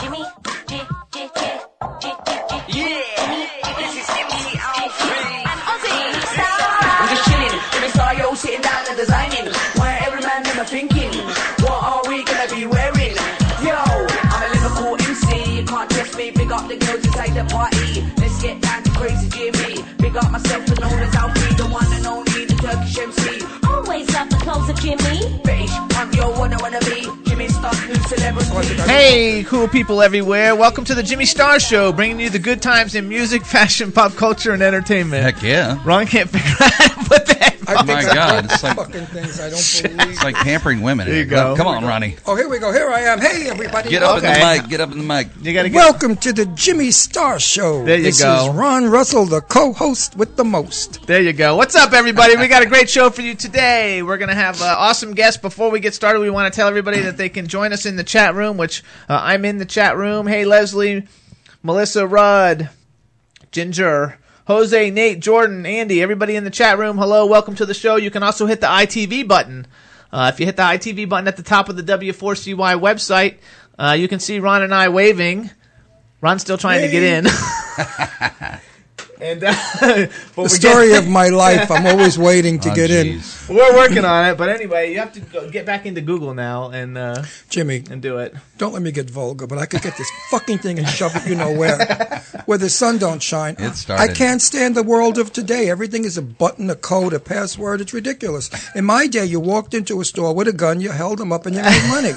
Jimmy, Jimmy, Jimmy, Jimmy, Jimmy, this is Jimmy Alfred. I'm Aussie star. I'm just chilling, every star yo sitting down and designing. Where every man in my thinking, what are we gonna be wearing? Yo, I'm a Liverpool MC, you can't trust me. Big up the girls inside the party. Let's get down to crazy Jimmy. Big up myself and known as Alfie, the one and only, the Turkish MC. Always love the clothes of Jimmy. British, I'm yo, what I wanna be. Jimmy Star, new celebrity. Hey, cool people everywhere. Welcome to the Jimmy Star Show, bringing you the good times in music, fashion, pop culture, and entertainment. Heck yeah. Ron can't figure out how to put that. Oh my God. It's like, fucking things I don't believe. it's like pampering women. There you Well, go. Come on, Ronnie. Oh, here we go. Here I am. Hey, everybody. Get up in Okay. the mic. Get up in the mic. You gotta get. Welcome to the Jimmy Star Show. There you this go. is Ron Russell, the co-host with the most. There you go. What's up, everybody? We got a great show for you today. We're gonna have an awesome guest. Before we get started, we want to tell everybody that they can join us in the chat room. Which uh, I'm in the chat room. Hey, Leslie, Melissa, Rudd, Ginger, Jose, Nate, Jordan, Andy, everybody in the chat room, hello, welcome to the show. You can also hit the ITV button. Uh, if you hit the ITV button at the top of the W4CY website, uh, you can see Ron and I waving. Ron's still trying to get in. and uh, The but we story of my life. I'm always waiting to Oh, get in. jeez. we're working on it. But anyway, you have to go, get back into Google now and uh, Jimmy, and do it. don't let me get vulgar, but I could get this fucking thing and shove it you know where. Where the sun don't shine. It started. I can't stand the world of today. Everything is a button, a code, a password. It's ridiculous. In my day, you walked into a store with a gun, you held them up, and you made money.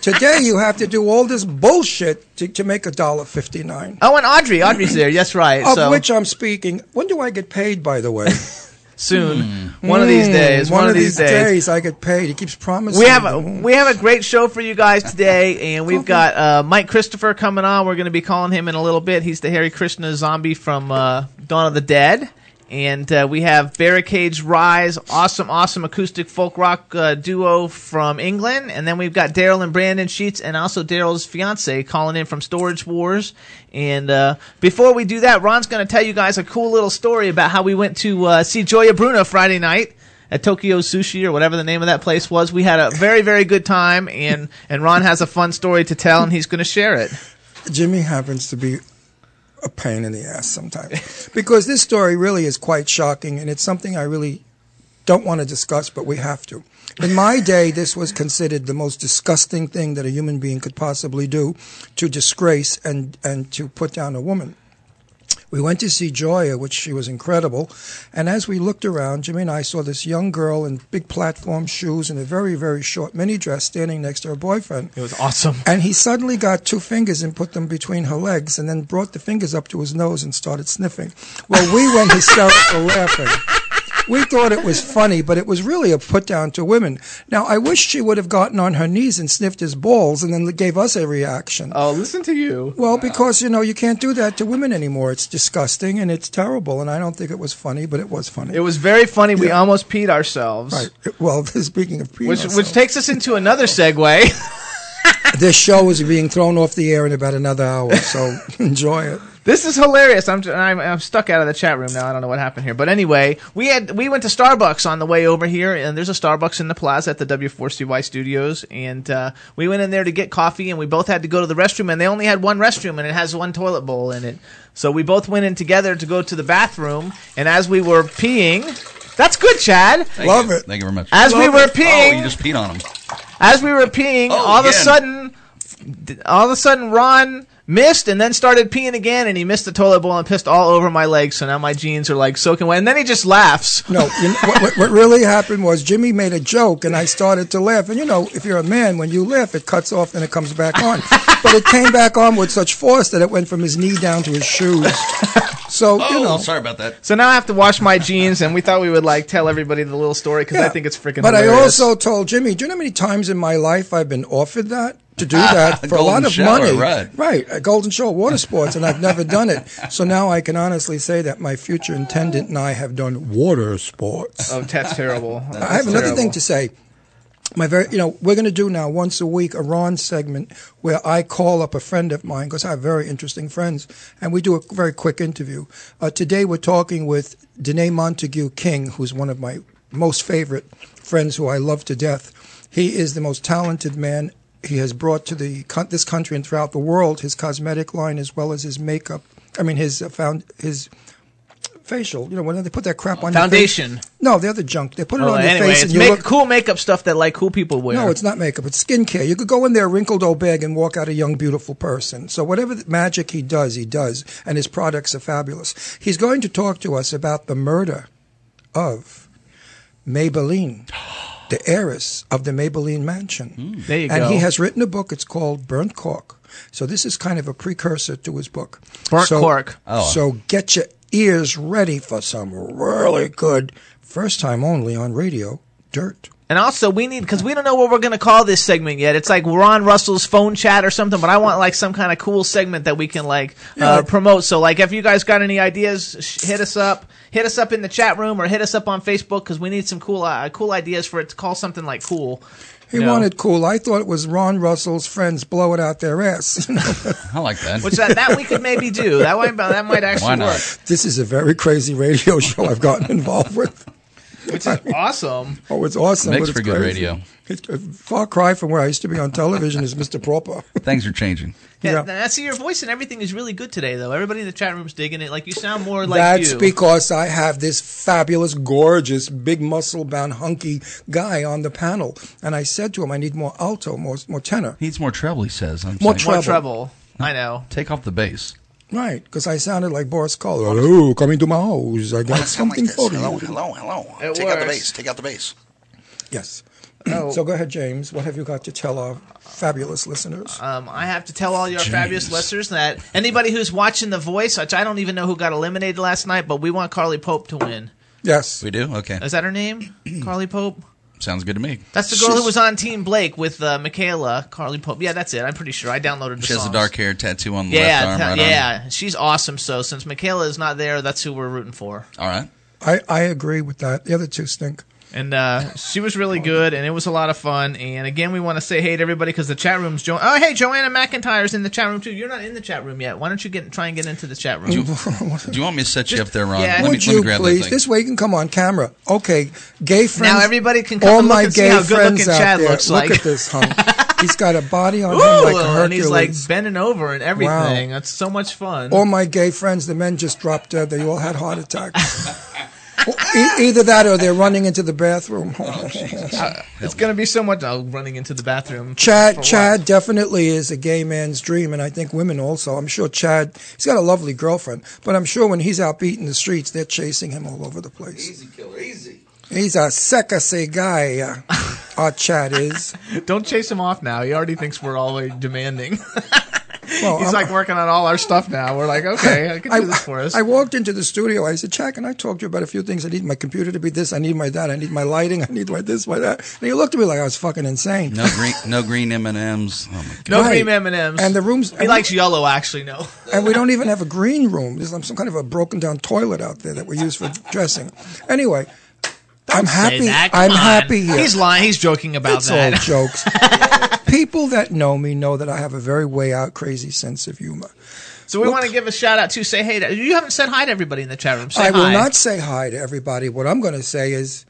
Today, you have to do all this bullshit to, to make a dollar fifty-nine. Oh, and Audrey, Audrey's there. Yes, right. Of so which I'm speaking. When do I get paid, by the way? soon, Hmm. one of these days, one, of these days. I get paid. He keeps promising. We have a, me. we have a great show for you guys today, and we've got uh, Mike Christopher coming on. We're going to be calling him in a little bit. He's the Harry Krishna zombie from uh, Dawn of the Dead, and uh, we have Barricades Rise, awesome, awesome acoustic folk rock uh, duo from England, and then we've got Daryl and Brandon Sheets, and also Daryl's fiance calling in from Storage Wars. And uh, before we do that, Ron's going to tell you guys a cool little story about how we went to uh, see Joya Bruno Friday night at Tokyo Sushi or whatever the name of that place was. We had a very very good time, and and Ron has a fun story to tell, and he's going to share it. Jimmy happens to be a pain in the ass sometimes because this story really is quite shocking, and it's something I really don't want to discuss, but we have to. In my day, this was considered the most disgusting thing that a human being could possibly do to disgrace and, and to put down a woman. We went to see Joya, which she was incredible. And as we looked around, Jimmy and I saw this young girl in big platform shoes and a very, very short mini dress standing next to her boyfriend. It was awesome. And he suddenly got two fingers and put them between her legs and then brought the fingers up to his nose and started sniffing. Well, we went hysterical laughing. We thought it was funny, but it was really a put down to women. Now, I wish she would have gotten on her knees and sniffed his balls and then gave us a reaction. Oh, listen to you. Well, because, you know, you can't do that to women anymore. It's disgusting and it's terrible. And I don't think it was funny, but it was funny. It was very funny. We almost peed ourselves. Right. Well, speaking of peeing Which, ourselves. which takes us into another segue. this show is being thrown off the air in about another hour, so enjoy it. this is hilarious. I'm, I'm I'm stuck out of the chat room now. I don't know what happened here, but anyway, we had we went to Starbucks on the way over here, and there's a Starbucks in the plaza at the W4CY studios, and uh, we went in there to get coffee, and we both had to go to the restroom, and they only had one restroom, and it has one toilet bowl in it, so we both went in together to go to the bathroom, and as we were peeing. That's good, Chad. Thank Love you. it. Thank you very much. As we were Oh, you peeing, just peed on him. as we were peeing, Oh, all of a again. sudden, all of a sudden, Ron missed and then started peeing again, and he missed the toilet bowl and pissed all over my legs. So now my jeans are like soaking wet, and then he just laughs. No, you know, what, what- what really happened was Jimmy made a joke, and I started to laugh. And you know, if you're a man, when you laugh, it cuts off and it comes back on. but it came back on with such force that it went from his knee down to his shoes. So Oh, you know, sorry about that. So now I have to wash my jeans, and we thought we would like tell everybody the little story because I Yeah. think it's freaking. But hilarious. I also told Jimmy, do you know how many times in my life I've been offered that? to do that for a lot Golden of shower, money. right. right, a Golden Show water sports, and I've never done it. So now I can honestly say that my future intendant and I have done water sports. Oh, that's terrible. I have another thing to say. My very, you know, we're going to do now once a week a Ron segment where I call up a friend of mine because I have very interesting friends, and we do a very quick interview. Uh, today we're talking with Danae Montague King, who's one of my most favorite friends, who I love to death. He is the most talented man he has brought to the coun- this country and throughout the world. His cosmetic line, as well as his makeup, I mean, his uh, found his facial. You know, when they put that crap on your face- Foundation. no, the other junk. They put it Well, on your Oh, anyway, face and it's you make, look. cool makeup stuff that like cool people wear. No, it's not makeup. It's skincare. You could go in there, wrinkled old bag, and walk out a young, beautiful person. So whatever the magic he does, he does, and his products are fabulous. He's going to talk to us about the murder of Maybelline, the heiress of the Maybelline mansion. Hmm. There you and go. he has written a book. It's called Burnt Cork. So this is kind of a precursor to his book. Burnt so, Cork. Oh. So get your ears ready for some really good, first time only on radio, dirt. And also, we need because we don't know what we're going to call this segment yet. It's like Ron Russell's phone chat or something. But I want like some kind of cool segment that we can like uh, promote. So like, if you guys got any ideas, sh- hit us up. Hit us up in the chat room or hit us up on Facebook because we need some cool uh, cool ideas for it to call something like cool. He you know? wanted cool. I thought it was Ron Russell's friends blow it out their ass. You know, I like that. which that, that we could maybe do. That might that might Why actually not? work. this is a very crazy radio show I've gotten involved with. Which is awesome. Oh, it's awesome. Makes but it's for good crazy. radio. It's a far cry from where I used to be on television is Mr. Proper. Things are changing. Yeah, Yeah. and I see your voice and everything is really good today, though. Everybody in the chat room's digging it. Like you sound more like That's you. because I have this fabulous, gorgeous, big muscle bound, hunky guy on the panel. And I said to him, I need more alto, more, more tenor. Needs more treble, he says. I'm More saying. treble. more trouble. I know. Take off the bass. Right, because I sounded like Boris Karloff. Hello, come into my house. I got Sound like something this. for you. Hello, hello, hello. It Take out the works. bass. Take out the bass. Yes. Oh. So go ahead, James. What have you got to tell our fabulous listeners? Um, I have to tell all your fabulous listeners that anybody who's watching The Voice, which I don't even know who got eliminated last night, but we want Carly Pope to win. yes. We do? Okay. Is that her name? Carly Pope? Sounds good to me. That's the girl who was on Team Blake with uh, Michaela. Carly Pope. Yeah, that's it. I'm pretty sure. I downloaded the She has a songs. dark hair tattoo on the left Yeah, arm, ta- right yeah, she's awesome. So since Michaela is not there, that's who we're rooting for. arm. All right. I, I agree with that. The other two stink. And uh, she was really good, and it was a lot of fun. And again, we want to say hey to everybody because the chat room's jo- Oh, hey, Joanna McIntyre's in the chat room too. You're not in the chat room yet. Why don't you get try and get into the chat room? Do you want me to set you up there, Ron? yeah. Let, me, Would let me you grab that please? thing. This way you can come on camera. Okay, gay friends. everybody can come all and look my and see gay how good-looking friends out Chad there. looks look like. at this hunk. He's got a body on Ooh, him like a and he's Hercules. like bending over and everything. That's so much fun. all my gay friends, the men just dropped dead. They all had heart attacks. Well, e- either that or they're running into the bathroom. Uh, it's gonna be so much. Oh, running into the bathroom. Chad, For what? Chad definitely is a gay man's dream, and I think women also. I'm sure Chad, he's got a lovely girlfriend, but I'm sure when he's out beating the streets, they're chasing him all over the place. Easy killer, easy. He's a sexy guy, uh, our Chad is. Don't chase him off now. He already thinks we're always demanding. Well, he's I'm- like working on all our stuff now. We're like, okay, I can do this for us. I walked into the studio. I said, Chad, can I talk to you about a few things? I need my computer to be this. I need my that. I need my lighting. I need my this, my that. And he looked at me like I was fucking insane. No green, no green M and M's. Oh my god! no Right. cream M and M's. And the rooms- He likes yellow. Actually, no. and we don't even have a green room. There's some kind of a broken down toilet out there that we use for dressing. Anyway, I'm happy. Say that, come I'm on. happy here. He's lying. He's joking about it's all that. jokes. People that know me know that I have a very way out crazy sense of humor. So we want to give a shout out to say hey. To, you haven't said hi to everybody in the chat room. Say I will hi. not say hi to everybody. What I'm going to say is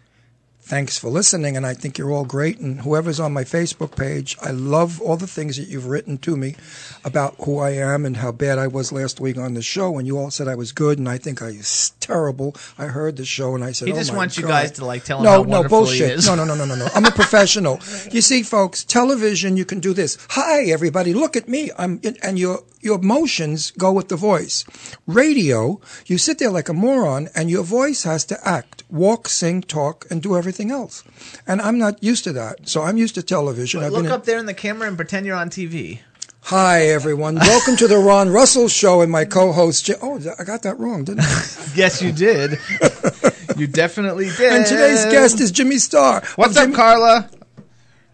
thanks for listening, and I think you're all great. And whoever's on my Facebook page, I love all the things that you've written to me about who I am and how bad I was last week on the show. And you all said I was good, and I think I was terrible. I heard the show, and I said, He "Oh just my wants you God." guys to, like, tell him no, no how wonderful he bullshit. is. No, no, no, no, no, no. I'm a professional. You see, folks, television, you can do this. Hi, everybody, look at me. I'm in, and your your emotions go with the voice. Radio, you sit there like a moron, and your voice has to act, walk, sing, talk, and do everything else. And I'm not used to that, so I'm used to television. I've Look been in- up there in the camera and pretend you're on TV. Hi, everyone. Welcome to the Ron Russell Show, and my co-host. Ja- oh, I got that wrong, didn't I? Yes, you did. you definitely did. And today's guest is Jimmy Starr. What's Of up, Jimmy- Carla?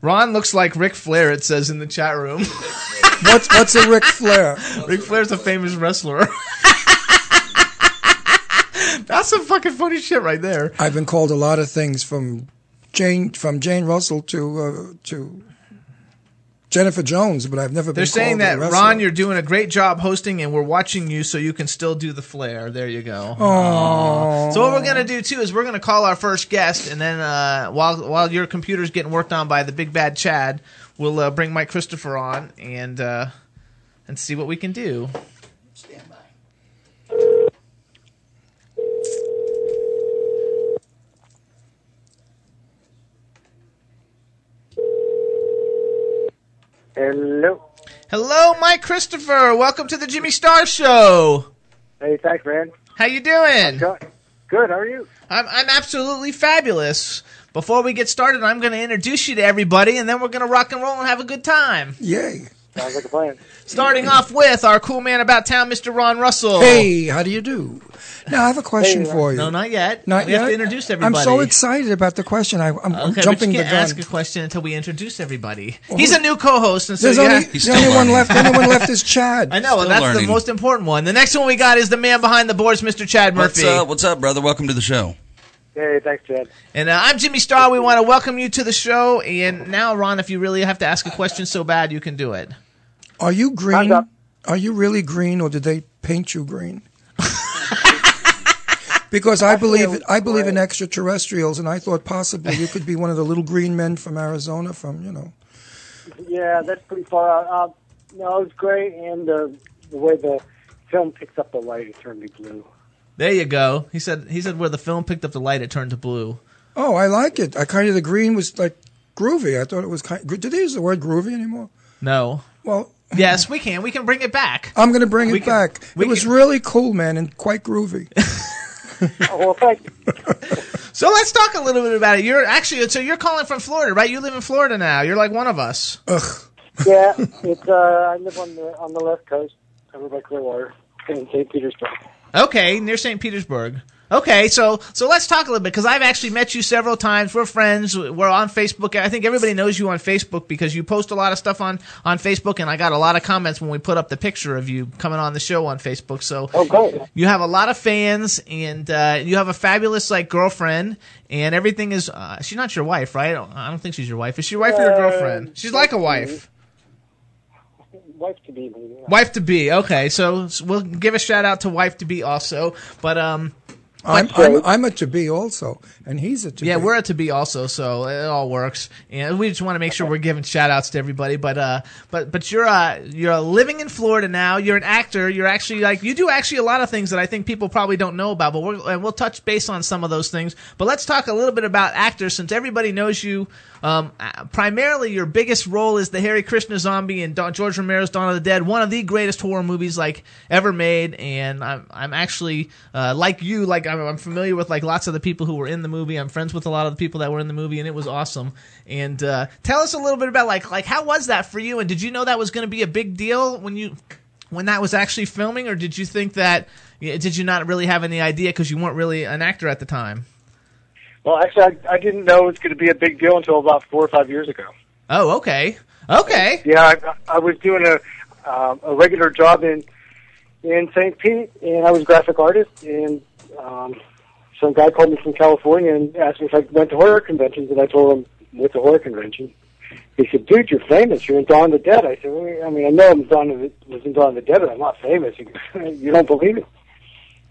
Ron looks like Ric Flair. It says in the chat room. What's what's a Ric Flair? Ric Flair's a famous wrestler. That's some fucking funny shit right there. I've been called a lot of things from Jane from Jane Russell to uh, to Jennifer Jones, but I've never They're been. saying called a that wrestler. Ron, you're doing a great job hosting, and we're watching you, so you can still do the flair. There you go. Aw. So what we're gonna do too is we're gonna call our first guest, and then uh, while while your computer's getting worked on by the big bad Chad, we'll uh, bring Mike Christopher on and uh, and see what we can do. Hello. Hello, Mike Christopher. Welcome to the Jimmy Star Show. Hey, thanks, man. How you doing? Good. Good. How are you? I'm I'm absolutely fabulous. Before we get started, I'm going to introduce you to everybody, and then we're going to rock and roll and have a good time. Yay! Sounds like a plan. Starting off with our cool man about town, Mr. Ron Russell. Hey, how do you do? Now I have a question Hey, for you. uh, No, not yet. Not we have yet? to introduce everybody. I'm so excited about the question. I, I'm, I'm Uh, Okay, jumping but you the can't gun. ask a question until we introduce everybody. He's a new co-host, and so There's you only, have- He's the still only one learning. left. The only one left is Chad. I know, still and that's learning. the most important one. The next one we got is the man behind the boards, Mr. Chad What's Murphy. up? What's up, brother? Welcome to the show. Hey, thanks, Chad. And uh, I'm Jimmy Starr. We want to welcome you to the show. And now, Ron, if you really have to ask a question so bad, you can do it. Are you green? Time's up. Are you really green, or did they paint you green? because I believe I believe in extraterrestrials, and I thought possibly you could be one of the little green men from Arizona, from you know. Yeah, that's pretty far out. Um, no, it was great, and the the way the film picks up the light, it turned me blue. There you go. He said. He said where the film picked up the light, it turned to blue. Oh, I like it. I kind of the green was like groovy. I thought it was kind. Of, did they use the word groovy anymore? No. Well, Yes, we can. We can bring it back. I'm going to bring We it can- back. we It was can- really cool, man, and quite groovy. Oh, well, thank you. So let's talk a little bit about it. You're actually so you're calling from Florida, right? You live in Florida now. You're like one of us. Ugh. Yeah, it's uh, I live on the on the left coast, over by Clearwater, in St. Petersburg. Okay, near St. Petersburg. Okay, so so let's talk a little bit because I've actually met you several times. We're friends. We're on Facebook. I think everybody knows you on Facebook because you post a lot of stuff on on Facebook, and I got a lot of comments when we put up the picture of you coming on the show on Facebook. So Oh, great. you have a lot of fans, and uh, you have a fabulous like girlfriend, and everything is. Uh, she's not your wife, right? I don't, I don't think she's your wife. Is she your wife or your Uh, girlfriend? She's like a wife. Wife to be, maybe. Wife to be. Okay, so so we'll give a shout out to wife to be also. But um, I'm, I'm, I'm a to be also, and he's a to yeah, be. we're a to be also, so it all works. And we just want to make sure we're giving shout outs to everybody. But uh, but but you're uh, you're living in Florida now. You're an actor. You're actually like you do actually a lot of things that I think people probably don't know about. But we're, and we'll touch base on some of those things. But let's talk a little bit about actors since everybody knows you. Um, uh, primarily, your biggest role is the Harry Krishna zombie in Don, George Romero's Dawn of the Dead, one of the greatest horror movies like ever made. And I'm I'm actually uh, like you, like I'm, I'm familiar with like lots of the people who were in the movie. I'm friends with a lot of the people that were in the movie, and it was awesome. And uh, tell us a little bit about like like how was that for you? And did you know that was going to be a big deal when you when that was actually filming, or did you think that? yeah, Did you not really have any idea because you weren't really an actor at the time? Well, actually, I, I didn't know it was going to be a big deal until about four or five years ago. Oh, okay, okay. Yeah, I, I was doing a um, a regular job in in St. Pete, and I was a graphic artist. And um, some guy called me from California and asked me if I went to horror conventions, and I told him with the horror convention. He said, "Dude, you're famous. You're in Dawn of the Dead." I said, well, "I mean, I know I'm Dawn of the, was in Dawn of the Dead, but I'm not famous. you don't believe it."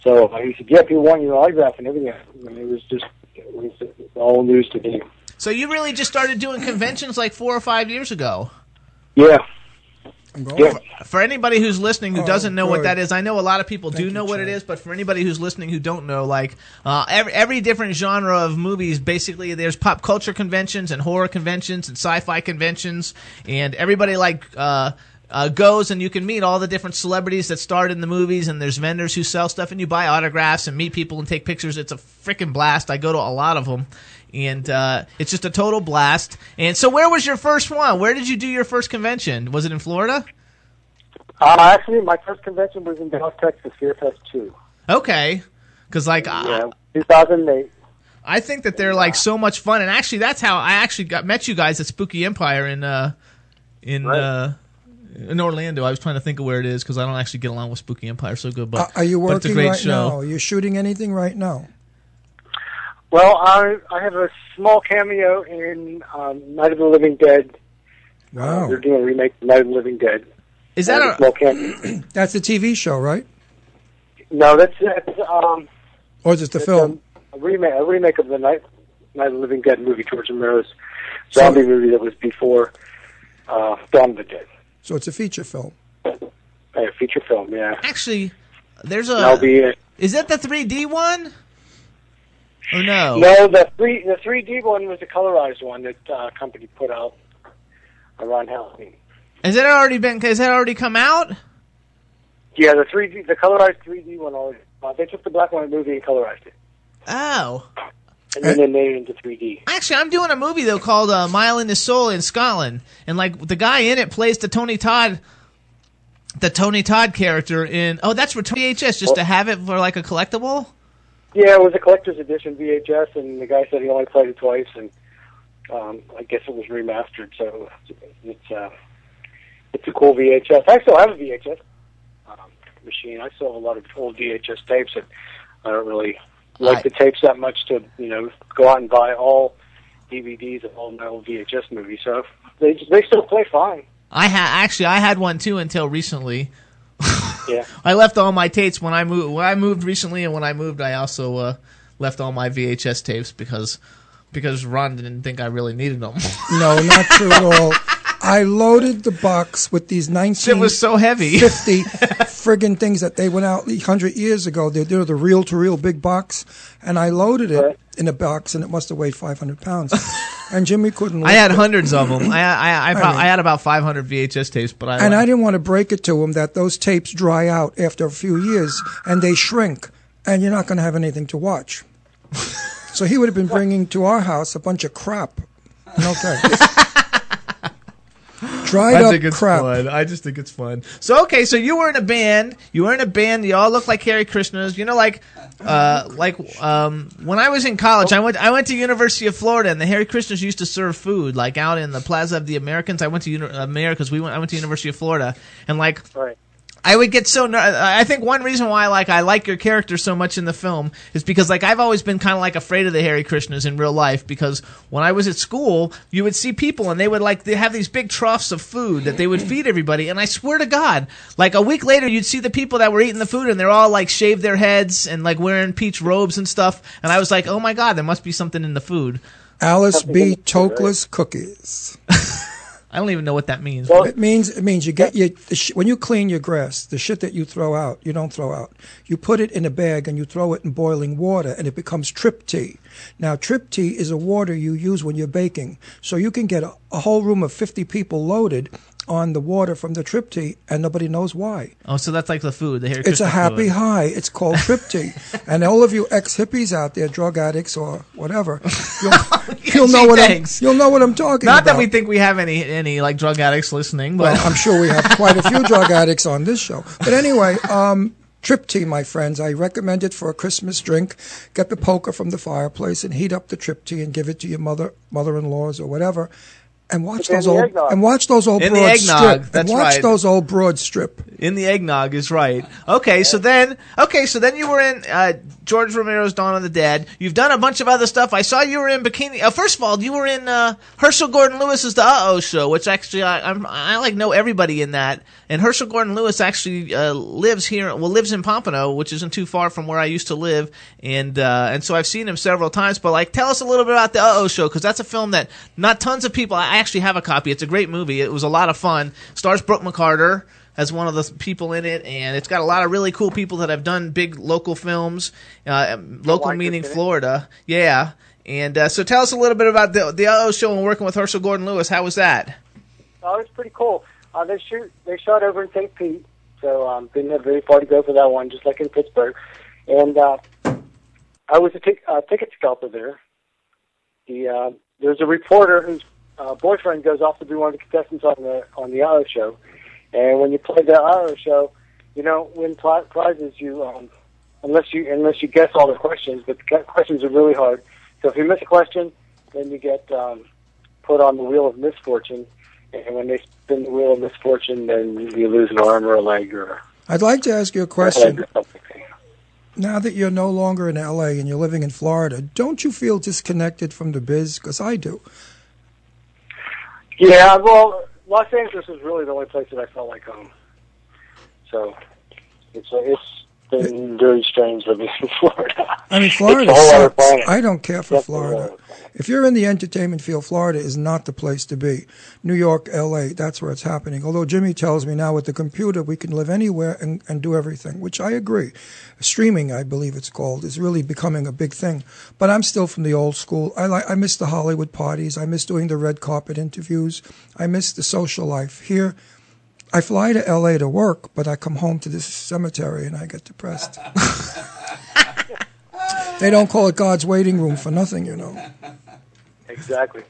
So uh, he said, "Yeah, people want your autograph and everything." I mean, it was just it was all news to me. So you really just started doing conventions like four or five years ago. Yeah. I'm going Yeah. For anybody who's listening who Oh, doesn't know what good. that is, I know a lot of people do you, know what it Chad. is, but for anybody who's listening who don't know, like uh, every every different genre of movies, basically there's pop culture conventions and horror conventions and sci-fi conventions, and everybody like. Uh, uh, goes and you can meet all the different celebrities that starred in the movies and there's vendors who sell stuff and you buy autographs and meet people and take pictures it's a freaking blast i go to a lot of them and uh, it's just a total blast and so where was your first one where did you do your first convention was it in florida Uh, actually, my first convention was in Dallas, Texas, Fear Fest 2. Okay, because like I Yeah, 2008. I think that they're like so much fun, and actually, that's how I actually got met you guys at Spooky Empire in uh, in Right. uh, in Orlando. I was trying to think of where it is because I don't actually get along with Spooky Empire so good. But Are- are you but it's a working great right show. now? Are you shooting anything right now? Well, I I have a small cameo in um, Night of the Living Dead. Wow, They're doing a remake of Night of the Living Dead. Oh. Is I that have a a, small cameo? that's a TV show, right? No, that's that's um, Or is it the that's, film? um, a remake a remake of the Night Night of the Living Dead movie, George Romero's zombie movie that was before uh, Dawn of the Dead, So it's a feature film. a feature film. Yeah, actually? There's and I'll a be. Uh, is that the 3D one? Or no? No, the three the three D one was the colorized one that uh, company put out around Halloween. Has that already been? Has that already come out? Yeah, the three D the colorized three D one already. Uh, they took the black and white movie and colorized it, Oh, and then they made it into three D. actually, I'm doing a movie though called uh, Mile in the Soul in Scotland, and like the guy in it plays the Tony Todd, the Tony Todd character in. Oh, that's for VHS, just to have it for like a collectible. Yeah, it was a collector's edition VHS, and the guy said he only played it twice, and um, I guess it was remastered, so it's uh, it's a cool VHS. I still have a VHS um, machine. I still have a lot of old VHS tapes, and I don't really like I- the tapes that much to you know go out and buy all DVDs of all my old VHS movies. So they just, they still play fine. I ha- actually I had one too until recently. Yeah. I left all my tapes when I moved. When I moved recently, and when I moved, I also uh, left all my VHS tapes because because Ron didn't think I really needed them. No, not true at all. I loaded the box with these 1950 Shit was so heavy. friggin' things that they went out 100 years ago. They're, they're the reel to reel big box. And I loaded it in a box and it must have weighed 500 pounds. and Jimmy couldn't I had lift it. hundreds of them. I I I, prob- I had about 500 VHS tapes, but I And I like- didn't want to break it to him that those tapes dry out after a few years and they shrink and you're not going to have anything to watch. so he would have been bringing to our house a bunch of crap. Okay. Dried I up think it's crap. fun. I just think it's fun. So okay, so you were in a band. You were in a band. You all look like Harry Krishnas. You know, like, uh, like um, when I was in college, I went I went to University of Florida, and the Harry Krishnas used to serve food like out in the Plaza of the Americans. I went to Uni- uh, Americas. We went. I went to University of Florida, and like Right. I would get so. Ner- I think one reason why like I like your character so much in the film is because like I've always been kind of like afraid of the Harry Krishnas in real life because when I was at school, you would see people and they would like they have these big troughs of food that they would feed everybody, and I swear to God, like a week later, you'd see the people that were eating the food and they're all like shaved their heads and like wearing peach robes and stuff, and I was like, oh my God, there must be something in the food. Alice B. Toklas cookies. I don't even know what that means. Well, It means it means you get your the sh- when you clean your grass, the shit that you throw out, you don't throw out. You put it in a bag and you throw it in boiling water, and it becomes trip tea. Now, trip tea is a water you use when you're baking, so you can get a, a whole room of fifty people loaded on the water from the trip tea, and nobody knows why. Oh, so that's like the food. The Harry It's a Krishna happy food. high. It's called trip tea, and all of you ex hippies out there, drug addicts or whatever, you'll, you'll know Gee, what I'm, thanks. you'll know what I'm talking Not about. that we think we have any any like drug addicts listening, but. Well, I'm sure we have quite a few drug addicts on this show. But anyway, um, Trip Tea, my friends, I recommend it for a Christmas drink. Get the poker from the fireplace and heat up the Trip Tea and give it to your mother, mother-in-laws, or whatever. And watch in those the old eggnog. and watch those old In the broad eggnog, strip. and that's watch right. those old broad strip. In the eggnog is right. Okay, so then, okay, so then you were in uh, George Romero's Dawn of the Dead. You've done a bunch of other stuff. I saw you were in Bikini. Uh, first of all, you were in uh, Herschel Gordon Lewis's The Uh Oh Show, which actually I, I'm, I like know everybody in that. And Herschel Gordon Lewis actually uh, lives here. Well, lives in Pompano, which isn't too far from where I used to live. And uh, and so I've seen him several times. But like, tell us a little bit about The Uh Oh Show because that's a film that not tons of people. I actually have a copy. It's a great movie. It was a lot of fun. Stars Brooke McCarter as one of the people in it, and it's got a lot of really cool people that have done big local films, uh, local meaning Florida. Yeah, and uh, so tell us a little bit about the the OO show and working with Herschel Gordon Lewis. How was that? Oh, it's pretty cool. Uh, they shoot they shot over in St. Pete, so um, didn't have very far to go for that one, just like in Pittsburgh. And uh, I was a tic- uh, ticket scalper there. The uh, there's a reporter whose uh, boyfriend goes off to be one of the contestants on the on the Iowa show, and when you play the Iowa show, you don't win pri- prizes. You um, unless you unless you guess all the questions, but the questions are really hard. So if you miss a question, then you get um, put on the wheel of misfortune. And when they spin the wheel of misfortune, then you lose an arm or a leg or I'd like to ask you a a leg question. or something. Now that you're no longer in LA and you're living in Florida, don't you feel disconnected from the biz? Because I do. Yeah, well, Los Angeles is really the only place that I felt like home. So it's uh, it's been very strange living in Florida. I mean, Florida it's a whole other sucks. planet. I don't care for Definitely Florida. If you're in the entertainment field, Florida is not the place to be. New York, LA, that's where it's happening. Although Jimmy tells me now with the computer, we can live anywhere and, and do everything, which I agree. Streaming, I believe it's called, is really becoming a big thing. But I'm still from the old school. I, like, I miss the Hollywood parties. I miss doing the red carpet interviews. I miss the social life. Here, I fly to LA to work, but I come home to this cemetery and I get depressed. They don't call it God's waiting room for nothing, you know. Exactly.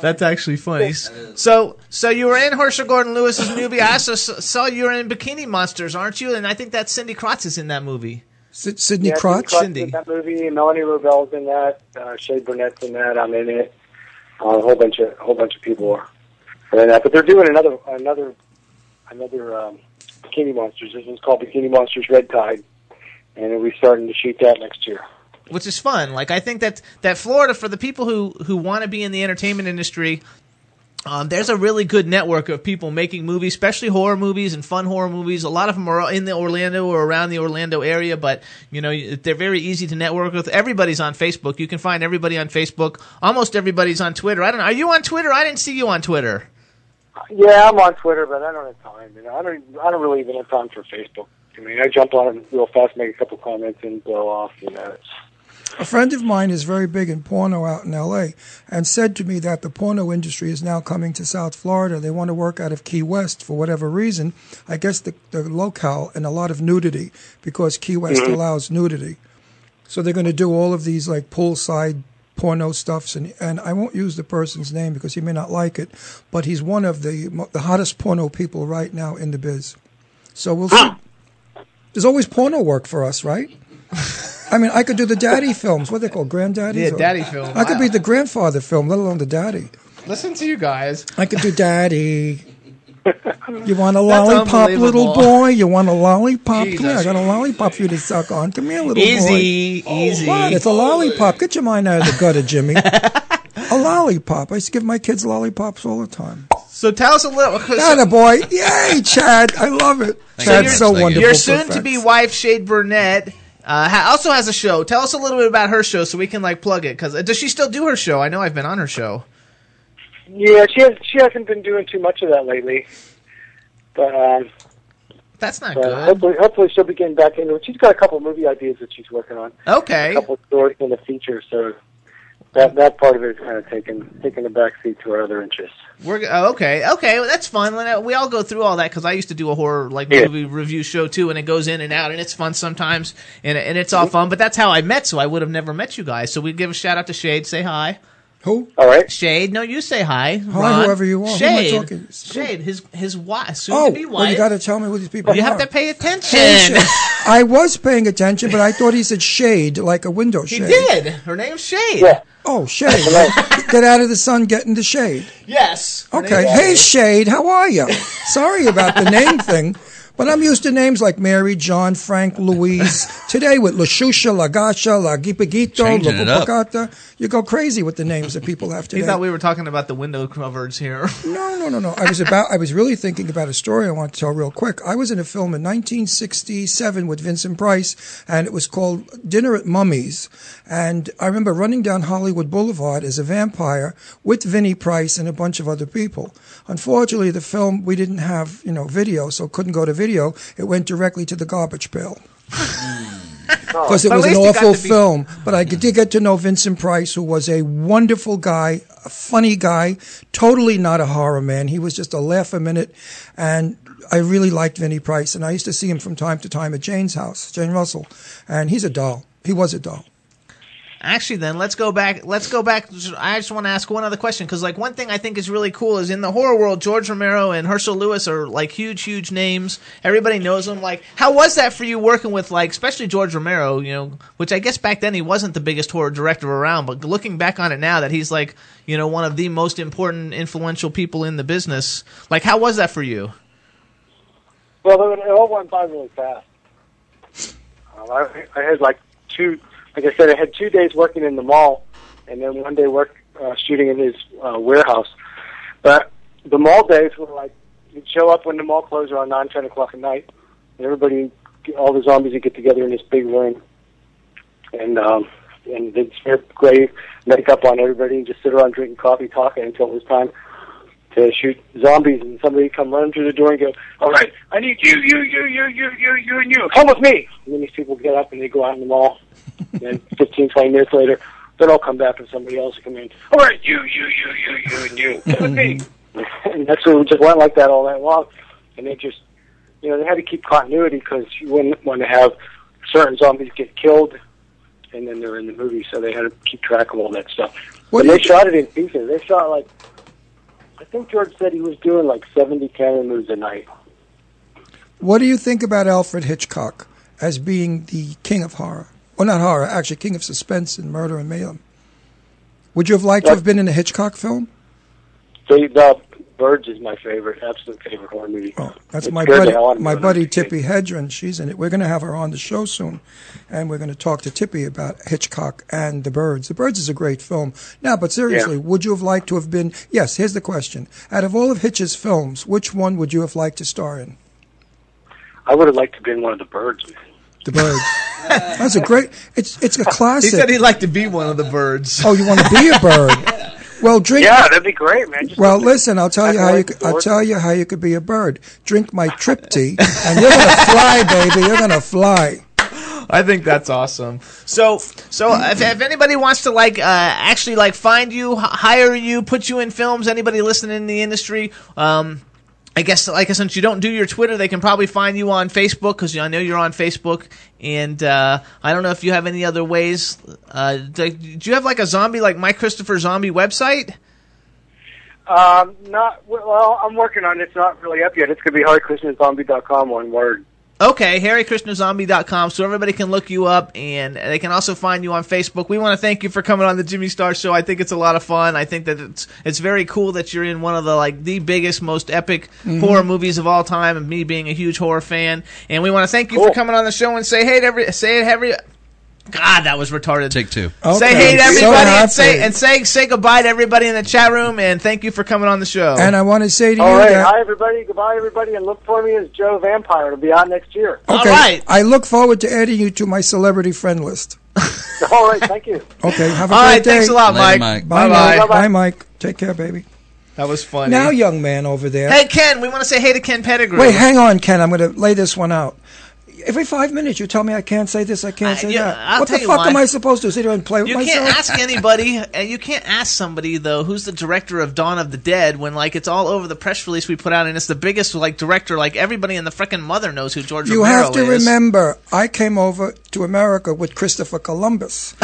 That's actually funny. S- So, so you were in Herschel Gordon Lewis's movie. I also s- saw you were in Bikini Monsters, aren't you? And I think that Cindy Crotz is in that movie. Sid- Sidney Yeah, Crotch. Crotch Cindy. in that movie. Melanie Rubel's in that. Uh, Shea Burnett's in that. I'm in it. Uh, a whole bunch of a whole bunch of people are are in that. But they're doing another another another um, Bikini Monsters. This one's called Bikini Monsters Red Tide, and we'll be starting to shoot that next year. which is fun. Like I think that that Florida for the people who who want to be in the entertainment industry. Um, there's a really good network of people making movies, especially horror movies and fun horror movies. A lot of them are in the Orlando or around the Orlando area, but you know they're very easy to network with. Everybody's on Facebook. You can find everybody on Facebook. Almost everybody's on Twitter. I don't know. Are you on Twitter? I didn't see you on Twitter. Yeah, I'm on Twitter, but I don't have time. You know, I don't. I don't really even have time for Facebook. I mean, I jump on it real fast, make a couple comments, and blow off. You know, it's, A friend of mine is very big in porno out in LA and said to me that the porno industry is now coming to South Florida. They want to work out of Key West for whatever reason. I guess the, the locale and a lot of nudity because Key West allows nudity. So they're going to do all of these like poolside porno stuffs and and I won't use the person's name because he may not like it, but he's one of the mo- the hottest porno people right now in the biz. So we'll see. There's always porno work for us, right? I mean, I could do the daddy films. What are they called, granddaddies? Yeah, or- daddy film. I could be the grandfather film, let alone the daddy. Listen to you guys. I could do daddy. You want a lollipop, little unbelievable. boy? You want a lollipop? Come here, Jesus. I got a lollipop for you to suck on. Come here, little boy. Oh, Easy, easy. What? It's a lollipop. Get your mind out of the gutter, Jimmy. a lollipop. I used to give my kids lollipops all the time. So tell us a little. Not a boy. Yay, Chad. I love it. Chad's you. so Thank you. wonderful. Your for soon to be facts. wife, Shade Burnett, uh, ha- also has a show. Tell us a little bit about her show so we can like plug it. Because does she still do her show? I know I've been on her show. yeah, she has. She hasn't been doing too much of that lately, but um, That's not but good. hopefully, hopefully she'll be getting back into it. She's got a couple movie ideas that she's working on, a Okay. couple stories and a feature. So that that part of it is kind of taking taking a backseat to our other interests. We're oh, okay, okay. Well, that's fun. Lynette. We all go through all that because I used to do a horror like Yeah. movie review show too, and it goes in and out, and it's fun sometimes, and and it's all fun. But that's how I met, so I would have never met you guys. So we give a shout out to Shade. Say hi, Who? All right. Shade. No, you say hi. Hi, whoever you are. Who am I Shade. talking to? Shade. His his wife, soon Oh, to be wife. well, you got to tell me who these people You are. have to pay attention. Patience. I was paying attention, but I thought he said shade, like a window He shade. did. Her name's Shade. Yeah. Oh, shade. Get out of the sun, get in the shade. Yes. Her Okay. name's Hey, Shade, how are you? Sorry about the name thing, but I'm used to names like Mary, John, Frank, Louise. Today with Lashusha, Lagasha, Lagipagito, Changing it up. Lagupagata. You go crazy with the names that people have He today. thought we were talking about the window covers here. No, no, no, no. I was about. I was really thinking about a story I want to tell real quick. I was in a film in 1967 with Vincent Price, and it was called Dinner at Mummy's. And I remember running down Hollywood Boulevard as a vampire with Vinnie Price and a bunch of other people. Unfortunately, the film we didn't have, you know, video, so couldn't go to video. It went directly to the garbage pail. Because it Oh, But at was an least you got awful to be- film film, but I did get to know Vincent Price, who was a wonderful guy, a funny guy, totally not a horror man. He was just a laugh a minute, and I really liked Vinnie Price, and I used to see him from time to time at Jane's house, Jane Russell, and he's a doll. He was a doll. Actually, then let's go back. Let's go back. I just want to ask one other question because, like, one thing I think is really cool is in the horror world, George Romero and Herschel Lewis are like huge, huge names. Everybody knows them. Like, how was that for you working with, like, especially George Romero? You know, which I guess back then he wasn't the biggest horror director around, but looking back on it now, that he's like, you know, one of the most important, influential people in the business. Like, how was that for you? Well, it it all went by really fast. Um, I, I had like two, like I said, I had two days working in the mall, and then one day work uh, shooting in his uh, warehouse. But the mall days were like you'd show up when the mall closed around nine, ten o'clock at night, and everybody, all the zombies, would get together in this big ring, and um, and they'd smear gray makeup on everybody and just sit around drinking coffee, talking until it was time to shoot zombies, and somebody would come running through the door and go, "All right, I need you, you, you, you, you, you, you, and you. Come with me." And then these people get up and they go out in the mall. and then 15, 20 minutes later, then I'll come back and somebody else will come in. All right, you, you, you, you, you, and you. Come with me. and that's what we just went like that all night long. And they just, you know, they had to keep continuity because you wouldn't want to have certain zombies get killed, and then they're in the movie, so they had to keep track of all that stuff. What and do they you- shot it in pieces. They shot like I think George said he was doing like 70 camera moves a night. What do you think about Alfred Hitchcock as being the king of horror? Well, not horror, actually, king of suspense and murder and mayhem. Would you have liked to What? have been in a Hitchcock film? They, the Birds is my favorite, absolute favorite horror movie. Oh, that's It my scared the buddy, hell out of me my when I buddy was a kid. Tippy Hedren. She's in it. We're going to have her on the show soon, and we're going to talk to Tippy about Hitchcock and The Birds. The Birds is a great film. Now, but seriously, Yeah. would you have liked to have been? Yes, here's the question: Out of all of Hitch's films, which one would you have liked to star in? I would have liked to have been one of the Birds. Man. The Birds. that's a great. It's it's a He classic. said he'd like to be one of the birds. oh, you want to be a bird? Well, drink. Yeah, that'd be great, man. Just Well, listen. I'll tell you how you. Athletic I'll sport. tell you how you could be a bird. Drink my tripty, and you're gonna fly, baby. You're gonna fly. I think that's awesome. So, so if, if anybody wants to like uh, actually like find you, h- hire you, put you in films, anybody listening in the industry, um, I guess like since you don't do your Twitter, they can probably find you on Facebook because I know you're on Facebook. And uh, I don't know if you have any other ways. Uh, do, do you have like a zombie like my Christopher zombie website? Um, not well. I'm working on it. It's not really up yet. It's gonna be hardchristianzombie.com. One word. Okay, harrykrishnazombie.com, so everybody can look you up, and they can also find you on Facebook. We want to thank you for coming on the Jimmy Star Show. I think it's a lot of fun. I think that it's it's very cool that you're in one of the like the biggest, most epic Mm-hmm. horror movies of all time, and me being a huge horror fan. And we want to thank you for Cool. coming on the show and say hey to every say it every. God, that was retarded. Take two. Okay. Say hey to So everybody and happy. say and say say goodbye to everybody in the chat room and thank you for coming on the show. And I want to say to All you right. that Hi everybody. Goodbye everybody. And look for me as Joe Vampire. It'll be on next year. all okay, right. I look forward to adding you to my celebrity friend list. All right. Thank you. Okay, have a All great right, day. thanks a lot, Mike. Later, Mike. Bye, Bye-bye. Mike. Bye, Mike. Take care, baby. That was funny. Now, young man over there. Hey Ken, we want to say hey to Ken Pettigrew. Wait, hang on, Ken. I'm going to lay this one out. Every five minutes, you tell me I can't say this, I can't I- say you- that. I'll what tell the you fuck why. am I supposed to sit here and play with You myself? can't ask anybody, and you can't ask somebody though who's the director of Dawn of the Dead when like it's all over the press release we put out, and it's the biggest like director. Like everybody in the frickin' mother knows who George You Romero have to is. remember, I came over to America with Christopher Columbus.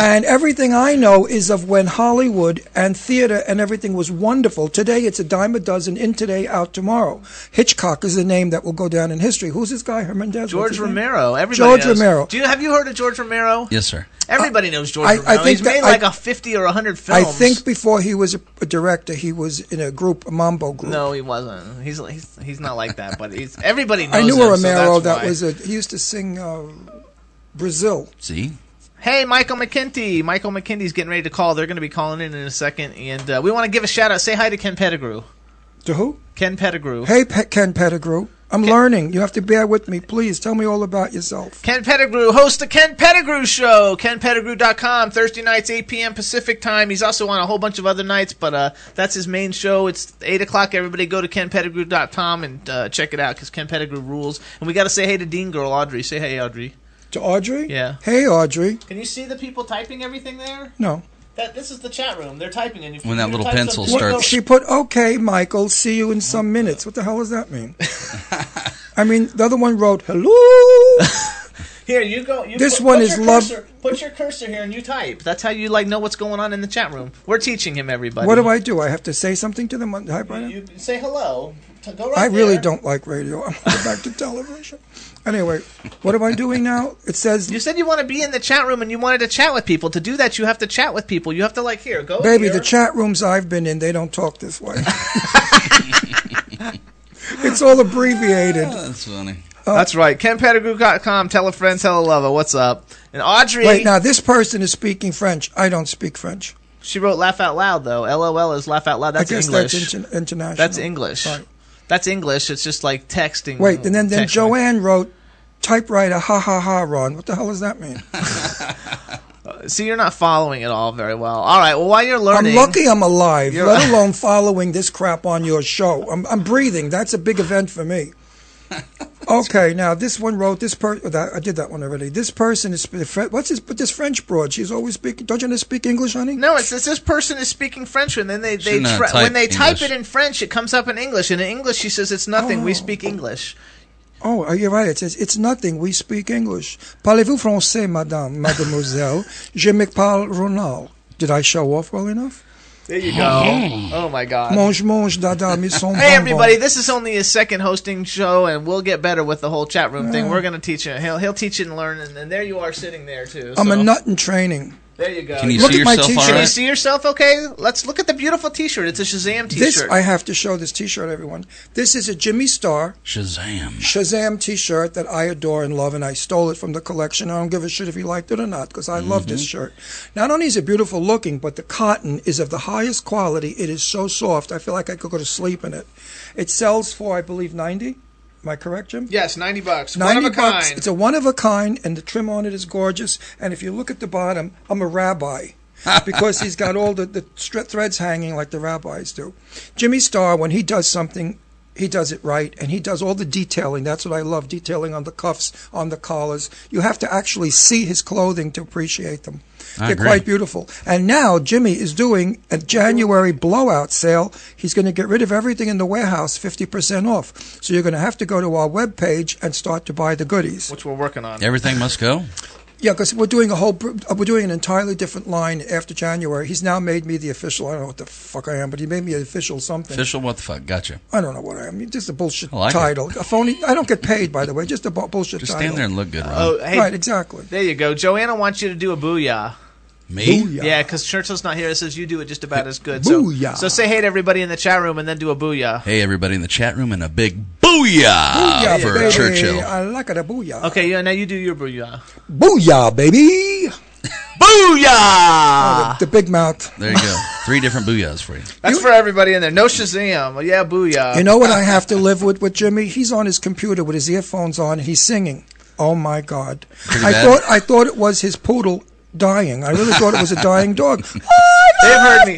and everything I know is of when Hollywood and theater and everything was wonderful. Today it's a dime a dozen, in today, out tomorrow. Hitchcock is the name that will go down in history. Who's this guy, Hernandez? What's George his name? Romero. Everybody George knows. Romero. Do you have you heard of George Romero? Yes, sir. Everybody knows George I- I Romero. think He's that- made I- like a fifty or hundred I films. think before he was a, a director, he was in a group, a mambo group. No, he wasn't. He's he's, he's not like that. But he's everybody knows. I knew him, a so Romero that's that why. was a. He used to sing uh, Brazil. See? Hey, Michael McKinty. Michael McKinty's getting ready to call. They're going to be calling in in a second, and uh, we want to give a shout out. Say hi to Ken Pettigrew. To who? Ken Pettigrew. Hey, Pe- Ken Pettigrew. I'm learning. You have to bear with me, please. Tell me all about yourself. Ken Pettigrew, host the Ken Pettigrew Show, kenpettigrew.com, Thursday nights, 8 p.m. Pacific time. He's also on a whole bunch of other nights, but uh, that's his main show. It's 8 o'clock. Everybody go to kenpettigrew.com and uh, check it out because Ken Pettigrew rules. And we got to say hey to Dean Girl, Audrey. Say hey, Audrey. To Audrey? Yeah. Hey, Audrey. Can you see the people typing everything there? No. That This is the chat room. They're typing. And if When you that little type pencil something- starts- She put, okay, Michael, see you in some minutes. What the hell does that mean? I mean, the other one wrote, hello. Here you go. You This put- one put is your love- cursor- Put your cursor here and you type. That's how you like know what's going on in the chat room. We're teaching him everybody. What do I do? I have to say something to them on the typewriter? You say hello. T- Go right I really there. don't like radio. I'm going back to television. Anyway, what am I doing now? It says, You said you want to be in the chat room and you wanted to chat with people. To do that, you have to chat with people. You have to like here, go. baby, here. the chat rooms I've been in, they don't talk this way. it's all abbreviated. Uh, Oh, that's funny. That's right. KenPettigrew.com. Tell a friend, tell a lover. What's up? And Audrey, Wait, now this person is speaking French. I don't speak French. she wrote "Laugh Out Loud" though. LOL is "Laugh Out Loud." That's I guess English. that's inter- international. That's English. Right. That's English. It's just like texting. Wait, and then, then texting. Joanne wrote, typewriter, ha ha ha, Ron. What the hell does that mean? See, you're not following it all very well. All right. Well, while you're learning, I'm lucky I'm alive, let alone following this crap on your show. I'm, I'm breathing. That's a big event for me. Okay, now this one wrote this person. I did that one already. This person is sp- what's this? But this French broad, she's always speaking. Don't you know speak English, honey? No, it's, it's this person is speaking French, and then they, they Should not tra- type when they type it English. in French, it comes up in English, and in English she says it's nothing. We speak English. Oh, are you right? It says it's nothing. We speak English. Parlez-vous français, madame, mademoiselle? Je me parle Ronald. Did I show off well enough? There you go. oh my God. Mange, mange, dada, mes sons Hey everybody! This is only his second hosting show, and we'll get better with the whole chat room thing. We're gonna teach him. He'll he'll teach it and learn, and, and there you are sitting there too. I'm a so- nut in training. There you go. Can you Look see at my yourself t-shirt. all Can you right? see yourself? Okay, let's look at the beautiful T-shirt. It's a Shazam T-shirt. This I have to show this T-shirt, everyone. This is a Jimmy Star Shazam. Shazam T-shirt that I adore and love, and I stole it from the collection. I don't give a shit if he liked it or not because I love this shirt. Not only is it beautiful looking, but the cotton is of the highest quality. It is so soft. I feel like I could go to sleep in it. It sells for, I believe, ninety. Am I correct, Jim? yes, ninety bucks. 90 One of a bucks. kind. It's a one of a kind, and the trim on it is gorgeous. And if you look at the bottom, I'm a rabbi because he's got all the, the stre- threads hanging like the rabbis do. Jimmy Starr, when he does something, he does it right, and he does all the detailing. That's what I love detailing on the cuffs, on the collars. You have to actually see his clothing to appreciate them. They're agree. quite beautiful. And now Jimmy is doing a January blowout sale. He's going to get rid of everything in the warehouse 50% off. So you're going to have to go to our webpage and start to buy the goodies. which we're working on. Everything must go. Yeah, because we're doing a whole, br- uh, we're doing an entirely different line after January. He's now made me the official, I don't know what the fuck I am, but he made me an official something. Official, what the fuck? Gotcha. I don't know what I am. Just a bullshit I like it. title. A phony, I don't get paid, by the way, just a bu- bullshit Just title. stand there and look good, Ron. Oh, hey, Right, exactly. there you go. Joanna wants you to do a booyah. Me? Booyah. Yeah, because Churchill's not here. It says you do it just about as good. So, Booyah. so say hey to everybody in the chat room and then do a booyah. Hey, everybody in the chat room, and a big booyah, Booyah, Uh, for baby. Churchill. I like it, a booyah. Okay, yeah, now you do your booyah. Booyah, baby! Uh, Booyah! Oh, The big mouth. There you go. Three different booyahs for you. That's for everybody in there. No Shazam. Well, Yeah, booyah. You know what I have to live with with Jimmy? He's on his computer with his earphones on. He's singing. Oh my God! I bad. thought I thought it was his poodle dying. I really thought it was a dying dog. They've heard me.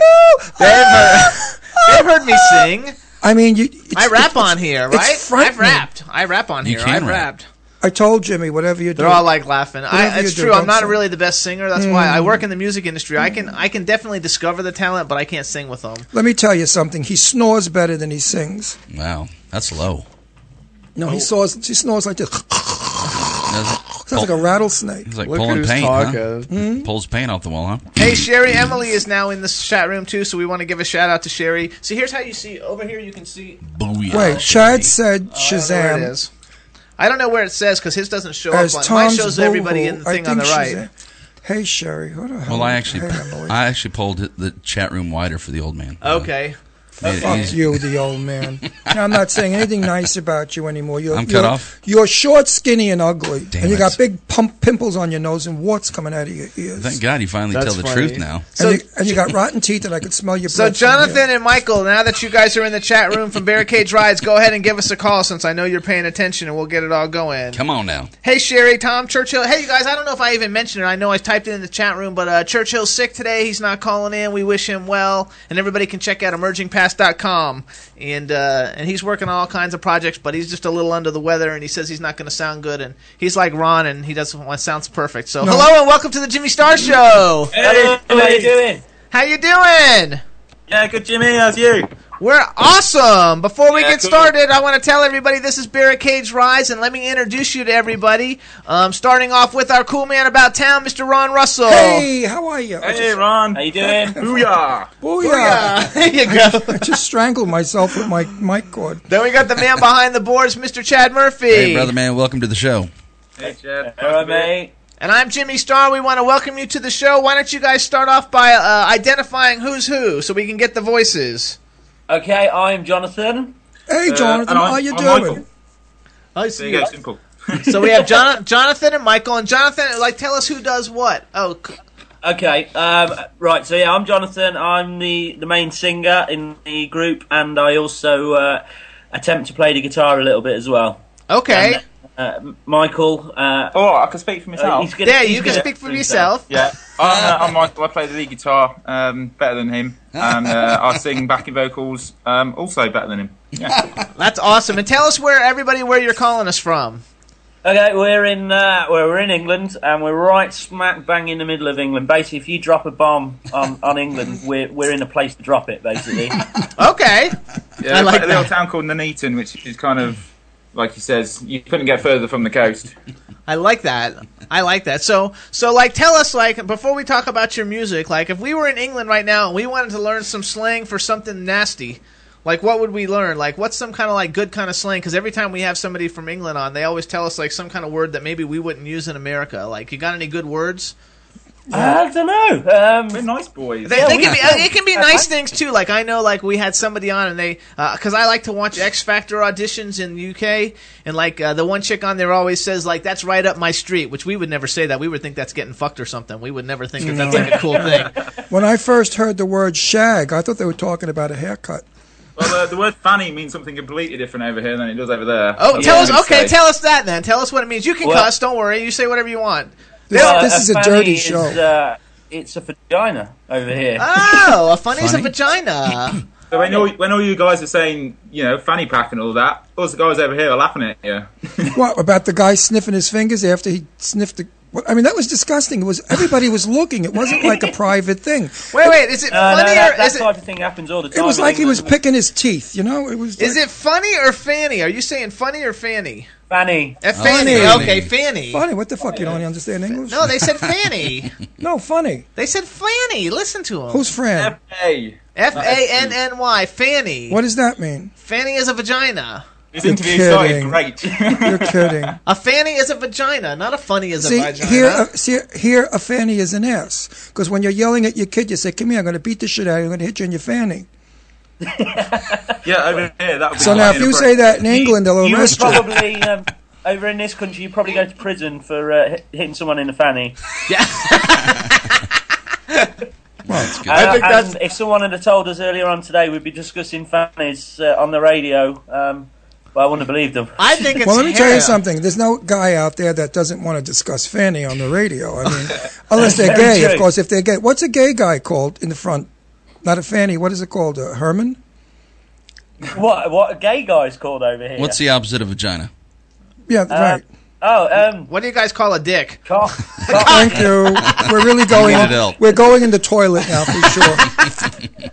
They've heard, they've heard me sing. I mean, you, it's, I rap it's- on here, it's right? I've frightening. rapped. I rap on You here. can I've rap. rapped. I told Jimmy whatever you do. They're all like laughing. I, Whatever you it's do, true. I'm don't not sing. really the best singer. That's why Mm-hmm. I work in the music industry. I can I can definitely discover the talent, but I can't sing with them. Let me tell you something. He snores better than he sings. Wow. That's low. No, Oh. he snores. He snores like this. That's, Sounds like a rattlesnake. Hmm? He's like pulling paint, huh? Pulls paint off the wall, huh? Hey, Sherry Emily is now in the chat room too, so we want to give a shout out to Sherry. So here's how you see over here. You can see Mm-hmm. Booyah. Wait, Chad said Oh, I don't Shazam know where it is. I don't know where it says because his doesn't show as up. On, mine Tom's shows everybody in the boohoo. I thing on the think right. Shazam- Hey Sherry, what the hell? Well, I actually, Hey, Emily. I actually pulled it- the chat room wider for the old man. Okay. Uh, made it Fuck easy. you, the old man. Now, I'm not saying anything nice about you anymore. You're, I'm cut you're, off. You're short, skinny, and ugly, Damn and you it. got big pump pimples on your nose and warts coming out of your ears. Thank God you finally tell the funny. truth now. And, So, you, and you got rotten teeth, and I could smell your. so breath from here. Jonathan and Michael, now that you guys are in the chat room from Barricades Rides, go ahead and give us a call since I know you're paying attention and we'll get it all going. Come on now. Hey, Sherry, Tom Churchill. Hey, you guys, I don't know if I even mentioned it. I know I typed it in the chat room, but uh, Churchill's sick today. He's not calling in. We wish him well. And everybody can check out emergingpast.com. And, uh, and he's working on all kinds of projects, but he's just a little under the weather, and he says he's not going to sound good. And he's like Ron, and he doesn't want sounds perfect. So, hello, and welcome to the Jimmy Star Show. Hey, how you doing? How you doing? Yeah, good Jimmy, how's you? We're awesome. Before we Yeah, get cool. started, I want to tell everybody this is Barricades Rise, and let me introduce you to everybody. Um, starting off with our cool man about town, Mr. Ron Russell. Hey, how are you? I Hey, just, Ron. How you doing? Booyah! booyah. there you go. I just strangled myself with my mic cord. then we got the man behind the boards, Mr. Chad Murphy. Hey, brother man, welcome to the show. Hey, Chad. All right, mate. And I'm Jimmy Starr. We want to welcome you to the show. Why don't you guys start off by uh, identifying who's who so we can get the voices? Okay, I'm Jonathan. Hey, Uh, Jonathan, and how I'm- are you I'm doing? Michael. I There you go, simple. So we have Jon- Jonathan and Michael. And Jonathan, like, tell us who does what. Oh, c- Okay, um, right. So yeah, I'm Jonathan. I'm the the main singer in the group, and I also uh, attempt to play the guitar a little bit as well. okay. And, uh, M- Michael. Uh, Oh, I can speak uh, for myself. he's gonna- there, he's you can gonna- speak for yourself. Yeah, I'm, uh, I'm Michael. I play the lead guitar, um, better than him, and uh, I sing backing vocals, um, also better than him. Yeah. That's awesome. And tell us where everybody where you're calling us from. Okay, we're in uh, well, we're in England, and we're right smack bang in the middle of England. Basically, if you drop a bomb on, on England, we're we're in a place to drop it. Basically, Okay. yeah I like a little that. town called Nuneaton, which is kind of like he says, you couldn't get further from the coast. I like that. I like that. So so like tell us like before we talk about your music, like if we were in England right now and we wanted to learn some slang for something nasty, like what would we learn? Like what's some kind of like good kind of slang cuz every time we have somebody from England on, they always tell us like some kind of word that maybe we wouldn't use in America. Like you got any good words? I don't know. We're Um, nice boys. They, they can be, uh, it can be nice things too. Like I know, like we had somebody on, and they because I like to watch X Factor auditions in the UK, and like uh, the one chick on there always says like that's right up my street, which we would never say that. We would think that's getting fucked or something. We would never think that that's like a cool thing. When I first heard the word shag, I thought they were talking about a haircut. Well, uh, the word fanny means something completely different over here than it does over there. Oh, That's tell what us, I would okay, say. tell us that then. Tell us what it means. You can Well- cuss, don't worry. You say whatever you want. This, uh, this is a fanny dirty is, show. uh, it's a vagina over here. Oh, a funny's a Funny. vagina. So when all, when all you guys are saying, you know, fanny pack and all that, us guys over here are laughing at you. What about the guy sniffing his fingers after he sniffed the? What, I mean, that was disgusting. It was everybody was looking. It wasn't like a private thing. Wait, wait, is it Uh, no, funny that, or that is it? type of thing happens all the It time. was in like he was England. picking his teeth. You know, it was. Is like it funny or fanny? Are you saying funny or fanny? Fanny. Uh, Oh, fanny. Fanny. Okay, fanny. funny? What the fuck? You don't understand English? No, they said fanny. No, funny. They said Fanny. Listen to him. Who's Fran? hey, F A N N Y. Fanny. What does that mean? Fanny is a vagina. this You're interview kidding. started great. You're kidding. A fanny is a vagina, not a funny is a See vagina. here, a, see here, a fanny is an ass. Because when you're yelling at your kid, you say, "Come here, I'm going to beat the shit out of you. I'm going to hit you in your fanny." yeah, over here that would be So now, if you say that in England, they'll You would arrest you. probably um, over in this country. You probably go to prison for uh, hit- hitting someone in the fanny. good. Uh, think and that's- if someone had told us earlier on today, we'd be discussing fannies uh, on the radio. Um, but I wouldn't have believed them. I think it's Well, let me tell hair. you something. There's no guy out there that doesn't want to discuss fanny on the radio. I mean, unless they're Very gay, of true. course. If they're gay, what's a gay guy called in the front? Not a fanny. What is it called? A Herman? What what a gay guy's called over here? What's the opposite of vagina? Yeah, Uh, right. oh um What do you guys call a dick? cock. Thank you. We're really going. Get it out. We're going in the toilet now for sure.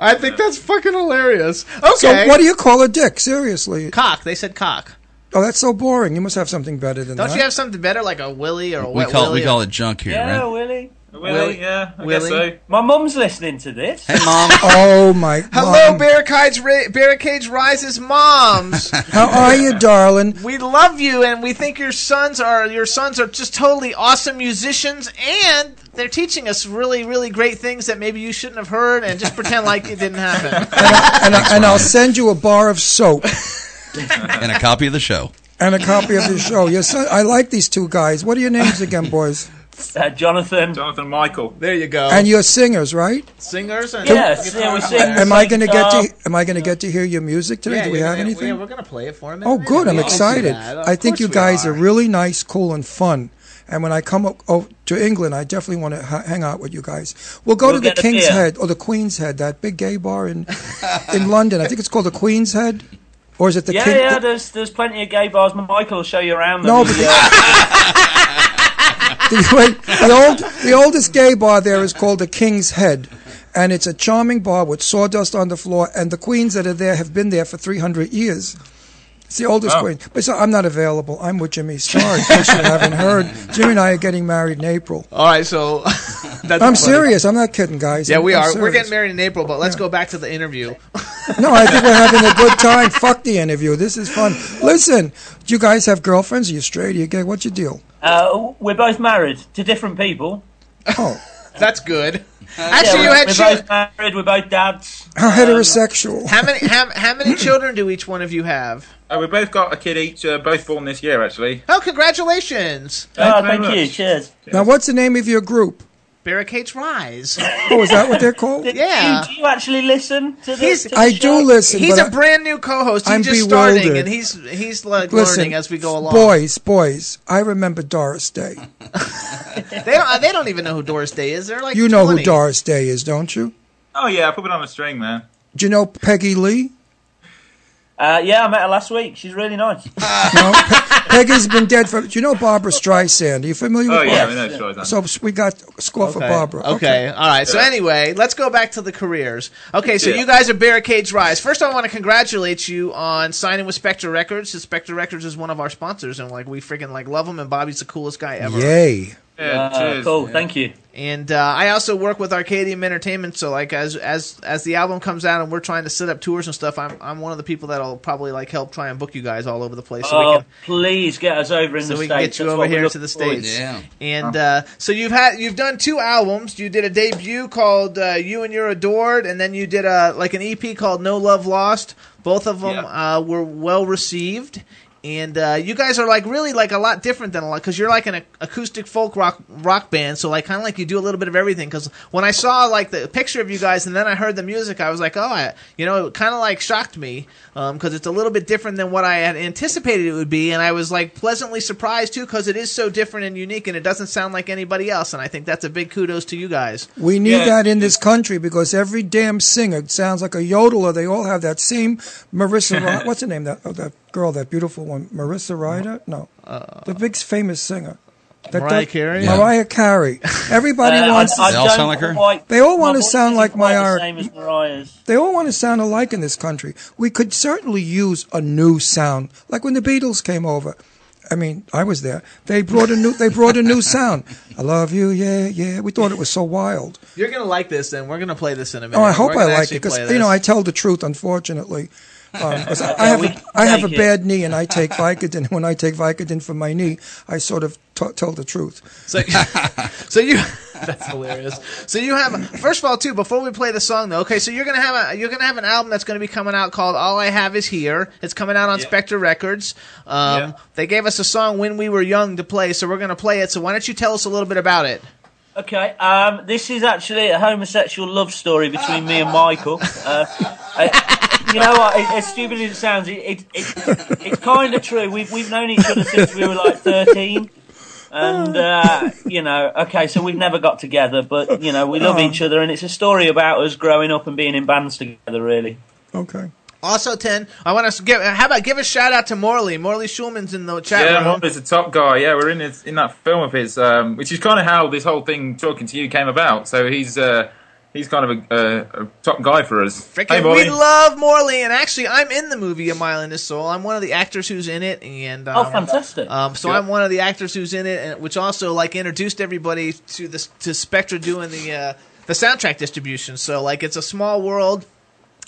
I think that's fucking hilarious. Okay. So, what do you call a dick? Seriously? cock. They said cock. Oh, that's so boring. You must have something better than Don't that. you have something better like a willy or a We wet call willy? we call it junk here, yeah, right? Willie. Willie, yeah, I guess Willie? so. My mum's listening to this. Hey mom. oh my. Hello, mom. Barricades, Ra- Barricades Rises moms. How are you, darling? we love you, and we think your sons are your sons are just totally awesome musicians, and they're teaching us really, really great things that maybe you shouldn't have heard, and just pretend like it didn't happen. And, I, and I'll send you a bar of soap. and a copy of the show. and a copy of the show. Yes, I I like these two guys. What are your names again, boys? Uh, Jonathan. Jonathan Michael. There you go. And you're singers, right? Singers and Yes, yeah, we sing. uh, Am I going to get guitar. to Am I going to get to hear your music today? Yeah, Do we you're have gonna- yeah, anything? we're gonna play it for him. in a Oh, minute. good. I'm We always do excited. that. Of I think course you we guys are really nice, cool, and fun. And when I come o- o- to England, I definitely want to ha- hang out with you guys. We'll go We'll to the get a King's beer. Head or the Queen's Head, that big gay bar in in London. I think it's called the Queen's Head, or is it the Yeah, King? yeah. the- There's there's plenty of gay bars. Michael will show you around. No, them. but the, wait, the, old, the oldest gay bar there is called the King's Head. and it's a charming bar with sawdust on the floor, and the queens that are there have been there for 300 years. It's the oldest Oh. queen. But so I'm not available. I'm with Jimmy Star, in case you haven't heard. Jimmy and I are getting married in April. All right, so that's I'm funny. serious. I'm not kidding, guys. Yeah, we I'm are. We're serious. getting married in April, but let's go back to the interview. No, I think we're having a good time. Fuck the interview. This is fun. Listen, do you guys have girlfriends? Are you straight? Are you gay? What's your deal? Uh, we're both married to different people. Uh, Oh, That's good. Actually, you we're, had we're children. both married. We're both dads. Um, how heterosexual. How many? How, how many children do each one of you have? Uh, we've both got a kid each, uh, both born this year, actually. Oh, congratulations! oh, very thank you. much. Cheers. Now, what's the name of your group? Barricades rise. Oh, is that what they're called? Yeah. Do you, do you actually listen to He's- this? I do listen. He's but a I- brand new co-host. He's I'm just starting, bewildered. and he's he's like Listen, learning as we go along. Boys, boys, I remember Doris Day. They don't they don't even know who Doris Day is. They're like You know 20. who Doris Day is, don't you? Oh, yeah, I put it on a string, man. Do you know Peggy Lee? Uh, yeah, I met her last week. She's really nice. No. Pe- Peggy's been dead for. Do you know Barbara Streisand? Are you familiar Oh, with yeah, Yes. we know it's Streisand. So we got a score for Okay. Barbara. Okay. all right. So anyway, let's go back to the careers. Okay, so Yeah. you guys are Barricades Rise. First, I want to congratulate you on signing with Spectre Records. 'cause Spectre Records is one of our sponsors, and like we freaking like love him. And Bobby's the coolest guy ever. Yay. yeah, Uh, cheers. cool. Thank you. And uh, I also work with Arcadium Entertainment. So like as as as the album comes out and we're trying to set up tours and stuff, I'm I'm one of the people that'll probably like help try and book you guys all over the place. So we oh, can, please get us over in so the we states. can get you That's over what we here look to the forward states. Yeah. And uh, so you've had you've done two albums. You did a debut called uh, "You and Your Adored," and then you did a like an EP called "No Love Lost." Both of them Yeah. uh, were well received. And uh, you guys are like really like a lot different than a lot because you're like an ac- acoustic folk rock rock band, so like kind of like you do a little bit of everything. Because when I saw like the picture of you guys and then I heard the music, I was like, oh, I, you know, it kind of like shocked me because it's a little bit different than what I had anticipated it would be, and I was like pleasantly surprised too because it is so different and unique, and it doesn't sound like anybody else. And I think that's a big kudos to you guys. We need Yeah. that in this country because every damn singer sounds like a yodeler. They all have that same Marissa. Ry- What's her name? That oh, that girl, that beautiful one, Marissa Uh, Ryder. No, the big famous singer. That Mariah does- Carey? Yeah. Mariah Carey. Everybody Uh, wants. I, I They all don't sound like her? Quite, They all my wanna voice sound isn't like quite my the art. same as Mariah's. they all want to sound alike in this country. We could certainly use a new sound, like when the Beatles came over. I mean, I was there. They brought a new. They brought a new sound. I love you, yeah, yeah. We thought it was so wild. You're gonna like this, and we're gonna play this in a minute. Oh, I hope We're I like gonna it actually because play you know this. I tell the truth, unfortunately. Um, 'cause I, I have we a, I have a take it. bad knee, and I take Vicodin. When I take Vicodin for my knee, I sort of t- tell the truth. So, so you that's hilarious. So you have first of all too before we play the song though. Okay, so you're gonna have a you're gonna have an album that's gonna be coming out called All I Have Is Here. It's coming out on Yeah. Spectre Records. Um, Yeah. They gave us a song when we were young to play, so we're gonna play it. So why don't you tell us a little bit about it? Okay, um, this is actually a homosexual love story between me and Michael. Uh, I- you know what? It, as stupid as it sounds, it, it, it, it's kind of true. We've we've known each other since we were like thirteen, and uh, you know, okay, so we've never got together, but you know, we Uh-huh. love each other, and it's a story about us growing up and being in bands together. Really, Okay. Also, ten. I want to give. How about give a shout out to Morley? Morley Schulman's in the chat Yeah, room. Morbius, the top guy. Yeah, we're in his, in that film of his, um, which is kind of how this whole thing talking to you came about. So he's uh, he's kind of a, a, a top guy for us. Frickin' hey, Molly. we love Morley, and actually, I'm in the movie A Mile in His Soul. I'm one of the actors who's in it, and um, oh, fantastic! Um, so Yeah. I'm one of the actors who's in it, and which also like introduced everybody to this to Spectra doing the uh, the soundtrack distribution. So like it's a small world,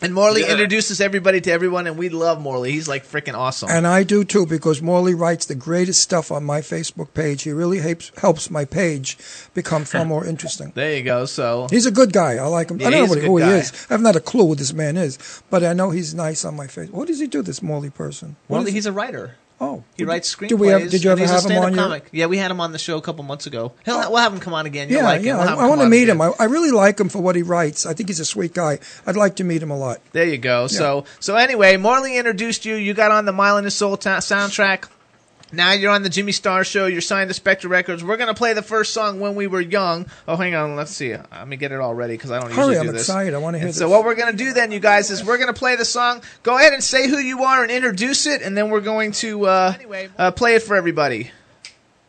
and Morley Yeah. introduces everybody to everyone, and we love Morley. He's like freaking awesome. And I do too because Morley writes the greatest stuff on my Facebook page. He really helps helps my page become far more interesting. there you go. So He's a good guy. I like him. Yeah, I don't he's know what, a who good he guy. is. I have not a clue who this man is, but I know he's nice on my face. What does he do? This Morley person. What Morley, is- he's a writer. oh, He writes screenplays. Did we have, Did you ever and he's a have him stand-up on your? comic. Yeah, we had him on the show a couple months ago. He'll, we'll have him come on again. You'll Yeah, like yeah. him. We'll have I, I come want to on meet again. him. I, I really like him for what he writes. I think he's a sweet guy. I'd like to meet him a lot. There you go. So so anyway, Morley introduced you. You got on the Mile and His Soul ta- soundtrack. Now you're on the Jimmy Star Show. You're signed to Spectre Records. We're gonna play the first song when we were young. Oh, hang on. Let's see. Let me get it all ready because I don't Hurry, usually I'm do this. excited. I wanna hear And So this. what we're gonna do then, you guys, is we're gonna play the song. Go ahead and say who you are and introduce it, and then we're going to uh, uh, play it for everybody.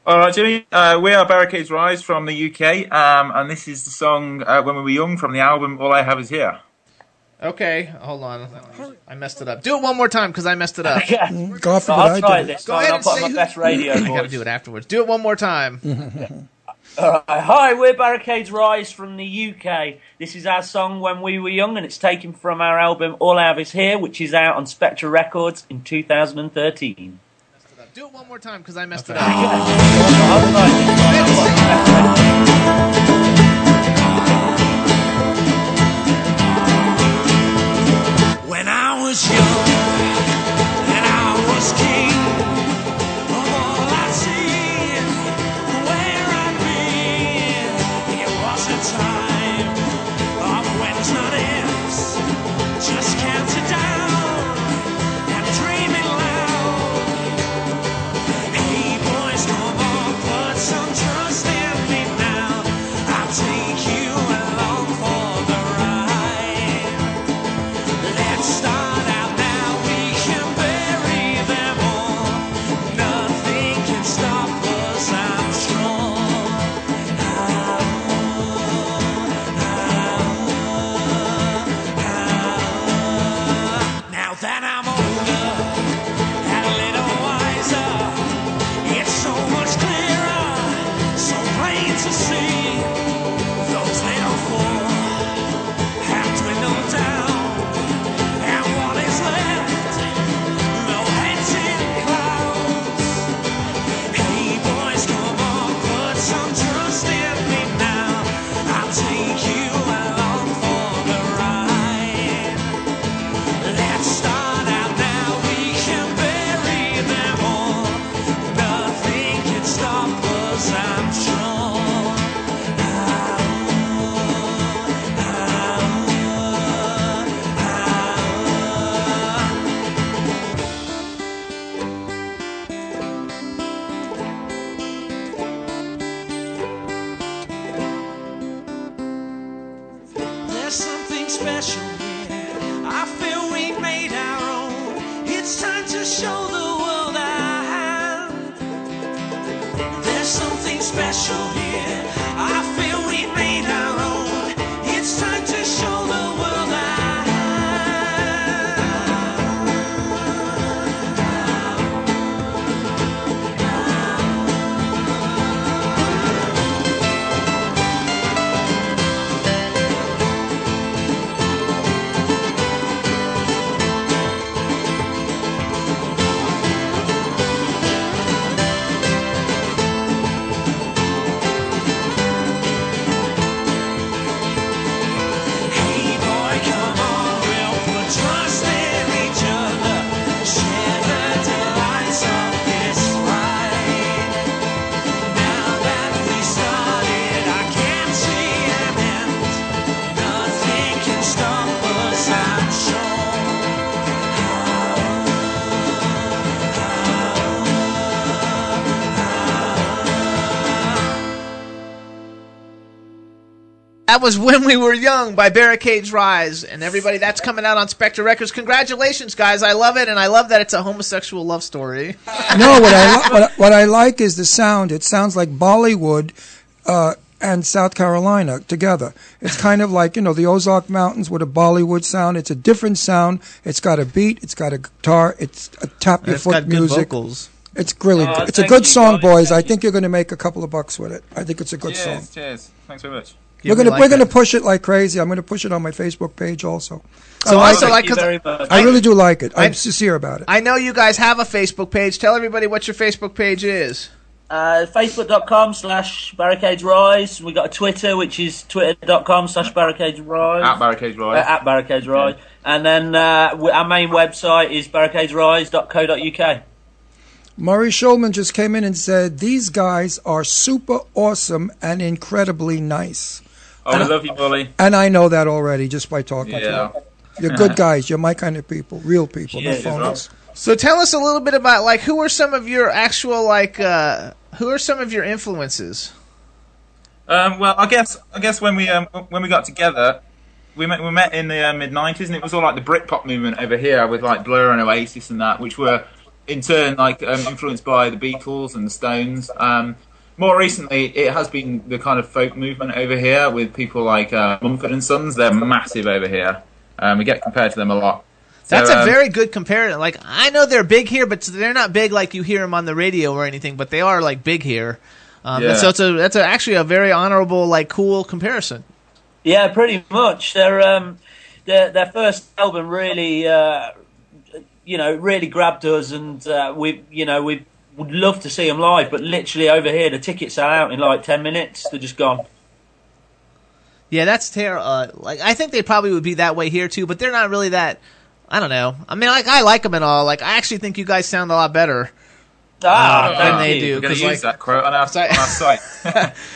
All right, Jimmy. Uh, we are Barricades Rise from the UK, um, and this is the song uh, "When We Were Young" from the album "All I Have Is Here." Okay, hold on. I messed it up. Do it one more time because I messed it up. Yeah. God So forbid I'll I try did. it. this. Go time. ahead I'll and put say on who- my best radio I gotta voice. do it afterwards. Do it one more time. All right. Hi, we're Barricades Rise from the UK. This is our song When We Were Young, and it's taken from our album All I Have Is Here, which is out on Spectra Records in 2013. Do it one more time because I messed it up. All right. When I was young and I was king of all I see where I've been, it was a time of when it's not ends. Just can't sit down and dream it loud. Hey boys, come on, put some trust in me now. I'll take you along for the ride. Let's start out now. We can bury them all. Nothing can stop us. I'm strong. Now that I'm older and a little wiser, it's so much clearer, so plain to see. Those little fools have dwindled down. And what is left? No heads in clouds. Hey boys, come on, put some trust in me now. I'll take you along for the ride. Let's start out now. We can bury them all. Nothing can stop us. I'm strong. There's something special here. I feel we made our own. It's time to show the world I have. There's something special here. I feel we made our own. It's time to show the world I have. Hey boy, come on, we'll put trust in each other. Share the delights of this ride. Now that we started, I can't see an end. Nothing can stop us, I'm sure. That was When We Were Young by Barricades Rise. And everybody, that's coming out on Spectre Records. Congratulations, guys. I love it. And I love that it's a homosexual love story. No, what I, li- what, I- what I like is the sound. It sounds like Bollywood uh, and South Carolina together. It's kind of like, you know, the Ozark Mountains with a Bollywood sound. It's a different sound. It's got a beat. It's got a guitar. It's a tap your It's foot got good music. vocals. It's really Aw, good. It's a Oh, thank good you, song, guys. boys. I Thank think you're going to make a couple of bucks with it. I think it's a good song. Cheers, cheers. Thanks very much. Yeah, we're gonna we like we're gonna that. push it like crazy. I'm gonna push it on my Facebook page also. So I, also, Thank like, you 'cause very much. I really do like it. I'm I- sincere about it. I know you guys have a Facebook page. Tell everybody what your Facebook page is. Uh, Facebook.com slash Barricades Rise. We've got a Twitter, which is twitter.com slash Barricades Rise. At Barricades Uh, Rise. at Barricades Rise. And then uh, w- our main website is barricadesrise.co.uk. Murray Schulman just came in and said these guys are super awesome and incredibly nice. Oh, we love you, Bully. And I know that already just by talking to Yeah. them. You're good guys. You're my kind of people, real people, Cheers, not phonies. So tell us a little bit about, like, who are some of your actual, like, uh, who are some of your influences? Um, well, I guess I guess when we um, when we got together, we met we met in the uh, mid '90s, and it was all like the Britpop movement over here with like Blur and Oasis and that, which were in turn like um, influenced by the Beatles and the Stones. Um, more recently, it has been the kind of folk movement over here with people like uh, Mumford and Sons. They're massive over here. Um, we get compared to them a lot. So, That's a um, very good comparison. Like I know they're big here, but they're not big like you hear them on the radio or anything. But they are like big here. Um, and Yeah. So it's a that's a, actually a very honorable, like cool comparison. Yeah, pretty much. Their um, their their first album really, uh, you know, really grabbed us, and uh, we, you know, we would love to see them live. But literally over here, the tickets sell out in like ten minutes. They're just gone. Yeah, that's terrible. Uh, like I think they probably would be that way here too, but they're not really that. I don't know. I mean, like I like them and all. Like I actually think you guys sound a lot better. Ah, uh, thank than they you. do We're going to like, use that quote on our, on our site.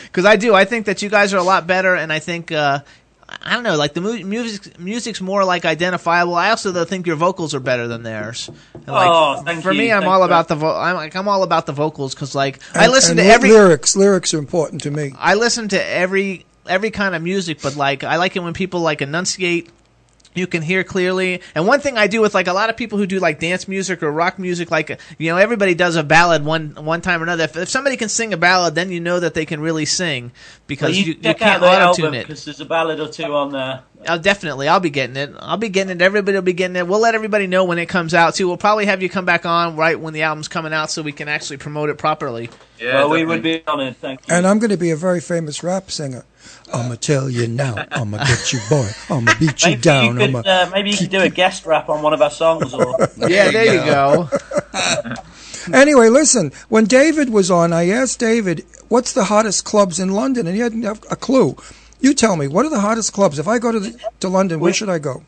because I do. I think that you guys are a lot better, and I think uh, I don't know, like the mu- music music's more like identifiable. I also though think your vocals are better than theirs. And, like, Oh, thank for you, me, I'm thank all you. about the vo- I'm like I'm all about the vocals because like I And- listen and to every lyrics. Lyrics are important to me. I listen to every every kind of music, but like I like it when people like enunciate. You can hear clearly. And one thing I do with like a lot of people who do like dance music or rock music, like you know, everybody does a ballad one one time or another. If, if somebody can sing a ballad, then you know that they can really sing because But you, you, check out can't their auto album tune it. because there's a ballad or two on there. Oh, definitely, I'll be getting it. I'll be getting it. Everybody will be getting it. We'll let everybody know when it comes out too. We'll probably have you come back on right when the album's coming out, so we can actually promote it properly. Yeah, well, we would be honoured. Thank you. And I'm going to be a very famous rap singer. I'ma tell you now. I'ma get you, boy. I'ma beat you Maybe down. you could, I'ma. uh, maybe you could do a guest rap on one of our songs. Or Yeah, there you go. Anyway, listen. When David was on, I asked David, "What's the hottest clubs in London?" And he hadn't have a clue. You tell me, what are the hottest clubs? If I go to the, to London, where should I go?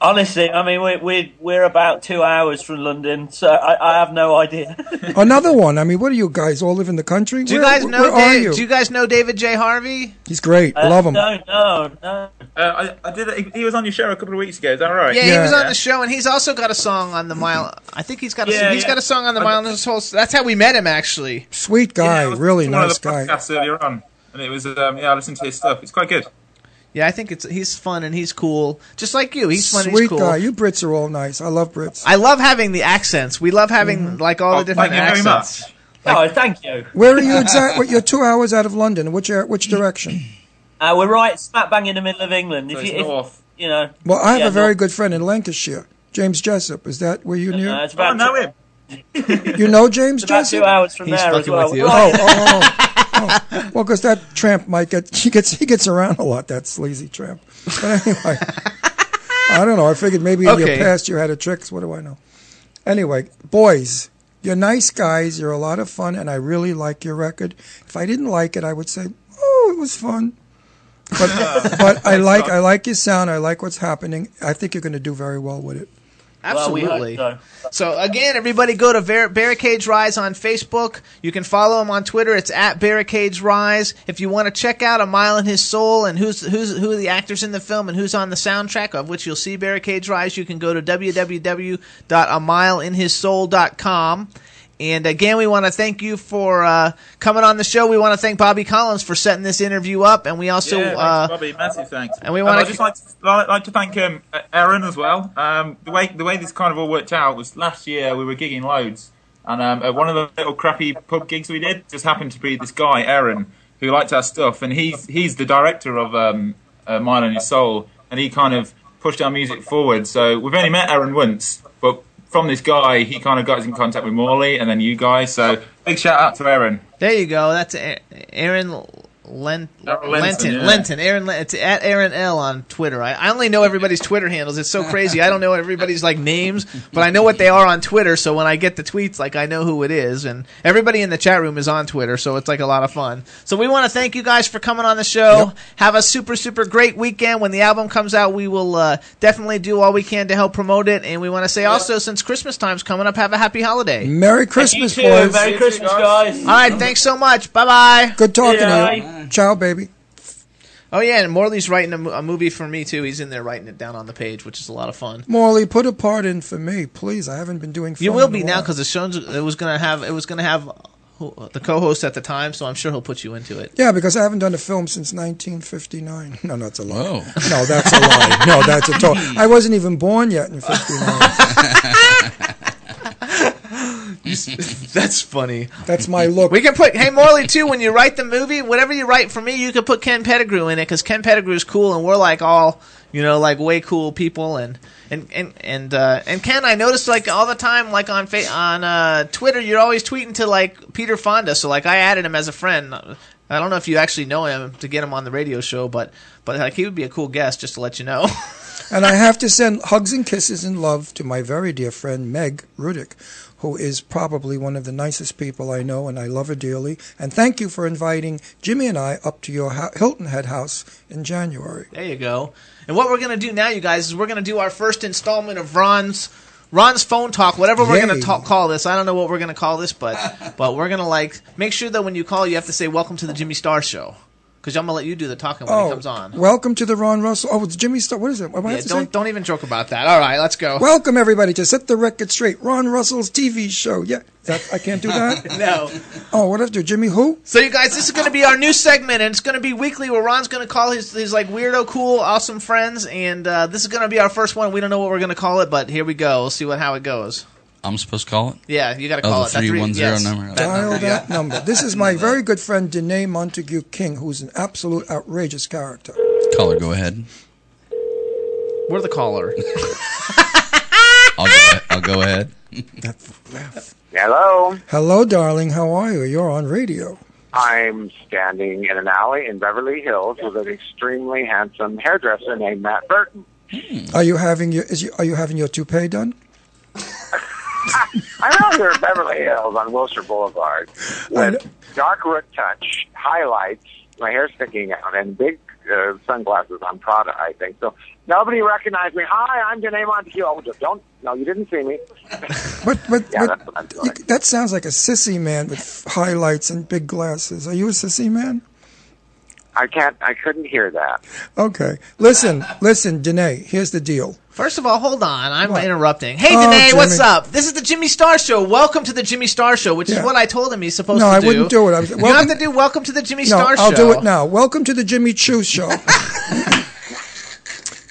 honestly, I mean, we're we're, we're about two hours from London, so I, I have no idea. Another one. I mean, what are you guys all live in the country? Do you Where- guys where know? are Da- you? Do you guys know David J. Harvey? He's great. Love him. Uh, No, no, no. Uh, I, I did. He, he was on your show a couple of weeks ago. Is that right? Yeah, he Yeah. was on the show, and he's also got a song on the mile. I think he's got a Yeah, he's yeah. got a song on the mile. This whole that's how we met him actually. Sweet Yeah, guy. I was really listening to nice one guy. of the Podcasts earlier on, and it was um, yeah, I listened to his stuff. It's quite good. Yeah, I think it's he's fun and he's cool, just like you. He's fun, and Sweet he's cool. guy. You Brits are all nice. I love Brits. Mm-hmm. I love having the accents. We love having like all Oh, the different thank you very accents. much. Oh, thank you. Where are you exactly? You're two hours out of London. Which air- which direction? Uh, we're right smack bang in the middle of England. So If it's you, if, north. you know, Well, I have Yeah, a very not- good friend in Lancashire, James Jessup. Is that where you uh, knew? it's I about, don't know two, him. You know James it's about Jessup? two hours from He's there as fucking well. with you. We're Oh, right- oh, oh, oh. Well, because that tramp might get he gets he gets around a lot. That sleazy tramp. But anyway, I don't know. I figured maybe in your Okay. past you had a tricks. What do I know? Anyway, boys, you're nice guys. You're a lot of fun, and I really like your record. If I didn't like it, I would say, oh, it was fun. Ah, But but I like I like your sound. I like what's happening. I think you're going to do very well with it. well, we hope Absolutely. so. So again, everybody go to Ver- Barricades Rise on Facebook. You can follow him on Twitter. It's at Barricades Rise. If you want to check out A Mile in His Soul and who's who's who are the actors in the film and who's on the soundtrack of which you'll see Barricades Rise, you can go to www.amileinhissoul.com. And again, we want to thank you for uh, coming on the show. We want to thank Bobby Collins for setting this interview up, and we also yeah, thanks, uh, Bobby, massive thanks. Uh, and we wanna- I'd just like to, like, like to thank um, Aaron as well. Um, the way the way this kind of all worked out was last year we were gigging loads, and um, at one of the little crappy pub gigs we did, just happened to be this guy Aaron who liked our stuff, and he's he's the director of um, uh, Mine and His Soul, and he kind of pushed our music forward. So we've only met Aaron once, but from this guy, he kind of got us in contact with Morley, and then you guys. So big shout out to Aaron. There you go. That's A- Aaron Len- Oh, Aaron Lenton, Lenton. yeah. Lenton. Aaron. Len- it's at Aaron L on Twitter. I, I only know everybody's Twitter handles. It's so crazy. I don't know everybody's like names, but I know what they are on Twitter. So when I get the tweets, like I know who it is, and everybody in the chat room is on Twitter. So it's like a lot of fun. So we want to thank you guys for coming on the show. Have a super super great weekend. When the album comes out, we will uh, definitely do all we can to help promote it. And we want to say also, since Christmas time's coming up, have a happy holiday. Merry Christmas, You too. boys. Merry Christmas, guys. All right. Thanks so much. Bye bye. Good talking to you. Yeah. Ciao, baby. Oh yeah, and Morley's writing a, mo- a movie for me too. He's in there writing it down on the page, which is a lot of fun. Morley, put a part in for me, please. I haven't been doing. Film You will in a be now while. because the show's it was gonna have it was gonna have who- the co-host at the time, so I'm sure he'll put you into it. Yeah, because I haven't done a film since 1959. No, that's a lie. Whoa. No, that's a lie. No, that's a total. I wasn't even born yet in 59. That's funny. That's my look. We can put Hey Morley too when you write the movie. Whatever you write for me, you can put Ken Pettigrew in it because Ken Pettigrew's cool, and we're like all you know, like way cool people. And and and and uh, and Ken, I noticed like all the time, like on fa- on uh, Twitter, you're always tweeting to like Peter Fonda. So like I added him as a friend. I don't know if you actually know him to get him on the radio show, but but like he would be a cool guest just to let you know. and I have to send hugs and kisses and love to my very dear friend Meg Rudick, who is probably one of the nicest people I know, and I love her dearly. And thank you for inviting Jimmy and I up to your ho- Hilton Head house in January. There you go. And what we're gonna do now, you guys, is we're gonna do our first installment of Ron's Ron's phone talk, whatever we're gonna Yay. talk, call this. I don't know what we're gonna call this, but but we're gonna like make sure that when you call, you have to say "Welcome to the Jimmy Star Show" because I'm gonna let you do the talking when he comes on. Oh, welcome to the Ron Russell. Oh, it's Jimmy Star. What is it? What do I Yeah, have to don't say? don't even joke about that. All right, let's go. Welcome everybody to set the record straight. Ron Russell's TV show. Yeah, that, I can't do that. no. oh, what after Jimmy? Who? So you guys, this is going to be our new segment, and it's going to be weekly where Ron's going to call his his like weirdo, cool, awesome friends, and uh, this is going to be our first one. We don't know what we're going to call it, but here we go. We'll see what how it goes. I'm supposed to call it. Yeah, you got to Oh, call the it That three- 310 yes, number. Uh, that Dial that number. This is my very good friend Danae Montague King, who's an absolute outrageous character. Caller, go ahead. We're the caller. I'll go, I'll go ahead. Hello. Hello, darling. How are you? You're on radio. I'm standing in an alley in Beverly Hills with an extremely handsome hairdresser named Matt Burton. Hmm. Are you having your is you, are you having your toupee done? I'm out here in Beverly Hills on Wilshire Boulevard with dark root touch, highlights, my hair sticking out, and big uh, sunglasses on Prada, I think. So nobody recognized me. Hi, I'm Danae Montague. Oh, just don't. No, you didn't see me. But but, Yeah, but that's what I'm doing. you, that sounds like a sissy man with highlights and big glasses. Are you a sissy man? I can't. I couldn't hear that. Okay. Listen, listen, Danae. Here's the deal. First of all, hold on. I'm What? interrupting. Hey, Oh, Danae, what's Jimmy. up? This is the Jimmy Star Show. Welcome to the Jimmy Star Show, which is Yeah. what I told him he's supposed No, to I do. wouldn't do it. I was- you don't welcome- have to do Welcome to the Jimmy No, Star I'll Show. do it now. Welcome to the Jimmy Choo Show.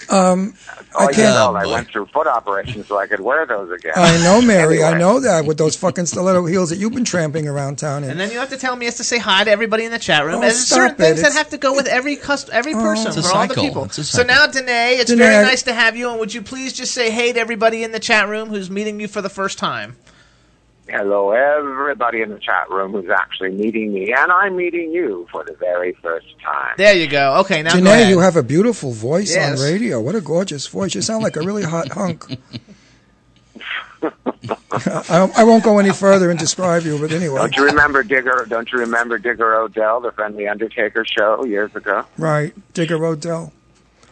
um, Oh, I you can't. know, I went through foot operations so I could wear those again. I know, Mary. I Anyway. know that with those fucking stiletto heels that you've been tramping around town in. And then you have to tell me has to say hi to everybody in the chat room. Oh, There's stop certain it. things that It's- Oh, have to go with every cust- every person It's a for all the cycle. people. It's a So now, Danae, it's Danae, very I- nice to have you. And would you please just say hey to everybody in the chat room who's meeting you for the first time? Hello, everybody in the chat room who's actually meeting me, and I'm meeting you for the very first time. There you go. Okay, now go Danae, ahead. you have a beautiful voice Yes. on radio. What a gorgeous voice. You sound like a really hot hunk. I, I won't go any further and describe you, but anyway. Don't you remember Digger? Don't you remember Digger Odell, the friendly Undertaker show years ago? Right, Digger Odell.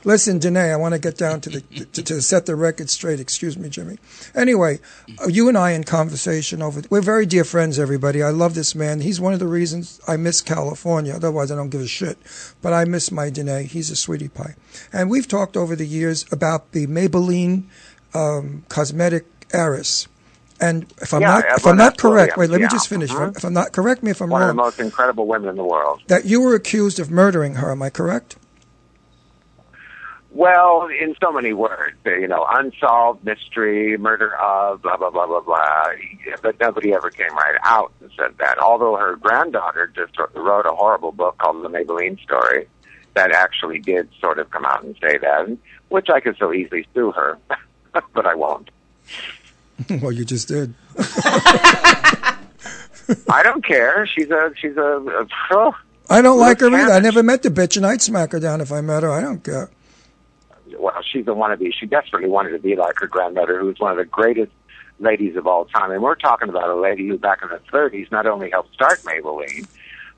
Listen, Danae, I want to get down to the to, to set the record straight. Excuse me, Jimmy. Anyway, uh, you and I in conversation over. We're very dear friends, everybody. I love this man. He's one of the reasons I miss California. Otherwise, I don't give a shit. But I miss my Danae. He's a sweetie pie, and we've talked over the years about the Maybelline um, cosmetic heiress. And if I'm Yeah, not if well, I'm not that's what we correct, have- wait, let yeah, me just finish. mhm. If I'm not correct me if I'm One of the wrong. most incredible women in the world. That you were accused of murdering her. Am I correct? Well, in so many words, you know, unsolved mystery, murder of, blah blah blah blah blah. But nobody ever came right out and said that. Although her granddaughter just wrote a horrible book called The Maybelline Story, that actually did sort of come out and say that, which I could so easily sue her, but I won't. Well, you just did. I don't care. She's a she's a, a oh, I don't like her either. I cabbage. never met the bitch, and I'd smack her down if I met her. I don't care. uh, well, she's a wannabe. She desperately wanted to be like her grandmother, who was one of the greatest ladies of all time. And we're talking about a lady who, back in the 30s, not only helped start Maybelline,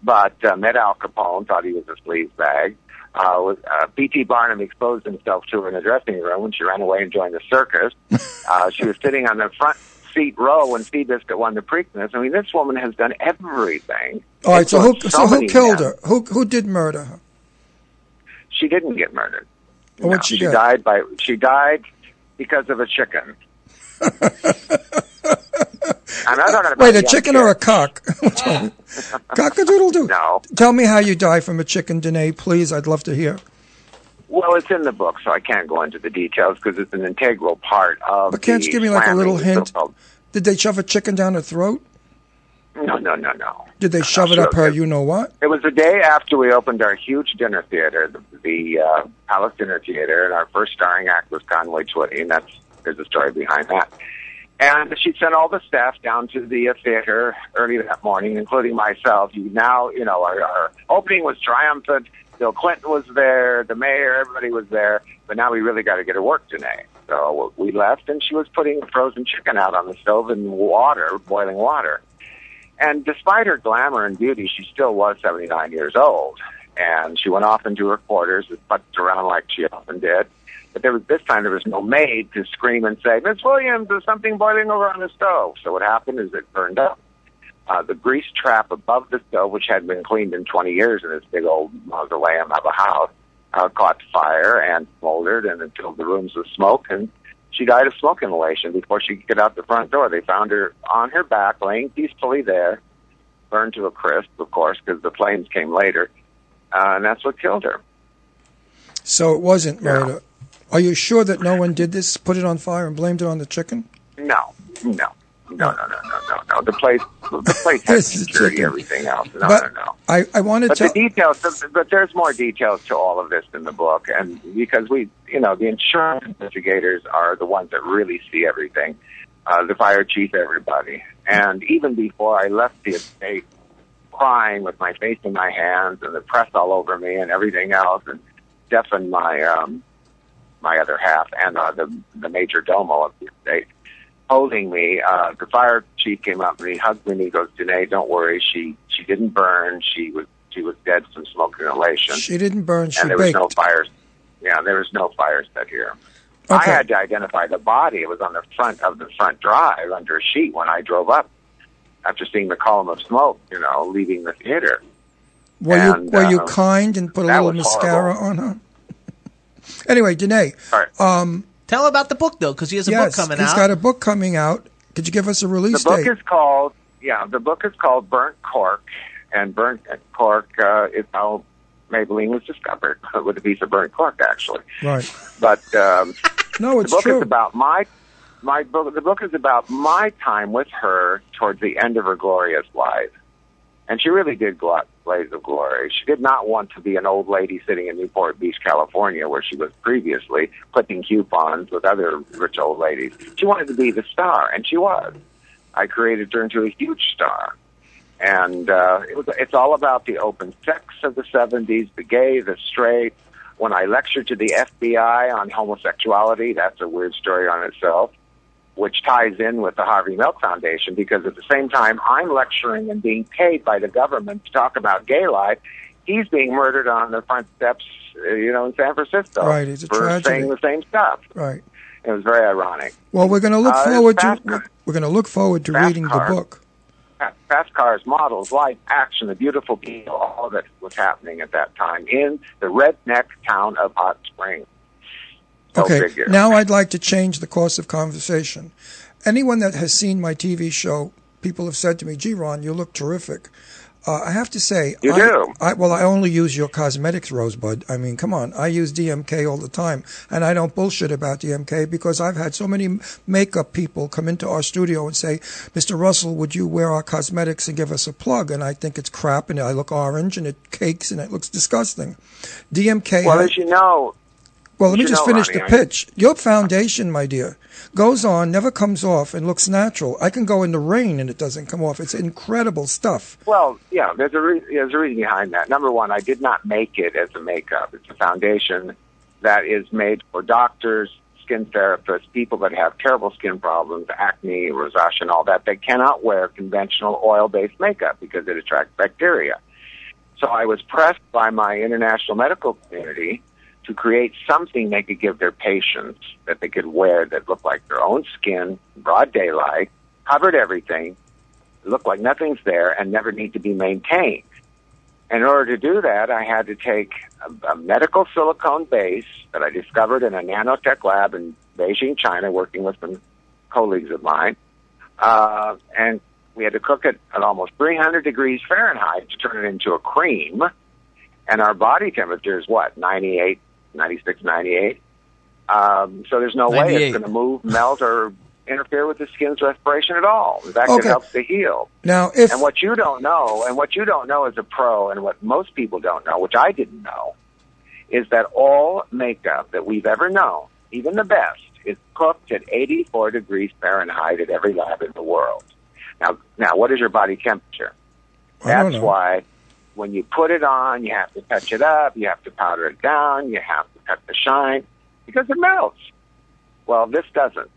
but uh, met Al Capone, thought he was a sleaze bag. Uh, was, uh, B.T. Barnum exposed himself to her in the dressing room when she ran away and joined the circus. uh, she was sitting on the front seat row when Seabiscuit won the Preakness. I mean, this woman has done everything. All right, so who Influenced so who many killed men. her? Who who did murder her? She didn't get murdered. Or what'd she get? died by she died because of a chicken. I'm not talking about Wait, a young chicken or a kids. cock? cock a doodle doo. No. Tell me how you die from a chicken, Danae, please. I'd love to hear. Well, it's in the book, so I can't go into the details because it's an integral part of. But can't the you give me like a slamming, little the hint? so-called- Did they shove a chicken down her throat? No, no, no, no. Did they shove it up her? You know what? It was the day after we opened our huge dinner theater, the, the uh, Palace Dinner Theater, and our first starring act was Conway Twitty, and that's there's a story behind that. And she sent all the staff down to the uh, theater early that morning, including myself. You now, you know, our, our opening was triumphant. Bill Clinton was there, the mayor, everybody was there. But now we really got to get to work today. So we left, and she was putting frozen chicken out on the stove in water, boiling water. And despite her glamour and beauty, she still was 79 years old. And she went off into her quarters and fucked around like she often did. But there was, this time there was no maid to scream and say, Miss Williams, there's something boiling over on the stove. So what happened is it burned up. Uh, the grease trap above the stove, which had been cleaned in 20 years in this big old mausoleum of a house, uh, caught fire and smoldered and it filled the rooms with smoke. And she died of smoke inhalation before she could get out the front door. They found her on her back, laying peacefully there, burned to a crisp, of course, because the flames came later, uh, and that's what killed her. So it wasn't murder. Are you sure that no one did this, put it on fire, and blamed it on the chicken? No, no, no, no, no, no, no, no. The place, the place had security, everything else. No, But- no, no. I, I want to But tell. the details, but there's more details to all of this in the book, and because we, you know, the insurance investigators are the ones that really see everything, uh, the fire chief, everybody, and even before I left the estate, crying with my face in my hands and the press all over me and everything else, and Stefan, my um, my other half, and uh, the the major domo of the estate, holding me. Uh, the fire chief came up and he hugged me and he goes, "Danae, don't worry. She she didn't burn. She was she was dead from smoke inhalation. She didn't burn. She and there baked. was no fires. Yeah, there was no fire set here. I Okay. had to identify the body. It was on the front of the front drive under a sheet when I drove up after seeing the column of smoke. You know, leaving the theater. Were you and, were you uh, kind and put a that little was mascara on her? anyway, Danae. Um, Tell about the book though, because he has a yes, book coming He's out. got a book coming out. Could you give us a release the book date? is called yeah the book is called burnt cork and burnt cork uh, is how maybelline was discovered with a piece of burnt cork actually right. but um, no, it's the book true. is about my my book. The book is about my time with her towards the end of her glorious life, and she really did gl- blaze of glory. She did not want to be an old lady sitting in Newport Beach, California, where she was previously clipping coupons with other rich old ladies. She wanted to be the star, and she was. I created her into a huge star. And uh, it was, it's all about the open sex of the 70s, the gay, the straight, when I lectured to the FBI on homosexuality, that's a weird story on itself, which ties in with the Harvey Milk Foundation because at the same time I'm lecturing and being paid by the government to talk about gay life, he's being murdered on the front steps, uh, you know, in San Francisco Right, it's a for tragedy. saying the same stuff. Right. It was very ironic. Well, we're going to look Uh, forward to fast- we're, going to look forward to reading the car. book. fast cars, models, life, action, the beautiful people, all that was happening at that time in the redneck town of Hot Springs. Go Okay. figure. Now I'd like to change the course of conversation. Anyone that has seen my TV show, people have said to me, "Gee, Ron, you look terrific." Uh, I have to say, You I, do. I, well, I only use your cosmetics, Rosebud. I mean, come on. I use DMK all the time, and I don't bullshit about DMK because I've had so many m- makeup people come into our studio and say, "Mr. Russell, would you wear our cosmetics and give us a plug?" And I think it's crap, and I look orange, and it cakes, and it looks disgusting. DMK. well, has- as you know, well, let me You just know, finish Ronnie, the I- pitch. Your foundation, my dear, goes on, never comes off, and looks natural. I can go in the rain and it doesn't come off. It's incredible stuff. Well, yeah, there's a re- there's a reason behind that. Number one, I did not make it as a makeup. It's a foundation that is made for doctors, skin therapists, people that have terrible skin problems, acne, rosacea, and all that. They cannot wear conventional oil-based makeup because it attracts bacteria. So I was pressed by my international medical community to create something they could give their patients that they could wear that looked like their own skin, broad daylight, covered everything, look like nothing's there and never need to be maintained. In order to do that, I had to take a, a medical silicone base that I discovered in a nanotech lab in Beijing, China, working with some colleagues of mine, uh, and we had to cook it at almost 300 degrees Fahrenheit to turn it into a cream. And our body temperature is what, 98, 96, 98? Um, so there's no way 98. it's going to move, melt, or interfere with the skin's respiration at all. That could Okay. help to heal. Now, if- and what you don't know, and what you don't know as a pro, and what most people don't know, which I didn't know, is that all makeup that we've ever known, even the best, is cooked at 84 degrees Fahrenheit at every lab in the world. Now, now, what is your body temperature? I don't That's know. why when you put it on, you have to touch it up, you have to powder it down, you have to cut the shine because it melts. Well, this doesn't.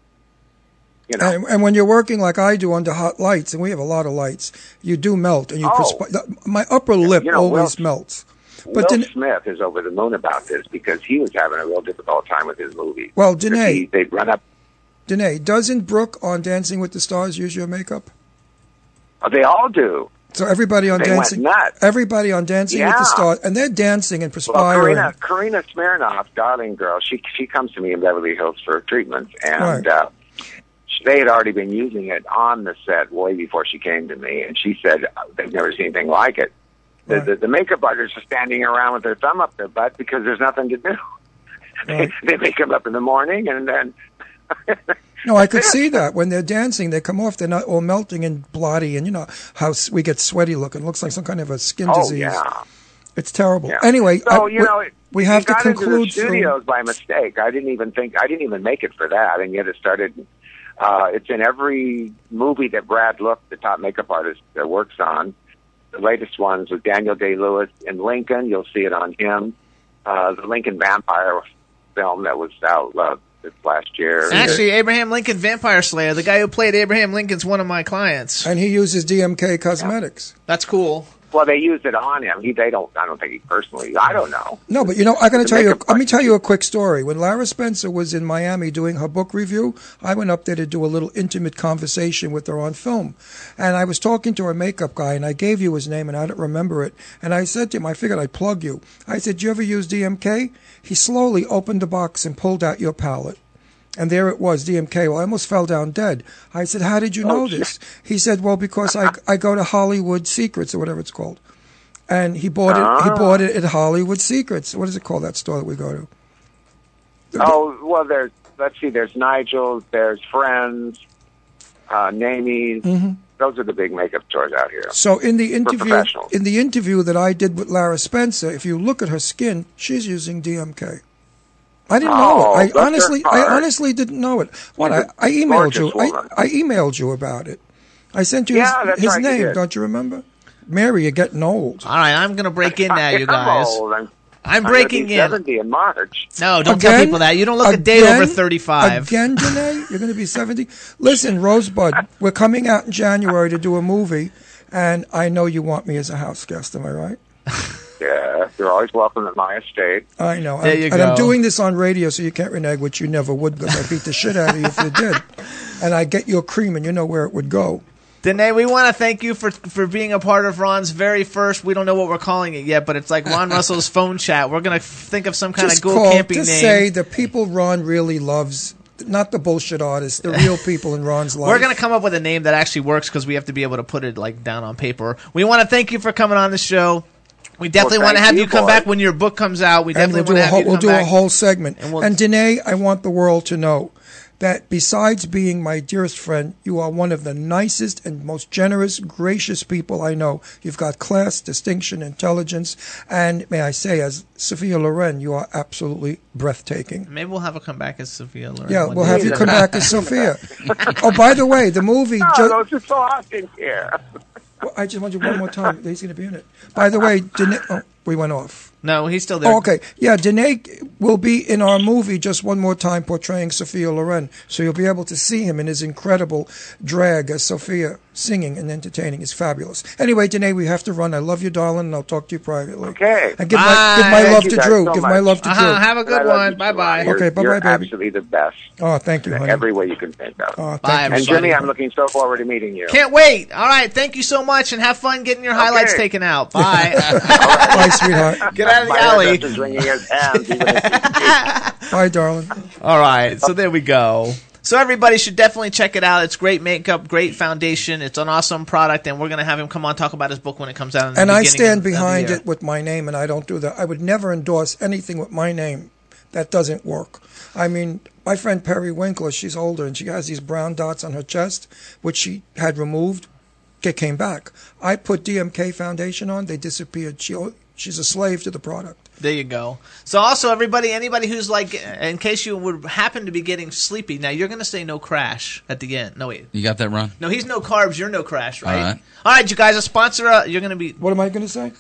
You know, And, and when you're working like I do under hot lights, and we have a lot of lights, you do melt, and you Oh. perspi- the- My upper lip you know, always Wilson- melts. Will But then, Smith is over the moon about this because he was having a real difficult time with his movies. Well, Because Danae- he- they'd run up. Danae, doesn't Brooke on Dancing with the Stars use your makeup? oh, They all do. So everybody on They went Dancing, nuts. everybody on Dancing with Yeah. the Stars, and they're dancing and Well, perspiring. Karina, Karina Smirnoff, darling girl, she she comes to me in Beverly Hills for treatments, Right. and uh, she- they had already been using it on the set way before she came to me, and she said uh, they've never seen anything like it. The, the, the makeup artists are standing around with their thumb up their butt because there's nothing to do. Right. they make them up in the morning, and then No, I could see that when they're dancing, they come off. They're not all melting and bloody, and you know how s- we get sweaty looking. Looks like some kind of a skin oh disease. yeah. It's terrible. Yeah. Anyway, so I- you we, know, it- we it have to got conclude. into the soon. studios by mistake. I didn't even think I didn't even make it for that, and yet it started. Uh, it's in every movie that Brad Look, the top makeup artist, uh, works on. The latest ones with Daniel Day Lewis and Lincoln. You'll see it on him. Uh, the Lincoln Vampire film that was out uh, this last year. Actually, Abraham Lincoln Vampire Slayer, the guy who played Abraham Lincoln's one of my clients. and he uses DMK cosmetics. That's cool. well, they used it on him. He, they don't. I don't think he personally. I don't know. No, but you know, I got to The tell you. makeup Let me tell you a quick story. When Lara Spencer was in Miami doing her book review, I went up there to do a little intimate conversation with her on film, and I was talking to her makeup guy, and I gave you his name, and I don't remember it. And I said to him, I figured I'd plug you. I said, "You ever use DMK?" He slowly opened the box and pulled out your palette. And there it was, DMK. Well, I almost fell down dead. I said, How did you know this? He said, Well, because I, I go to Hollywood Secrets or whatever it's called. And he bought it. Ah. He bought it at Hollywood Secrets. What is it called? That store that we go to. Oh well, there's let's see, there's Nigel, there's Friends, uh, Namie's. Those are the big makeup stores out here. Mm-hmm. So in the For interview, professionals. in the interview that I did with Lara Spencer, if you look at her skin, she's using DMK. I didn't know Oh, bless it. her I honestly, heart. I honestly didn't know it. What I, She's a I emailed you. gorgeous I, woman. I emailed you about it. I sent you Yeah, his, that's his right, you name. did. Don't you remember? Mary, you're getting old. All right, I'm gonna break in now, you guys. I'm old. I'm, I'm I'm gonna breaking be in. 70 in March. No, don't tell people that. You don't look a day over 35. Again, Danae, you're going to be 70. Listen, Rosebud, we're coming out in January to do a movie, and I know you want me as a house guest. Am I right? Yeah, you're always welcome at my estate. I know. There and, you and I'm go. doing this on radio, so you can't renege, which you never would, because I beat the shit out of you if you did. And I get your cream, and you know where it would go. Danae, we want to thank you for for being a part of Ron's very first. We don't know what we're calling it yet, but it's like Ron Russell's phone chat. We're gonna f- think of some kind just of cool call, camping just name. say the people Ron really loves, not the bullshit artists, the real people in Ron's life. We're gonna come up with a name that actually works because we have to be able to put it like down on paper. We want to thank you for coming on the show. We definitely Well, want to thank have you, you, come boy. back when your book comes out. We and definitely we'll do want to a have whole, you we'll come do back. a whole segment. And, we'll- Danae, I want the world to know that besides being my dearest friend, you are one of the nicest and most generous, gracious people I know. You've got class, distinction, intelligence, and may I say, as Sophia Loren, you are absolutely breathtaking. Maybe we'll have her come back as Sophia. Loren Yeah, one we'll day. have you come back as Sophia. Oh, by the way, the movie. Oh, ju- those are so hot in here. Well, I just want you one more time. He's going to be in it. By the way, Danae. Oh, we went off. No, he's still there. Oh, okay. Yeah, Danae will be in our movie just one more time portraying Sophia Loren. So you'll be able to see him in his incredible drag as Sophia singing and entertaining is fabulous. Anyway, Danae, we have to run. I love you, darling, and I'll talk to you privately. Okay. And give Bye. my, give my Thank love you to guys Drew. so give much. my love to Uh-huh, Drew. have a I good love one. you, Bye bye. You're- Okay, bye-bye, You're baby. absolutely the best oh, thank you, in honey. every way you can think of. oh, thank Bye, you. and everybody. Jimmy, I'm looking so forward to meeting you. Can't wait. All right. Thank you so much and have fun getting your highlights Okay. taken out. Bye. Bye, sweetheart. Get out of the My alley. hairdresser's wringing his hands. He would've Bye, darling. All right. So there we go. So everybody should definitely check it out. It's great makeup, great foundation. It's an awesome product, and we're gonna have him come on and talk about his book when it comes out. In the And I beginning stand of- of the behind year. it with my name, and I don't do that. I would never endorse anything with my name That doesn't work. I mean, my friend Perry Winkler, she's older and she has these brown dots on her chest, which she had removed. It came back. I put DMK Foundation on. They disappeared. She she's a slave to the product. There you go. So also everybody, anybody who's like, in case you would happen to be getting sleepy, now you're gonna say no crash at the end. No wait, You got that, Ron? no, he's no carbs. You're no crash, right? All right. All right, you guys, a sponsor. Uh, you're gonna be. What am I gonna say?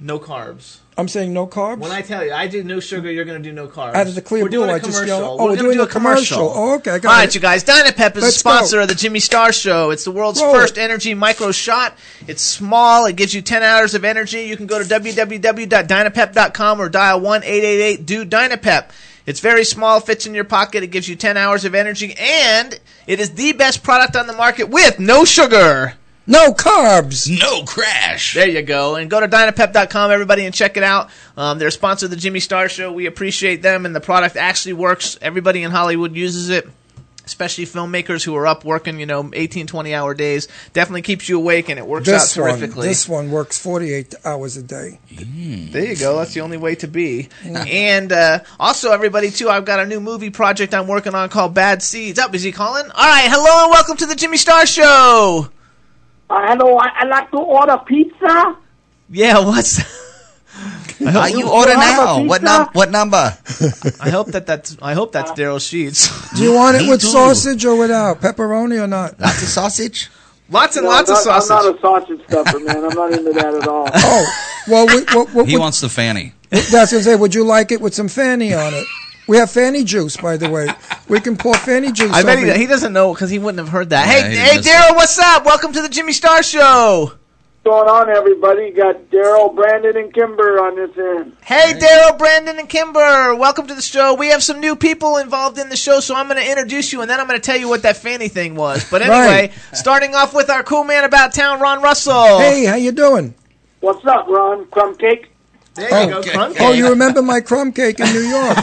No carbs. I'm saying no carbs. When I tell you, I do no sugar. You're gonna do no carbs. Out of the clear we're doing blue, a I just commercial. yell- we're, oh, we're gonna doing do a commercial. Oh, okay, I got All right, it. you guys. Dynapep is Let's a sponsor go. of the Jimmy Star Show. It's the world's Roll first it. energy micro shot. It's small. It gives you 10 hours of energy. You can go to www.dynapep.com or dial one eight eight eight do Dynapep. E It's very small, fits in your pocket. It gives you 10 hours of energy, and it is the best product on the market with no sugar. No carbs. No crash. There you go. And go to dynapep.com, everybody, and check it out. Um, they're a sponsor of the Jimmy Star Show. We appreciate them, and the product actually works. Everybody in Hollywood uses it. Especially filmmakers who are up working, you know, 18, 20 hour days. Definitely keeps you awake and it works This out one, terrifically. this one works 48 hours a day. Hmm. There you go. That's the only way to be. and uh, also, everybody, too, I've got a new movie project I'm working on called Bad Seeds. Up, is he calling? All right. Hello and welcome to the Jimmy Star Show. Uh, hello, I, I'd like to order pizza. Yeah, what's. Uh, you order you have a now. What, pizza? num- what number? I hope that that's I hope that's Daryl Sheets. Do you want it Me with too. sausage or without? Pepperoni or not? Lots of sausage? Lots and No, lots I'm of not- sausage. I'm not a sausage stuffer, man. I'm not into that at all. Oh, well, we, what, what, He what, wants the fanny. that's going to say, would you like it with some fanny on it? We have fanny juice, by the way. We can pour fanny juice I bet on he, it. he doesn't know because he wouldn't have heard that. Yeah, hey, he hey, missed Daryl, what's up? Welcome to the Jimmy Star Show. What's going on, everybody? You got Daryl, Brandon, and Kimber on this end. Hey, Daryl, Brandon, and Kimber, welcome to the show. We have some new people involved in the show, so I'm going to introduce you, and then I'm going to tell you what that fanny thing was. But anyway, Right. starting off with our cool man about town, Ron Russell. Hey, how you doing? What's up, Ron? Crumb cake? there oh, you go, crumb Oh, cake. you remember my crumb cake in New York?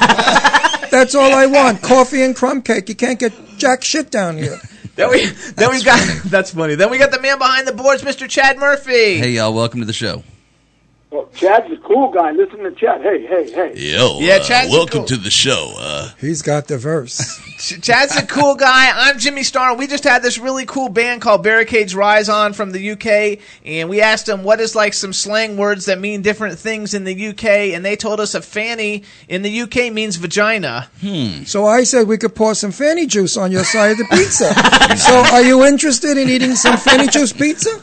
That's all I want. Coffee and crumb cake. You can't get jack shit down here. Then we, then we got that's funny. Then we got the man behind the boards, Mr. Chad Murphy. Hey, y'all. Welcome to the show. Well, Chad's a cool guy. Listen to Chad. Hey, hey, hey. Yo. Yeah, Chad's a welcome cool- to the show. Uh, He's got the verse. Ch- Chad's a cool guy. I'm Jimmy Starr. We just had this really cool band called Barricades Rise on from the UK, and we asked them what is like some slang words that mean different things in the UK, and they told us a fanny in the UK means vagina. So I said we could pour some fanny juice on your side of the pizza. so are you interested in eating some fanny juice pizza?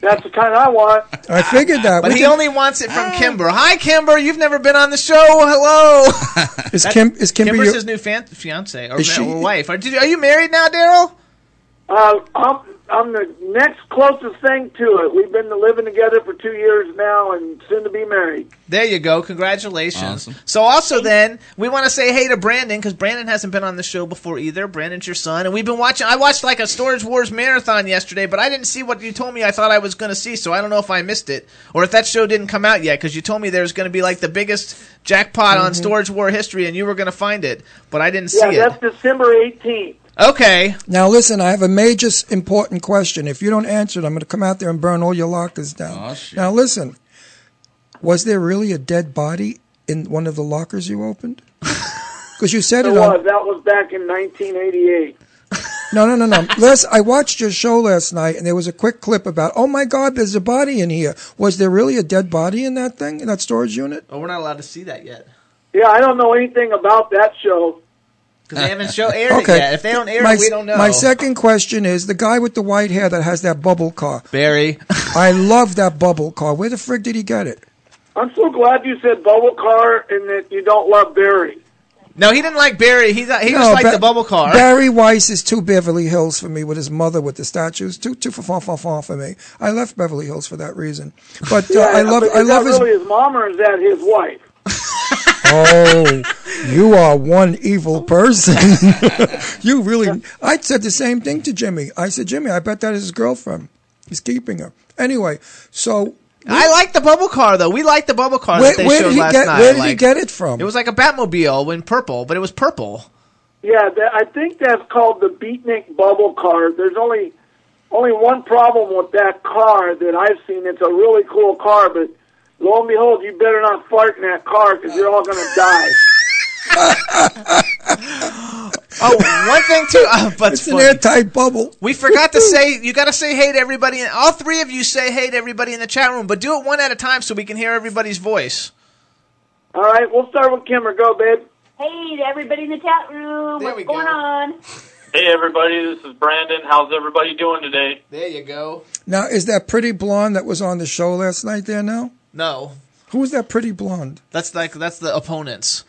That's the kind I want. I figured that. But Uh, We he can- only wants it from Kimber. Hi, Kimber. You've never been on the show. Hello. is Kim is Kimber Kimber's your- his new fan- fiance or, Is she- or wife. Are, did you- are you married now, Daryl? Uh, I'm, I'm the next closest thing to it. We've been living together for two years now and soon to be married. There you go. Congratulations. Awesome. So also then we want to say hey to Brandon because Brandon hasn't been on the show before either. Brandon's your son, and we've been watching. I watched like a Storage Wars marathon yesterday, but I didn't see what you told me. I thought I was going to see, so I don't know if I missed it or if that show didn't come out yet because you told me there was going to be like the biggest jackpot on Storage War history, and you were going to find it, but I didn't Mm-hmm. Yeah, see that's it. December 18th. Okay. Now listen, I have a major s- important question. If you don't answer it, I'm going to come out there and burn all your lockers down. Aw, shit. now listen, was there really a dead body in one of the lockers you opened? Because you said It it on was. That was back in 1988. No, no, no, no. Les, I watched your show last night, and there was a quick clip about, oh my God, there's a body in here. Was there really a dead body in that thing, in that storage unit? Oh, we're not allowed to see that yet Yeah, I don't know anything about that show. because they haven't show aired Okay. it yet. If they don't air my, it, we don't know. My second question is the guy with the white hair that has that bubble car. Barry. I love that bubble car. Where the frig did he get it? I'm so glad you said bubble car and that you don't love Barry. No, he didn't like Barry. He thought- he just liked Ba- the bubble car. Barry Weiss is too Beverly Hills for me with his mother with the statues. Too too far far far for me. I left Beverly Hills for that reason. But uh, I love But is I love that his really his mom or is that his wife? Oh, you are one evil person. you really. I said the same thing to Jimmy. I said, Jimmy, I bet that is his girlfriend. He's keeping her. Anyway, so I like the bubble car though. We like the bubble car where, that they where showed did he last get? night. Where did he like- get it from? It was like a Batmobile in purple, but it was purple. Yeah, that, I think that's called the Beatnik bubble car. There's only only one problem with that car that I've seen. It's a really cool car, but Lo and behold, you better not fart in that car because you're all going to die. Oh, one thing too. Oh, but It's an airtight bubble. We forgot to say you got to say hey to everybody. And all three of you say hey to everybody in the chat room, but do it one at a time so we can hear everybody's voice. All right, we'll start with Kimmer. Go, babe. Hey to everybody in the chat room. What's going on? Hey everybody, this is Brandon. How's everybody doing today? There you go. Now, is that pretty blonde that was on the show last night there now? No, Who was that pretty blonde? that's like that's the opponents.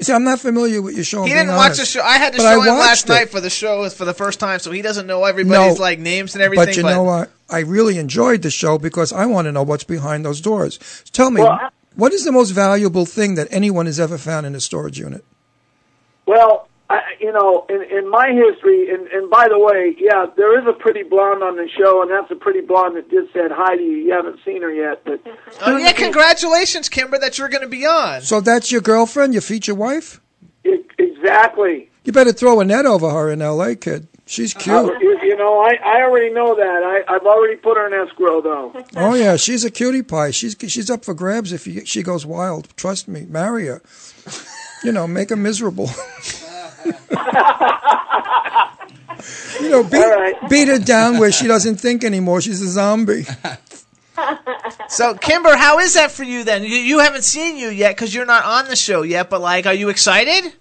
See, I'm not familiar with your show. I'm He being didn't watch honest. the show. I had to Oh, But show I him last watched it. night for the show for the first time, so he doesn't know everybody's No, like names and everything. But you know what? I really enjoyed the show because I want to know what's behind those doors. Tell me, Well, I- what is the most valuable thing that anyone has ever found in a storage unit? Well, I, you know, in, in my history, and, and by the way, yeah, there is a pretty blonde on the show, and that's a pretty blonde that just said hi to you. You haven't seen her yet, but Oh, yeah, congratulations, Kimber, that you're going to be on. So that's your girlfriend, your future wife? exactly. You better throw a net over her in L.A., kid. She's cute. Uh, you, you know, I, I already know that. I, I've already put her in escrow, though. Oh yeah, she's a cutie pie. She's she's up for grabs if you, she goes wild. Trust me, marry her. You know, make her miserable. you know, beat, beat her down where she doesn't think anymore. She's a zombie. So, Kimber, how is that for you then? You, you haven't seen you yet because you're not on the show yet, but like, are you excited?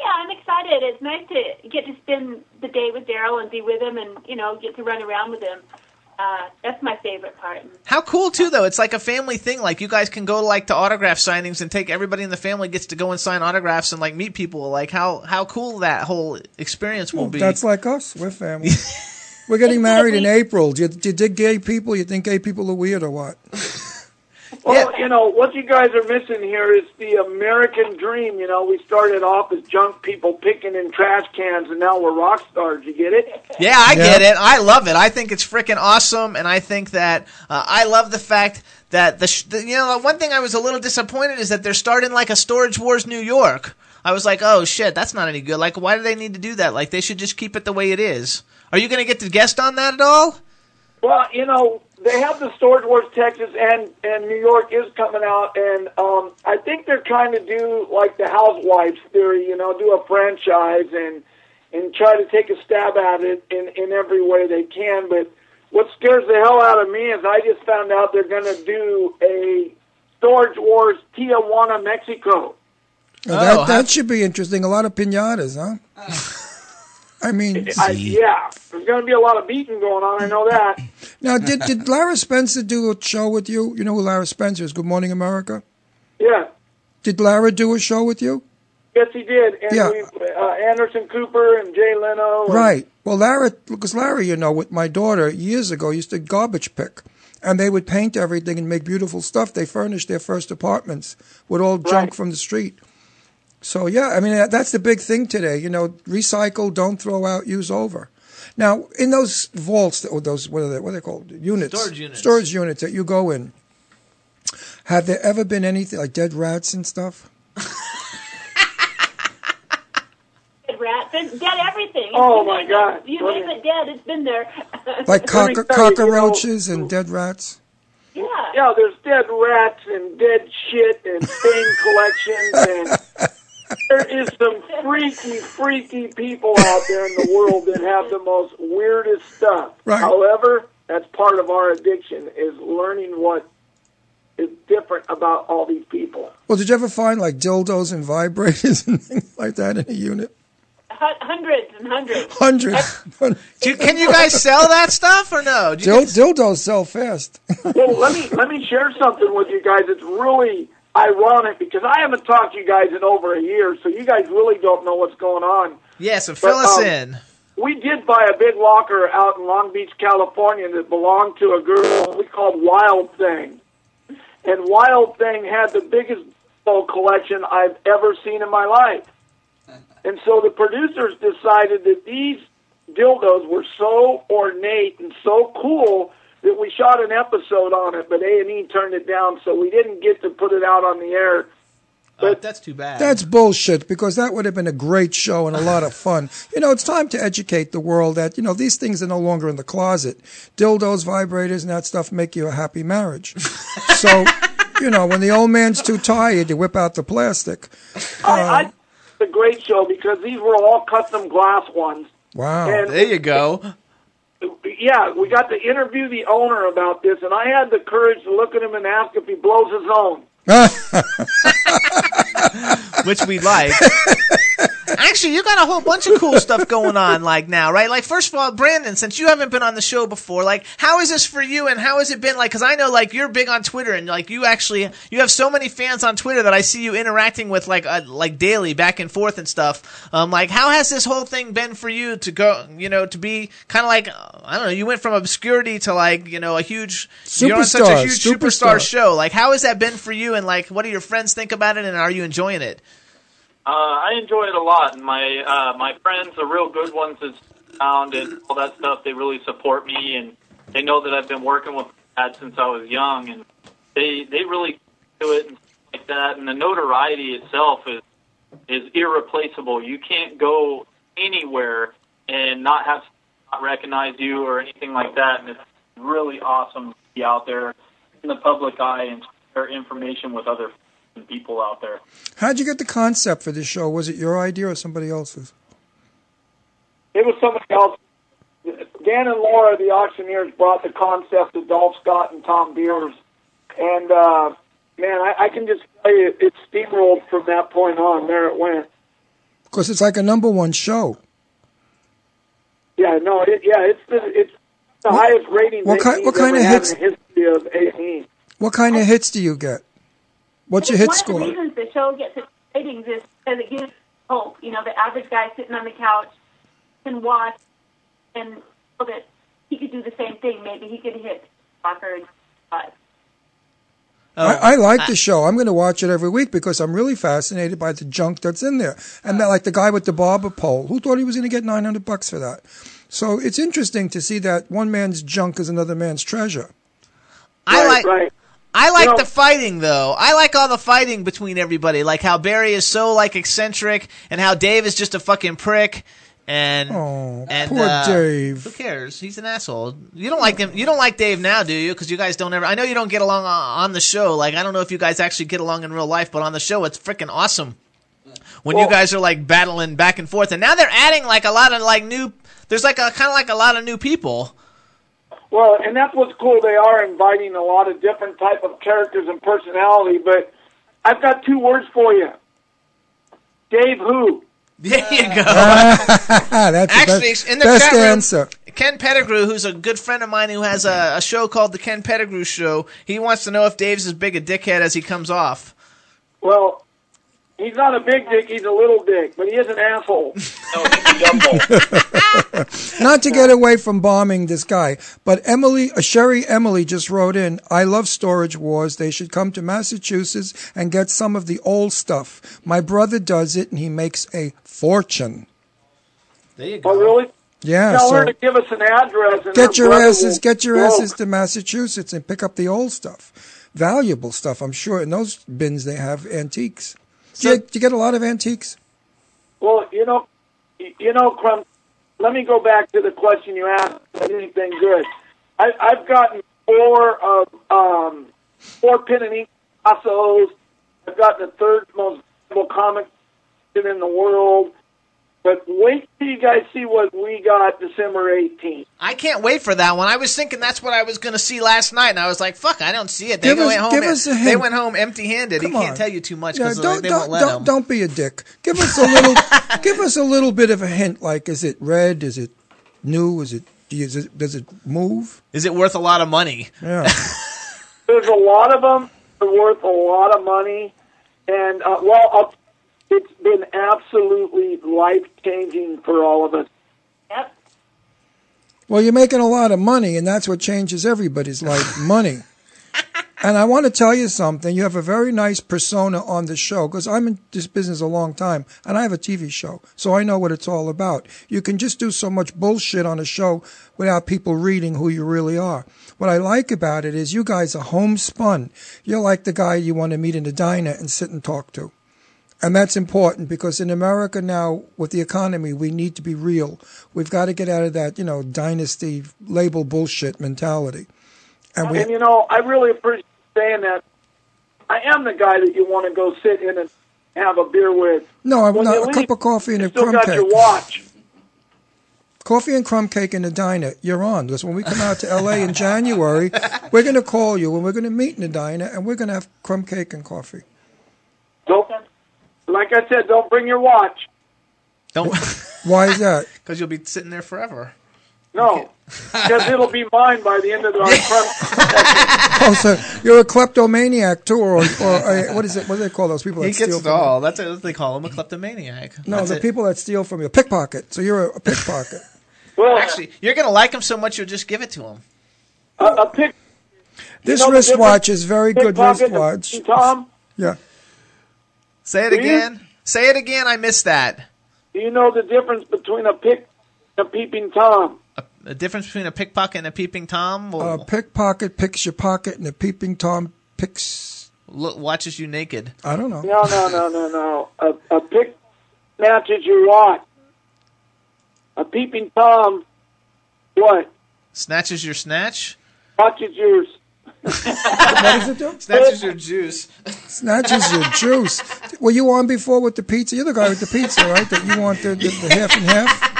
Yeah, I'm excited. It's nice to get to spend the day with Daryl and be with him, and you know, get to run around with him. Uh, that's my favorite part. How cool too, though. It's like a family thing. Like you guys can go like to autograph signings and take everybody in the family gets to go and sign autographs and like meet people. Like how how cool that whole experience will be. That's like us. We're family. We're getting married in April. Do you, do you dig gay people? You think gay people are weird or what? Well, you know, what you guys are missing here is the American dream. You know, we started off as junk people picking in trash cans, and now we're rock stars. You get it? Yeah, I Yeah. get it. I love it. I think it's freaking awesome, and I think that uh, I love the fact that the, sh- the you know the one thing I was a little disappointed is that they're starting like a Storage Wars New York. I was like, oh shit, that's not any good. Like, why do they need to do that? Like, they should just keep it the way it is. Are you going to get to guest on that at all? Well, you know, they have the Storage Wars Texas and and New York is coming out, and um, I think they're trying to do like the Housewives theory. You know, do a franchise and and try to take a stab at it in in every way they can. But what scares the hell out of me is I just found out they're going to do a Storage Wars Tijuana, Mexico. Now, that, Oh, that should be interesting. A lot of pinatas, huh? I mean, Uh. I, yeah, there's going to be a lot of beating going on. I know that. Now, did did Lara Spencer do a show with you? You know who Lara Spencer is? Good Morning America. Yeah. Did Lara do a show with you? Yes, he did. And Yeah. we, uh, Anderson Cooper and Jay Leno. and- Right. Well, Lara, because Lara, you know, with my daughter years ago, used to garbage pick, and they would paint everything and make beautiful stuff. They furnished their first apartments with all junk from the street. So yeah, I mean that- that's the big thing today. You know, recycle, don't throw out, use over. Now, in those vaults or those what are they what are they called units? Storage units. Storage units that you go in. Have there ever been anything like dead rats and stuff? Dead rat, dead, dead everything. It's Oh, been my there. God. You Let name it dead, it's been there. Like cock- cockroaches mm. and dead rats? Yeah. Yeah, there's dead rats and dead shit and stain collections and there is some freaky, freaky people out there in the world that have the most weirdest stuff. Right. However, that's part of our addiction is learning what is different about all these people. Well, did you ever find like dildos and vibrators and things like that in a unit? Hun- hundreds and hundreds. Hundreds. Do, can you guys sell that stuff or no? Do you Dil- dildos sell fast. well, let me let me share something with you guys. It's really ironic because I haven't talked to you guys in over a year, so you guys really don't know what's going on. Yeah, so fill But, us um, in. We did buy a big locker out in Long Beach, California, that belonged to a girl we called Wild Thing, and Wild Thing had the biggest bowl collection I've ever seen in my life. And so the producers decided that these dildos were so ornate and so cool that we shot an episode on it, but A and E turned it down, so we didn't get to put it out on the air. But Uh, that's too bad. That's bullshit because that would have been a great show and a lot of fun. You know, it's time to educate the world that, you know, these things are no longer in the closet. Dildos, vibrators, and that stuff make you a happy marriage. So you know, when the old man's too tired, you whip out the plastic. I, I think it's a great show because these were all custom glass ones. Wow. And- there you go. Yeah, we got to interview the owner about this, and I had the courage to look at him and ask if he blows his own. Which we like. Actually, you got a whole bunch of cool stuff going on like now, right? Like first of all, Brandon, since you haven't been on the show before, like how is this for you and how has it been like cuz I know like you're big on Twitter and like you actually you have so many fans on Twitter that I see you interacting with like uh, like daily back and forth and stuff. Um like how has this whole thing been for you to go, you know, to be kind of like uh, I don't know, you went from obscurity to like, you know, a huge you're on such a Superstar, huge superstar superstar. show. Like how has that been for you and like what do your friends think about it and are you enjoying it? Uh, I enjoy it a lot, and my uh, my friends, the real good ones, is found and all that stuff. They really support me, and they know that I've been working with that since I was young, and they they really do it and stuff like that. And the notoriety itself is is irreplaceable. You can't go anywhere and not have someone not recognize you or anything like that. And it's really awesome to be out there in the public eye and share information with other people out there. How'd you get the concept for this show? Was it your idea or somebody else's? It was somebody else. Dan and Laura, the auctioneers, brought the concept to Dolph Scott and Tom Beers. And, uh, man, I, I can just tell you, it steamrolled from that point on. There it went. Because it's like a number one show. Yeah, no, it, yeah, it's the, it's the highest rating what that kind- he's what kind of ever had hits- in the history of E. A&E. What kind of hits do you get? What's your One hit of the score? reasons the show gets its ratings is because it gives hope. You know, the average guy sitting on the couch can watch and know that he could do the same thing. Maybe he could hit soccer and uh, Oh, I, I like the show. I'm going to watch it every week because I'm really fascinated by the junk that's in there. And Oh. that, like the guy with the barber pole, who thought he was going to get 900 bucks for that? So it's interesting to see that one man's junk is another man's treasure. I like I like the fighting though. I like all the fighting between everybody. Like how Barry is so like eccentric and how Dave is just a fucking prick and Oh, and poor uh, Dave. Who cares? He's an asshole. You don't like him. You don't like Dave now, do you? Cuz you guys don't ever I know you don't get along on on the show. Like I don't know if you guys actually get along in real life, but on the show it's freaking awesome. When you guys are like battling back and forth and now they're adding like a lot of like new there's like a kind of like a lot of new people. Well, and that's what's cool. They are inviting a lot of different type of characters and personality. But I've got two words for you: Dave Who. There you go. Ah, That's Actually, the best, in the best chat room, answer. Ken Pettigrew, who's a good friend of mine who has a, a show called The Ken Pettigrew Show, he wants to know if Dave's as big a dickhead as he comes off. Well, he's not a big dick; he's a little dick, but he is an asshole. Not to get away from bombing this guy, but Emily, uh, Sherry Emily just wrote in, I love storage wars. They should come to Massachusetts and get some of the old stuff. My brother does it and he makes a fortune. There you go. Oh, really? Yeah, Tell so- her to give us an address. And her Get your brother asses, will- get your Whoa. asses to Massachusetts and pick up the old stuff. Valuable stuff, I'm sure. In those bins, they have antiques. do, you, do you get a lot of antiques? Well, you know, you know, Crumb. Let me go back to the question you asked. if Anything good? I, I've gotten four of um, four pin and ink Picasso's. I've gotten the third most valuable comic in the world. But wait till you guys see what we got December eighteenth. I can't wait for that one. I was thinking that's what I was going to see last night, and I was like, "Fuck, I don't see it." They Give us- went home. give us a They hint. went home empty-handed. he Come can't on. tell you too much Yeah, because don't they don't won't let don't, him. don't be a dick. Give us a little, give us a little bit of a hint. Like, is it red? Is it new? Is it? do you- Is it does it move? Is it worth a lot of money? Yeah. There's a lot of them. They're worth a lot of money, and uh, well, I'll, it's been absolutely life changing for all of us. Well, you're making a lot of money, and that's what changes everybody's life money. And I want to tell you something. You have a very nice persona on the show because I'm in this business a long time and I have a TV show, so I know what it's all about. You can just do so much bullshit on a show without people reading who you really are. What I like about it is you guys are homespun. You're like the guy you want to meet in a diner and sit and talk to. And that's important because in America now, with the economy, we need to be real. We've got to get out of that, you know, dynasty label bullshit mentality. And And, we, you know, I really appreciate you saying that I am the guy that you want to go sit in and have a beer with. No, I'm When not. A you leave, cup of coffee and a Still crumb got cake. your watch. Coffee and crumb cake in the diner. You're on. Because when we come out to L.A. in January, we're going to call you and we're going to meet in the diner and we're going to have crumb cake and coffee. Don't, like I said, don't bring your watch. Don't. Why is that? Because you'll be sitting there forever. No, because it'll be mine by the end of our crumb. Oh, so you're a kleptomaniac too, or, or a, what is it? What do they call those people? he that steal gets it from you? all. That's what they call him a kleptomaniac. No, That's the it. people that steal from you, pickpocket. So you're a, a pickpocket. Well, actually, you're gonna like him so much you'll just give it to him. A, a pick. This wristwatch is very good wristwatch. Tom, Yeah. Say it Do you- again. Say it again. I missed that. do you know the difference between a pick and a peeping tom? The difference between a pickpocket and a peeping tom will A Uh, pickpocket picks your pocket, and a peeping tom picks. look, watches you naked. I don't know. No, no, no, no, no. A, a pick matches your watch. A peeping tom, what? Snatches your snatch. Watches yours. what does it do? Snatches your juice. Snatches your juice. Were you on before with the pizza? You're the guy with the pizza, right? That you want the, the, the half and half.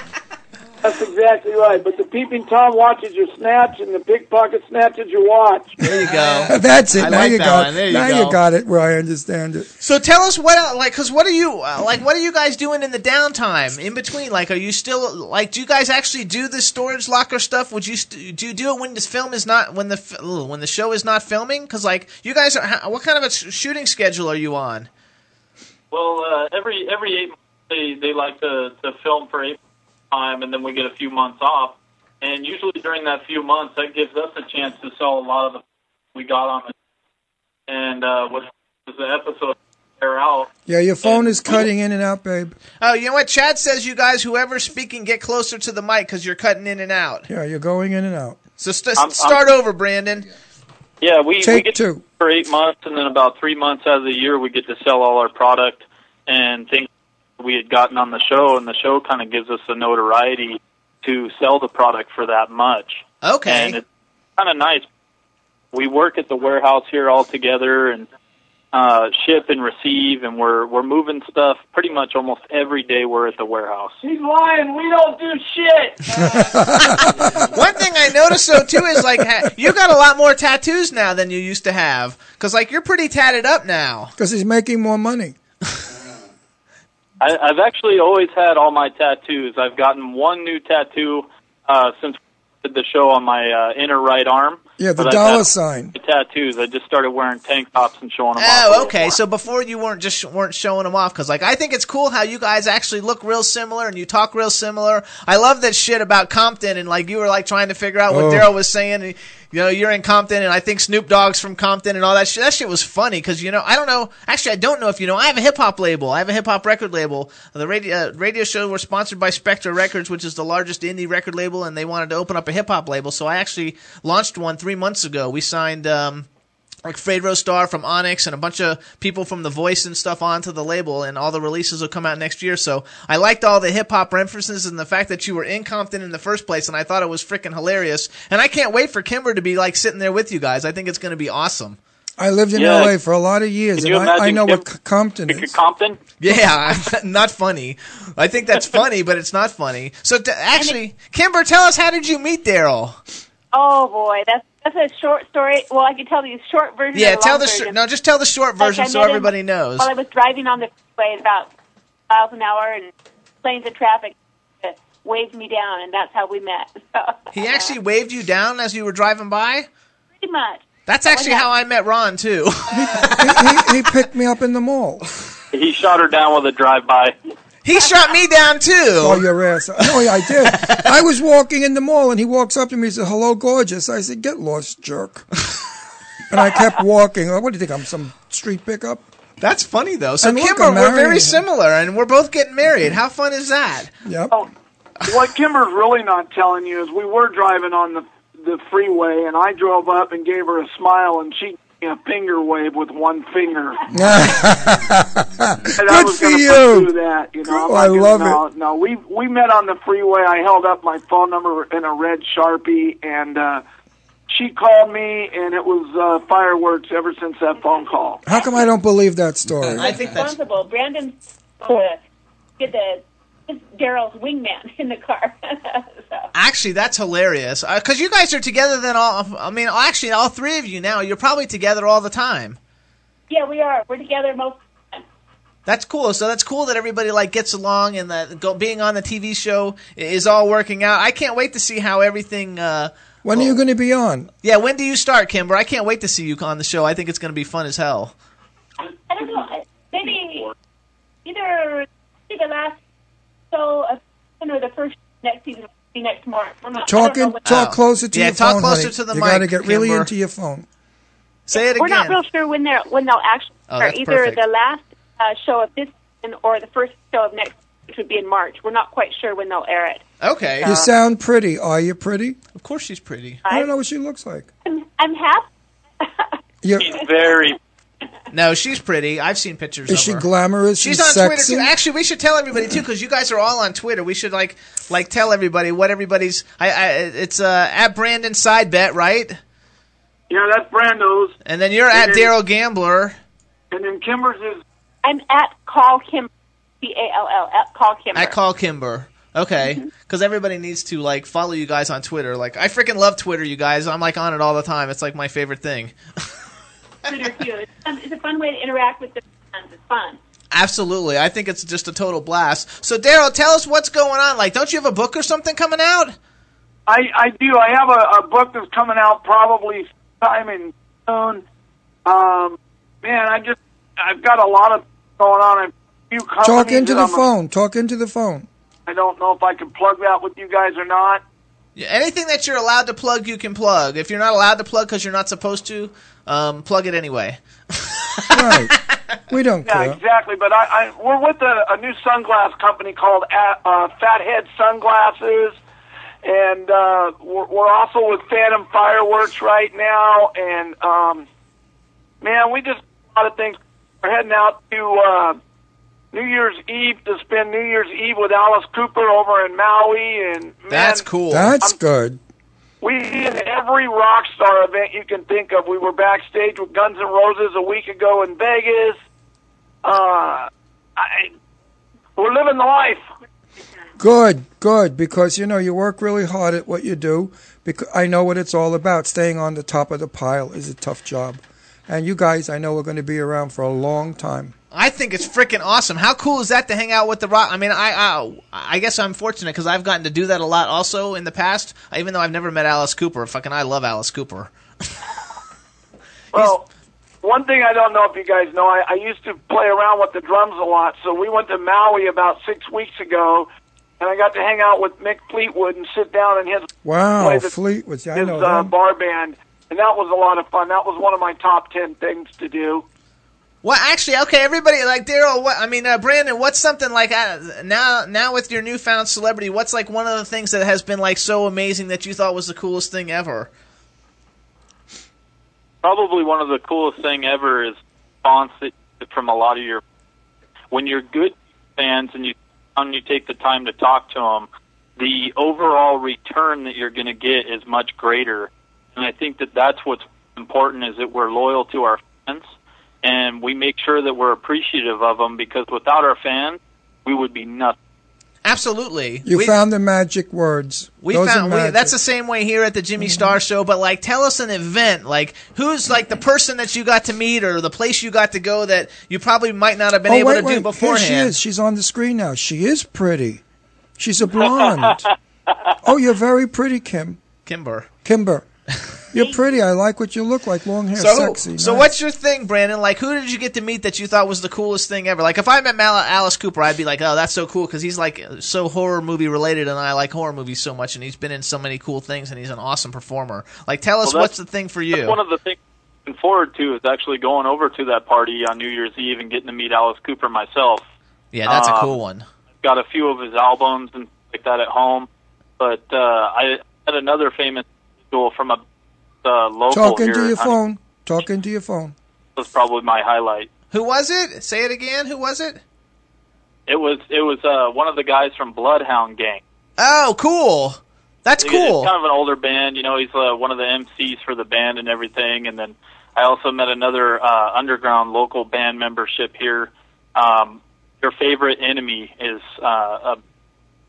That's exactly right. But the peeping tom watches your snatch, and the pickpocket snatches your watch. There you go. That's it. I now like you that got one. it. There you now go. you got it where I understand it. So tell us what el- like cuz what are you uh, like what are you guys doing in the downtime in between like are you still like do you guys actually do this storage locker stuff would you st- do you do it when this film is not when the f- ugh, when the show is not filming cuz like you guys are how, what kind of a sh- shooting schedule are you on? Well, uh, every every eight months they, they like to, to film for eight months time, and then we get a few months off. And usually during that few months, that gives us a chance to sell a lot of the we got on the and uh, what was the episode air out. Yeah, your phone is cutting in and out, babe. Oh, you know what Chad says you guys whoever's speaking get closer to the mic cuz you're cutting in and out. Yeah, you're going in and out. So st- I'm- I'm- start over Brandon. Yeah, we, we Take get two. for eight months, and then about three months out of the year, we get to sell all our product and things we had gotten on the show, and the show kind of gives us the notoriety to sell the product for that much. Okay. And it's kind of nice. We work at the warehouse here all together and uh, ship and receive, and we're we're moving stuff pretty much almost every day. We're at the warehouse. He's lying. We don't do shit. One thing I noticed though too is like ha- you got a lot more tattoos now than you used to have cuz like you're pretty tatted up now. Because he's making more money. I, I've actually always had all my tattoos. I've gotten one new tattoo uh, since we did the show on my uh, inner right arm. Yeah, the But I've dollar had sign. the tattoos. I just started wearing tank tops and showing them off. a Oh, little okay. more. So before you weren't just weren't showing them off because, like, I think it's cool how you guys actually look real similar and you talk real similar. I love that shit about Compton and like you were like trying to figure out what Oh. Daryl was saying. And, you know, you're in Compton, and I think Snoop Dogg's from Compton and all that shit. That shit was funny because you know I don't know. Actually, I don't know if you know. I have a hip hop label. I have a hip hop record label. The radio uh, radio show were sponsored by Spectre Records, which is the largest indie record label, and they wanted to open up a hip hop label. So I actually launched one three months ago. We signed. um like Fredro Star from Onyx and a bunch of people from The Voice and stuff onto the label, and all the releases will come out next year. So I liked all the hip hop references and the fact that you were in Compton in the first place, and I thought it was freaking hilarious. And I can't wait for Kimber to be like sitting there with you guys. I think it's going to be awesome. I lived in Yeah. L.A. for a lot of years, Can you and I, I imagine know Kim- what C- Compton is. Compton? Yeah, not funny. I think that's funny, but it's not funny. So t- actually, Kimber, tell us how did you meet Daryl? Oh boy, that's that's a short story. Well, I can tell you the short version. Yeah, or the tell long the version. sh- no, just tell the short Like, version I so met him everybody knows. While I was driving on the freeway at about miles an hour and planes of traffic uh, waved me down, and that's how we met. So, He actually waved you down as you were driving by. pretty much. Oh, That's actually how I met Ron too. he, he, he picked me up in the mall. He shot her down with a drive-by. He shot me down too. Oh, your ass! No, yeah, I did. I was walking in the mall, and he walks up to me and says, "Hello, gorgeous." I said, "Get lost, jerk." and I kept walking. What do you think? I'm some street pickup. That's funny though. So And look, Kimber, I'm we're married. very similar, and we're both getting married. How fun is that? Yep. Oh, what Kimber's really not telling you is we were driving on the the freeway, and I drove up and gave her a smile, and she gave me a finger wave with one finger. and I Good was for gonna you. pursue that, you know. I'm Oh, not I gonna- love no, it. No, we we met on the freeway. I held up my phone number in a red sharpie, and uh, she called me, and it was uh, fireworks ever since that phone call. How come I don't believe that story? responsible. Brandon's uh, did the is Daryl's wingman in the car. Actually, that's hilarious. Because you guys are together then all. I mean, actually, all three of you now. You're probably together all the time. yeah, we are. We're together most. That's cool. So that's cool that everybody like gets along and that go, being on the TV show i- is all working out. I can't wait to see how everything. Uh, When are you going to be on? yeah, when do you start, Kimber? I can't wait to see you on the show. I think it's going to be fun as hell. I don't know. I- Maybe either maybe the last so of season or the first next season will be next March. I'm not- I don't know Talking, when- talk closer to Yeah, your talk phone, closer honey. to the you gotta mic, get really Kimber. into your phone. Say We're not real sure when they're when they'll actually Oh, start. that's Either perfect. the last uh, show of this season or the first show of next, which would be in March. We're not quite sure when they'll air it. Okay. You sound pretty. Are you pretty? Of course she's pretty. I don't know what she looks like. I'm, I'm happy. She's very. No, she's pretty. I've seen pictures. Is of she her. glamorous She's and on sexy? Twitter too. Actually, we should tell everybody too, because you guys are all on Twitter. We should like like tell everybody what everybody's. I, I it's uh, at Brandon Side Bet, right? Yeah, that's Brando's. And then you're And at then- Daryl Gambler. And then Kimber's is I'm at Call Kim, C A L L at Call Kim. At Call Kimber. Okay, because everybody needs to like follow you guys on Twitter. Like I freaking love Twitter, you guys. I'm like on it all the time. It's like my favorite thing. Twitter too. It's, fun. it's a fun way to interact with the fans. It's fun. Absolutely, I think it's just a total blast. So Daryl, tell us what's going on. Like, don't you have a book or something coming out? I, I do. I have a, a book that's coming out probably sometime in June. Um, man, I just I've got a lot of going on. I'm few companies Talk into that the I'm a- phone. Talk into the phone. I don't know if I can plug that with you guys or not. Yeah, Anything that you're allowed to plug, you can plug. If you're not allowed to plug because you're not supposed to, um, plug it anyway. We don't Yeah, care. exactly. But I, I we're with a, a new sunglass company called A- uh, Fathead Sunglasses, and uh, we're, we're also with Phantom Fireworks right now. And um, man, we just a lot of things. We're heading out to uh, New Year's Eve to spend New Year's Eve with Alice Cooper over in Maui, and That's cool. That's good. we did every rock star event you can think of. We were backstage with Guns N' Roses a week ago in Vegas. Uh, I, we're living the life. Good, good, because you know you work really hard at what you do. Because I know what it's all about. Staying on the top of the pile is a tough job, and you guys, I know, are going to be around for a long time. I think it's freaking awesome. How cool is that to hang out with the rock? I mean, I I, I guess I'm fortunate because I've gotten to do that a lot also in the past. Even though I've never met Alice Cooper, fucking I love Alice Cooper. Well, one thing I don't know if you guys know, I, I used to play around with the drums a lot. So we went to Maui about six weeks ago, and I got to hang out with Mick Fleetwood and sit down in his Wow, play the- Fleet was I his know uh, them. bar band, and that was a lot of fun. That was one of my top ten things to do. Well, actually, okay, everybody, like Daryl, what I mean, uh, Brandon, what's something like uh, now? Now with your newfound celebrity, what's like one of the things that has been like so amazing that you thought was the coolest thing ever? Probably one of the coolest thing ever is response that you get from a lot of your when you're good fans and you and you take the time to talk to them. The overall return that you're going to get is much greater, and I think that that's what's important is that we're loyal to our fans and we make sure that we're appreciative of them because without our fans, we would be nothing. Absolutely, You We- found the magic words. We Those found are Mm-hmm. we, magic. that's the same way here at the Jimmy Star Show. But like, tell us an event, like who's like the person that you got to meet or the place you got to go that you probably might not have been oh, able wait, to wait. do beforehand. Here she is. She's on the screen now. She is pretty. She's a blonde. oh, you're very pretty, Kim. Kimber. Kimber. You're pretty. I like what you look like. Long hair, So, sexy. so nice. what's your thing, Brandon? Like, who did you get to meet that you thought was the coolest thing ever? Like, if I met Mal- Alice Cooper, I'd be like, "Oh, that's so cool," because he's like so horror movie related, and I like horror movies so much, and he's been in so many cool things, and he's an awesome performer. Like, tell us Well, what's that's- the thing for That's you? one of the things I'm looking forward to is actually going over to that party on New Year's Eve and getting to meet Alice Cooper myself. yeah, that's a um, cool one. I've got a few of his albums and stuff like that at home, but uh, I had another famous individual from a uh, local Talking here. to your I think phone. Talking to your phone. That was probably my highlight. Who was it? Say it again. Who was it? It was it was uh, one of the guys from Bloodhound Gang. Oh, cool. That's He's cool. Kind of an older band, you know. He's uh, one of the MCs for the band and everything. And then I also met another uh, underground local band membership here. Um, your favorite enemy is, uh, a,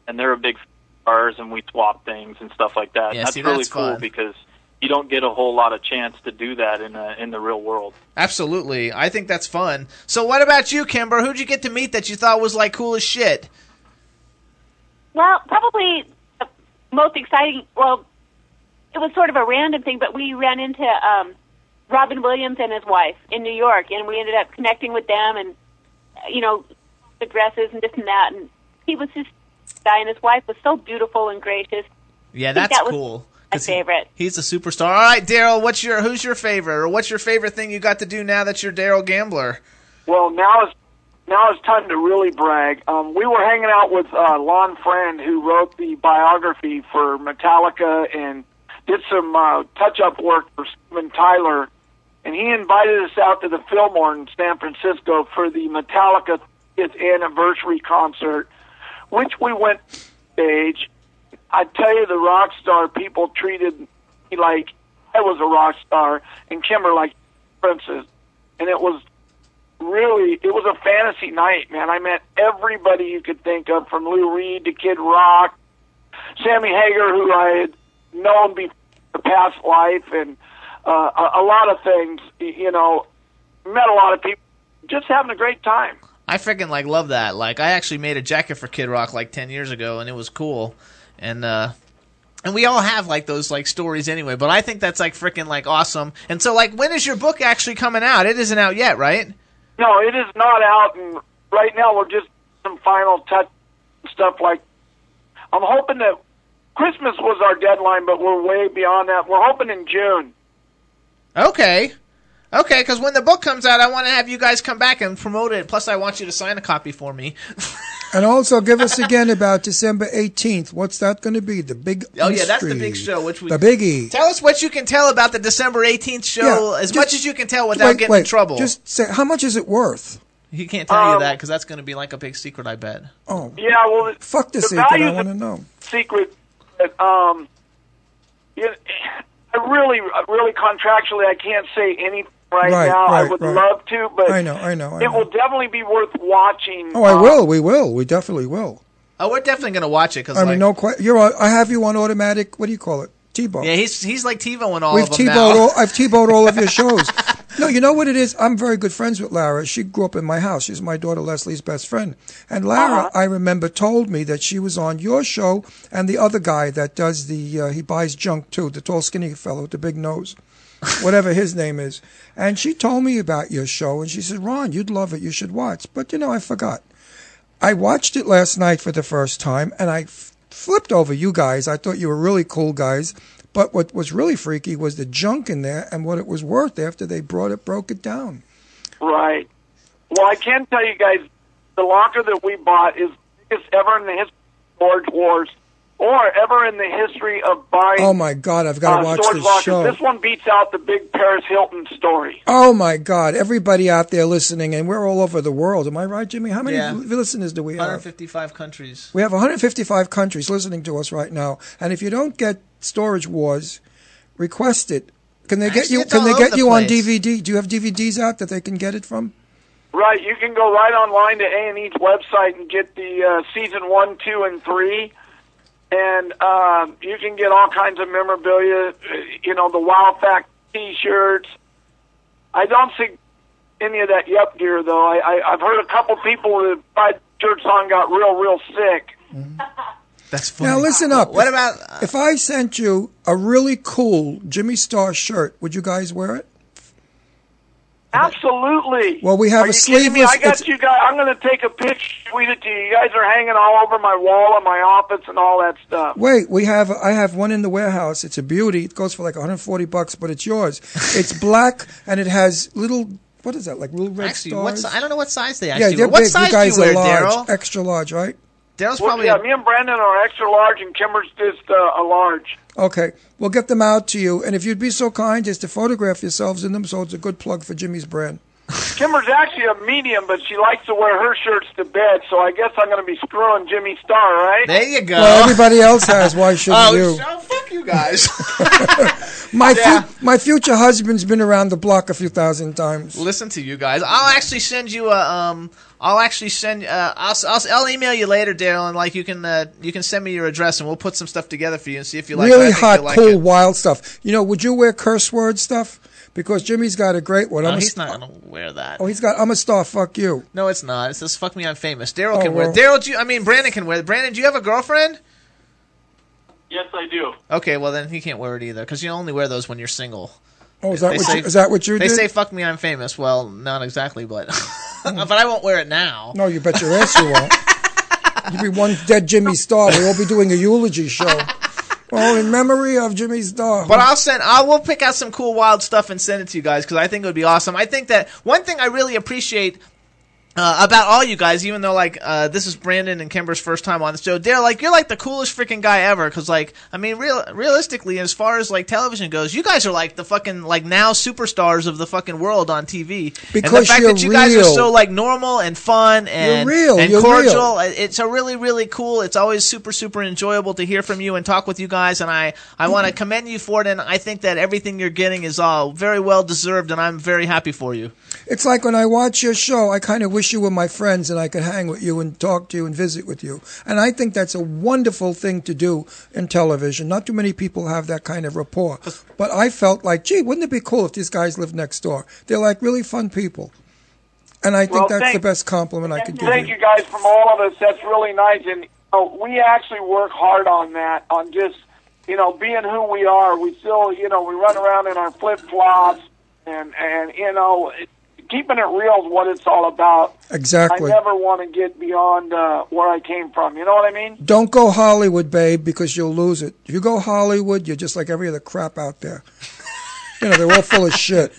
and they're a big stars, and we swap things and stuff like that. Yeah, that's see, really that's cool fun. because you don't get a whole lot of chance to do that in uh in the real world. Absolutely. I think that's fun. So what about you, Kimber? Who'd you get to meet that you thought was like cool as shit? Well, probably the most exciting. Well, it was sort of a random thing, but we ran into um, Robin Williams and his wife in New York, and we ended up connecting with them, and you know, the dresses and this and that. And he was just guy, and his wife was so beautiful and gracious. Yeah, I think that's that was cool. My favorite. He's a superstar. All right, Daryl, what's your who's your favorite or what's your favorite thing you got to do now that you're Daryl Gambler? Well, now it's now it's time to really brag. Um, we were hanging out with uh, Lon Friend, who wrote the biography for Metallica and did some uh, touch-up work for Steven Tyler, and he invited us out to the Fillmore in San Francisco for the Metallica 50th anniversary concert, which we went stage. I tell you, the rock star people treated me like I was a rock star, and Kimber like princess, and it was really it was a fantasy night, man. I met everybody you could think of, from Lou Reed to Kid Rock, Sammy Hager, who I had known before the past life, and uh, a, a lot of things. y- You know, met a lot of people, just having a great time. I freaking like love that. Like I actually made a jacket for Kid Rock like 10 years ago and it was cool. And uh and we all have like those like stories anyway, but I think that's like freaking like awesome. And so like when is your book actually coming out? It isn't out yet, right? No, it is not out, and right now we're just some final touch stuff. Like, I'm hoping that Christmas was our deadline, but we're way beyond that. We're hoping in June. Okay. Okay, because when the book comes out, I want to have you guys come back and promote it. Plus, I want you to sign a copy for me. And also give us again about December 18th. What's that going to be? The big Oh yeah, that's the mystery. big show. Which we The biggie. Tell us what you can tell about the December eighteenth show, Yeah, as just- much as you can tell without Wait, getting in wait, trouble. Just say how much is it worth? he can't tell you that because that's going to be like a big secret. I bet. Oh, Yeah, well, the- fuck the, the secret. value I of- want to know. secret that um, you know, I really, really contractually, I can't say anything right, Right, now. I right, would right. love to, but I know, I know, I it know. will definitely be worth Mm. watching. Oh, Uh, I um, will. We will. We definitely will. Oh, we're definitely going to watch it because I mean, no question. You're. on- I have you on automatic. What do you call it? T-bone. yeah, he's he's like TiVoing all We've of them T-boned now. all, I've T-boned all of your shows. no, you know what it is? I'm very good friends with Lara. She grew up in my house. She's my daughter Leslie's best friend. And Lara, I remember, told me that she was on your show and the other guy that does the, uh, he buys junk too, the tall, skinny fellow with the big nose, whatever his name is. And she told me about your show and she said, Ron, you'd love it. You should watch. But, you know, I forgot. I watched it last night for the first time and I f- flipped over you guys. I thought you were really cool guys. But what was really freaky was the junk in there and what it was worth after they brought it, broke it down. Right. Well, I can tell you guys, the locker that we bought is biggest ever in the history of Storage Wars, or ever in the history of buying. Oh my God, I've got uh, to watch storage this lockers. show. This one beats out the big Paris Hilton story. Oh my God, everybody out there listening, and we're all over the world. Am I right, Jimmy? How many Yeah. li- listeners do we have? 155 countries. We have 155 countries listening to us right now. And if you don't get Storage Wars, request it. Can they get Actually, you? it's Can all they over get the you on place. DVD? Do you have DVDs out that they can get it from? Right, you can go right online to A and E's website and get the uh, season one, two, and three, and um, you can get all kinds of memorabilia. uh, You know, the Wow Fact T-shirts. I don't see any of that Yup gear though. I, I I've heard a couple people that tried shirts on got real, real sick. That's Now listen up. What If- about, uh, if I sent you a really cool Jimmy Star shirt? Would you guys wear it? Absolutely. Well, we have Are a you kidding me? sleeveless- I got it's- you guys. I'm going to take a picture, tweet it to you. You guys are hanging all over my wall and my office and all that stuff. Wait, we have I have one in the warehouse. It's a beauty. It goes for like 140 bucks, but it's yours. It's black and it has little what is that? Like little red Actually, stars. what si- I don't know what size they yeah, actually. they're were. What big. size you guys do you wear, are large, Daryl? extra large, right? Daryl's Well, probably yeah, a- me and Brandon are extra large, and Kimber's just uh, a large. Okay, we'll get them out to you, and if you'd be so kind as to photograph yourselves in them, so it's a good plug for Jimmy's brand. Kimber's actually a medium, but she likes to wear her shirts to bed, so I guess I'm going to be screwing Jimmy Star, right? There you go. Well, everybody else has. Why shouldn't Oh, you? so fuck you guys. My fu- Yeah. my future husband's been around the block a few thousand times. Listen to you guys. I'll actually send you a um. I'll actually send. Uh, I'll, I'll I'll email you later, Daryl, and like you can uh, you can send me your address, and we'll put some stuff together for you and see if you like. it. I really think hot, you'll like cool, it. wild stuff. You know, would you wear curse word stuff? Because Jimmy's got a great one. No, I'm a he's st- not gonna wear that. Oh, he's got. I'm a star. Fuck you. No, it's not. It says "fuck me, I'm famous." Daryl Oh, can wear. well. Daryl, do you, I mean Brandon can wear. it. Brandon, do you have a girlfriend? Yes, I do. Okay, well then he can't wear it either because you only wear those when you're single. Oh, is that They what say- you, is that what you They did? say "fuck me, I'm famous." Well, not exactly, but Hmm. but I won't wear it now. no, you bet your ass you won't. You'd be one dead Jimmy Star. We'll all be doing a eulogy show. Oh, in memory of Jimmy Star. But I'll send. I will pick out some cool wild stuff and send it to you guys because I think it would be awesome. I think that one thing I really appreciate. Uh, about all you guys, even though like uh, this is Brandon and Kimber's first time on the show, they're like you're like the coolest freaking guy ever. Because like I mean, real realistically, as far as like television goes, you guys are like the fucking like now superstars of the fucking world on TV. and the Because fact you're that you guys are real. so like normal and fun and real, and you're real. cordial well, it- It's a really, really cool. It's always super, super enjoyable to hear from you and talk with you guys. And I, I want to commend you for it. And I think that everything you're getting is all very well deserved. And I'm very happy for you. It's like when I watch your show, I kind of wish you were my friends and I could hang with you and talk to you and visit with you. And I think that's a wonderful thing to do in television. Not too many people have that kind of rapport. But I felt like, gee, wouldn't it be cool if these guys lived next door? They're like really fun people. And I think Well, that's the thank- best compliment I could give Thank you. you guys from all of us. That's really nice, and you know, we actually work hard on that, on just you know being who we are. We still, you know, we run around in our flip flops, and and you know, it- keeping it real is what it's all about. Exactly. I never want to get beyond uh, where I came from. You know what I mean? Don't go Hollywood, babe, because you'll lose it. If you go Hollywood, you're just like every other crap out there. you know, they're all full of shit.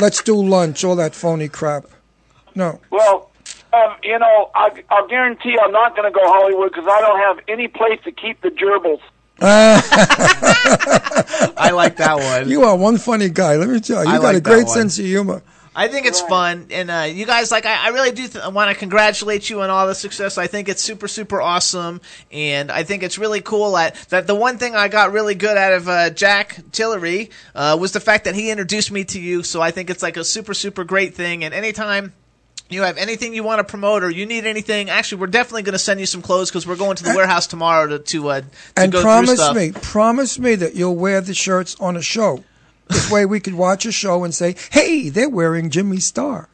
Let's do lunch, all that phony crap. No. Well, um, you know, I, I'll guarantee I'm not going to go Hollywood because I don't have any place to keep the gerbils. I like that one. You are one funny guy. Let me tell you, I you got like a that great one. sense of humor. I think it's fun, and uh, you guys like. I, I really do th- want to congratulate you on all the success. I think it's super, super awesome, and I think it's really cool at, that. The one thing I got really good out of uh, Jack Tillery uh, was the fact that he introduced me to you. So I think it's like a super, super great thing. And anytime. You have anything you want to promote, or you need anything? Actually, we're definitely going to send you some clothes because we're going to the warehouse tomorrow to to, uh, to And go through promise stuff. me, promise me that you'll wear the shirts on a show. This way, we could watch a show and say, "Hey, they're wearing Jimmy Star."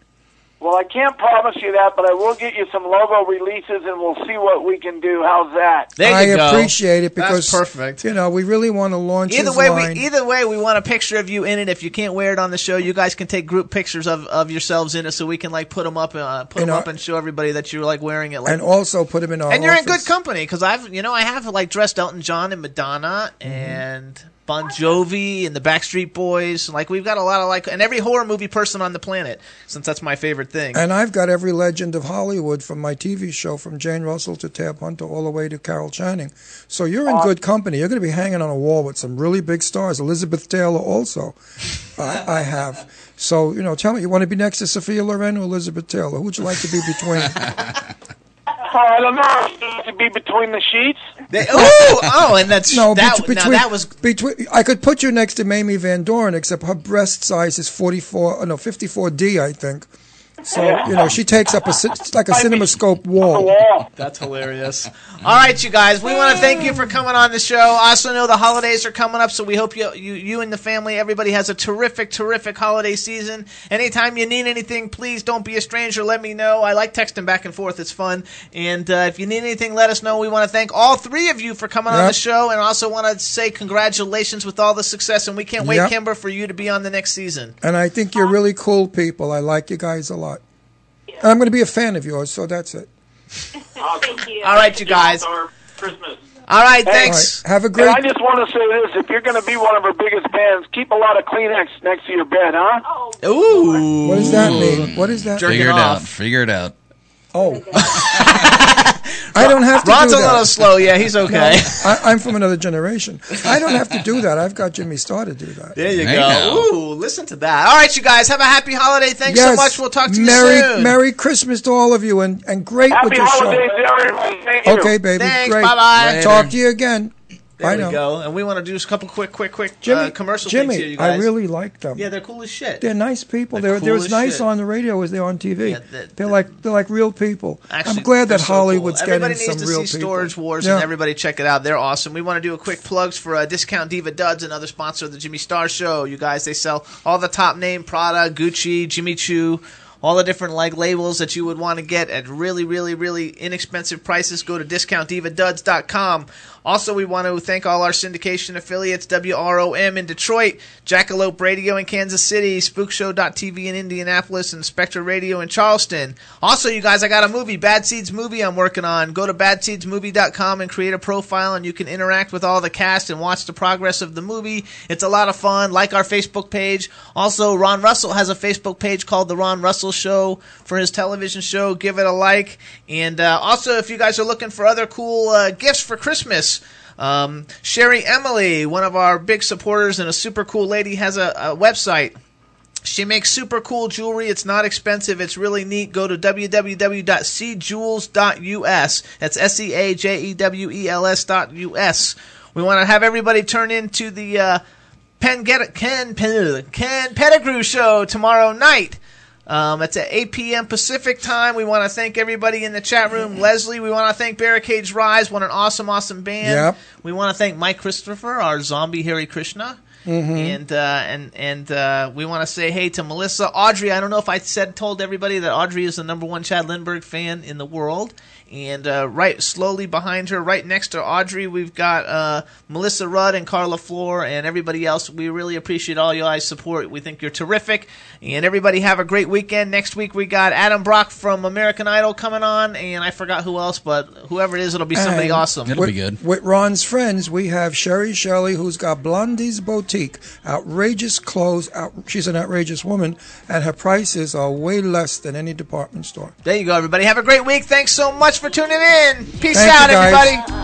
Well, I can't promise you that, but I will get you some logo releases, and we'll see what we can do. How's that? I appreciate it because perfect. You know, we really want to launch. Either his way, line. we either way we want a picture of you in it. If you can't wear it on the show, you guys can take group pictures of, of yourselves in it, so we can like put them up, uh, put And 'em our- up, and show everybody that you're like wearing it. Like, and also put him in our. and you're in office. good company because I've you know I have like dressed Elton John and Madonna Mm-hmm. and Bon Jovi and the Backstreet Boys. Like we've got a lot of like and every horror movie person on the planet since that's my favorite thing. And I've got every legend of Hollywood from my TV show, from Jane Russell to Tab Hunter, all the way to Carol Channing. So you're in good company. You're going to be hanging on a wall with some really big stars. Elizabeth Taylor also, I, I have. So you know, tell me, you want to be next to Sophia Loren or Elizabeth Taylor? Who would you like to be between? Oh, I don't know. To be between the sheets. oh, oh, and that's no, that, bet- now that was between. I could put you next to Mamie Van Doren, except her breast size is 44, oh, no, 54D, I think. So you know, she takes up a ci- it's like a cinemascope wall. That's hilarious. All right, you guys, we want to thank you for coming on the show. I also know the holidays are coming up, so we hope you, you, you and the family, everybody has a terrific, terrific holiday season. Anytime you need anything, please don't be a stranger. Let me know. I like texting back and forth, it's fun. And uh, if you need anything, let us know. We want to thank all three of you for coming on Yep. the show, and also want to say congratulations with all the success. And we can't wait, Yep. Kimber, for you to be on the next season. And I think you're really cool people. I like you guys a lot. And I'm going to be a fan of yours, so that's it. Thank you. All right, you guys. Christmas. All right, thanks. All right, have a great- And I just want to say this: if you're going to be one of our biggest fans, keep a lot of Kleenex next to your bed, huh? Ooh. What does that mean? What is that? Figure it out. Figure it out. Oh. I don't have to Rod's do a that. little slow. Yeah, he's No, okay. I, I'm from another generation. I don't have to do that. I've got Jimmy Starr to do that. There you Hey, go. now. Ooh, listen to that. All right, you guys, have a happy holiday. Thanks so Yes. much. We'll talk to you Merry, soon. Merry Christmas to all of you, and, and great with Happy your holidays show. to everyone. Thank you. okay, baby. Thanks. Great. Bye-bye. Later. Talk to you again. There Bye we now. go. And we want to do just a couple quick, quick, quick uh, Jimmy, commercial Jimmy, things here, you guys. I really like them. Yeah, they're cool as shit. They're nice people. They're They're they're, cool as as nice shit. on the radio as they're on TV. Yeah, they're- they're like they're like real people. Actually, I'm glad they're that so Hollywood's cool. getting Everybody some needs to real see people. Storage Wars Yeah. and everybody check it out. They're awesome. We want to do a quick plugs for uh, Discount Diva Duds, another sponsor of the Jimmy Star Show. You guys, they sell all the top name Prada, Gucci, Jimmy Choo. All the different like labels that you would want to get at really, really, really inexpensive prices. Go to discountdivaduds.com. Also, we want to thank all our syndication affiliates, WROM in Detroit, Jackalope Radio in Kansas City, Spookshow.tv in Indianapolis, and Spectre Radio in Charleston. Also, you guys, I got a movie, Bad Seeds Movie, I'm working on. Go to badseedsmovie.com and create a profile, and you can interact with all the cast and watch the progress of the movie. It's a lot of fun. Like our Facebook page. Also, Ron Russell has a Facebook page called The Ron Russell Show for his television show. Give it a like. And uh, also, if you guys are looking for other cool uh, gifts for Christmas, um, Sherry Emily, one of our big supporters and a super cool lady, has a, a website. She makes super cool jewelry. It's not expensive. It's really neat. Go to www.cjewels.us. That's S E A J E W E L S dot US. We want to have everybody turn into the uh, Pen Get- Ken, Pen- Ken Pettigrew show tomorrow night. Um, it's at 8 p.m. Pacific time. We want to thank everybody in the chat room. Leslie, we want to thank Barricades Rise. What an awesome, awesome band. Yep. We want to thank Mike Christopher, our zombie Harry Krishna. Mhm. And uh, and and uh, we want to say hey to Melissa, Audrey. I don't know if I said told everybody that Audrey is the number one Chad Lindbergh fan in the world. And uh, right slowly behind her, right next to Audrey, we've got uh, Melissa Rudd and Carla Floor and everybody else. We really appreciate all your guys' support. We think you're terrific. And everybody have a great weekend. Next week we got Adam Brock from American Idol coming on, and I forgot who else, but whoever it is, it'll be somebody And awesome. with, With Ron's friends, we have Sherry Shelley, who's got Blondie's Boutique. Outrageous clothes. Out, she's an outrageous woman, and her prices are way less than any department store. There you go, everybody. Have a great week. Thanks so much for tuning in. Peace Thank you, out, guys. everybody. Oh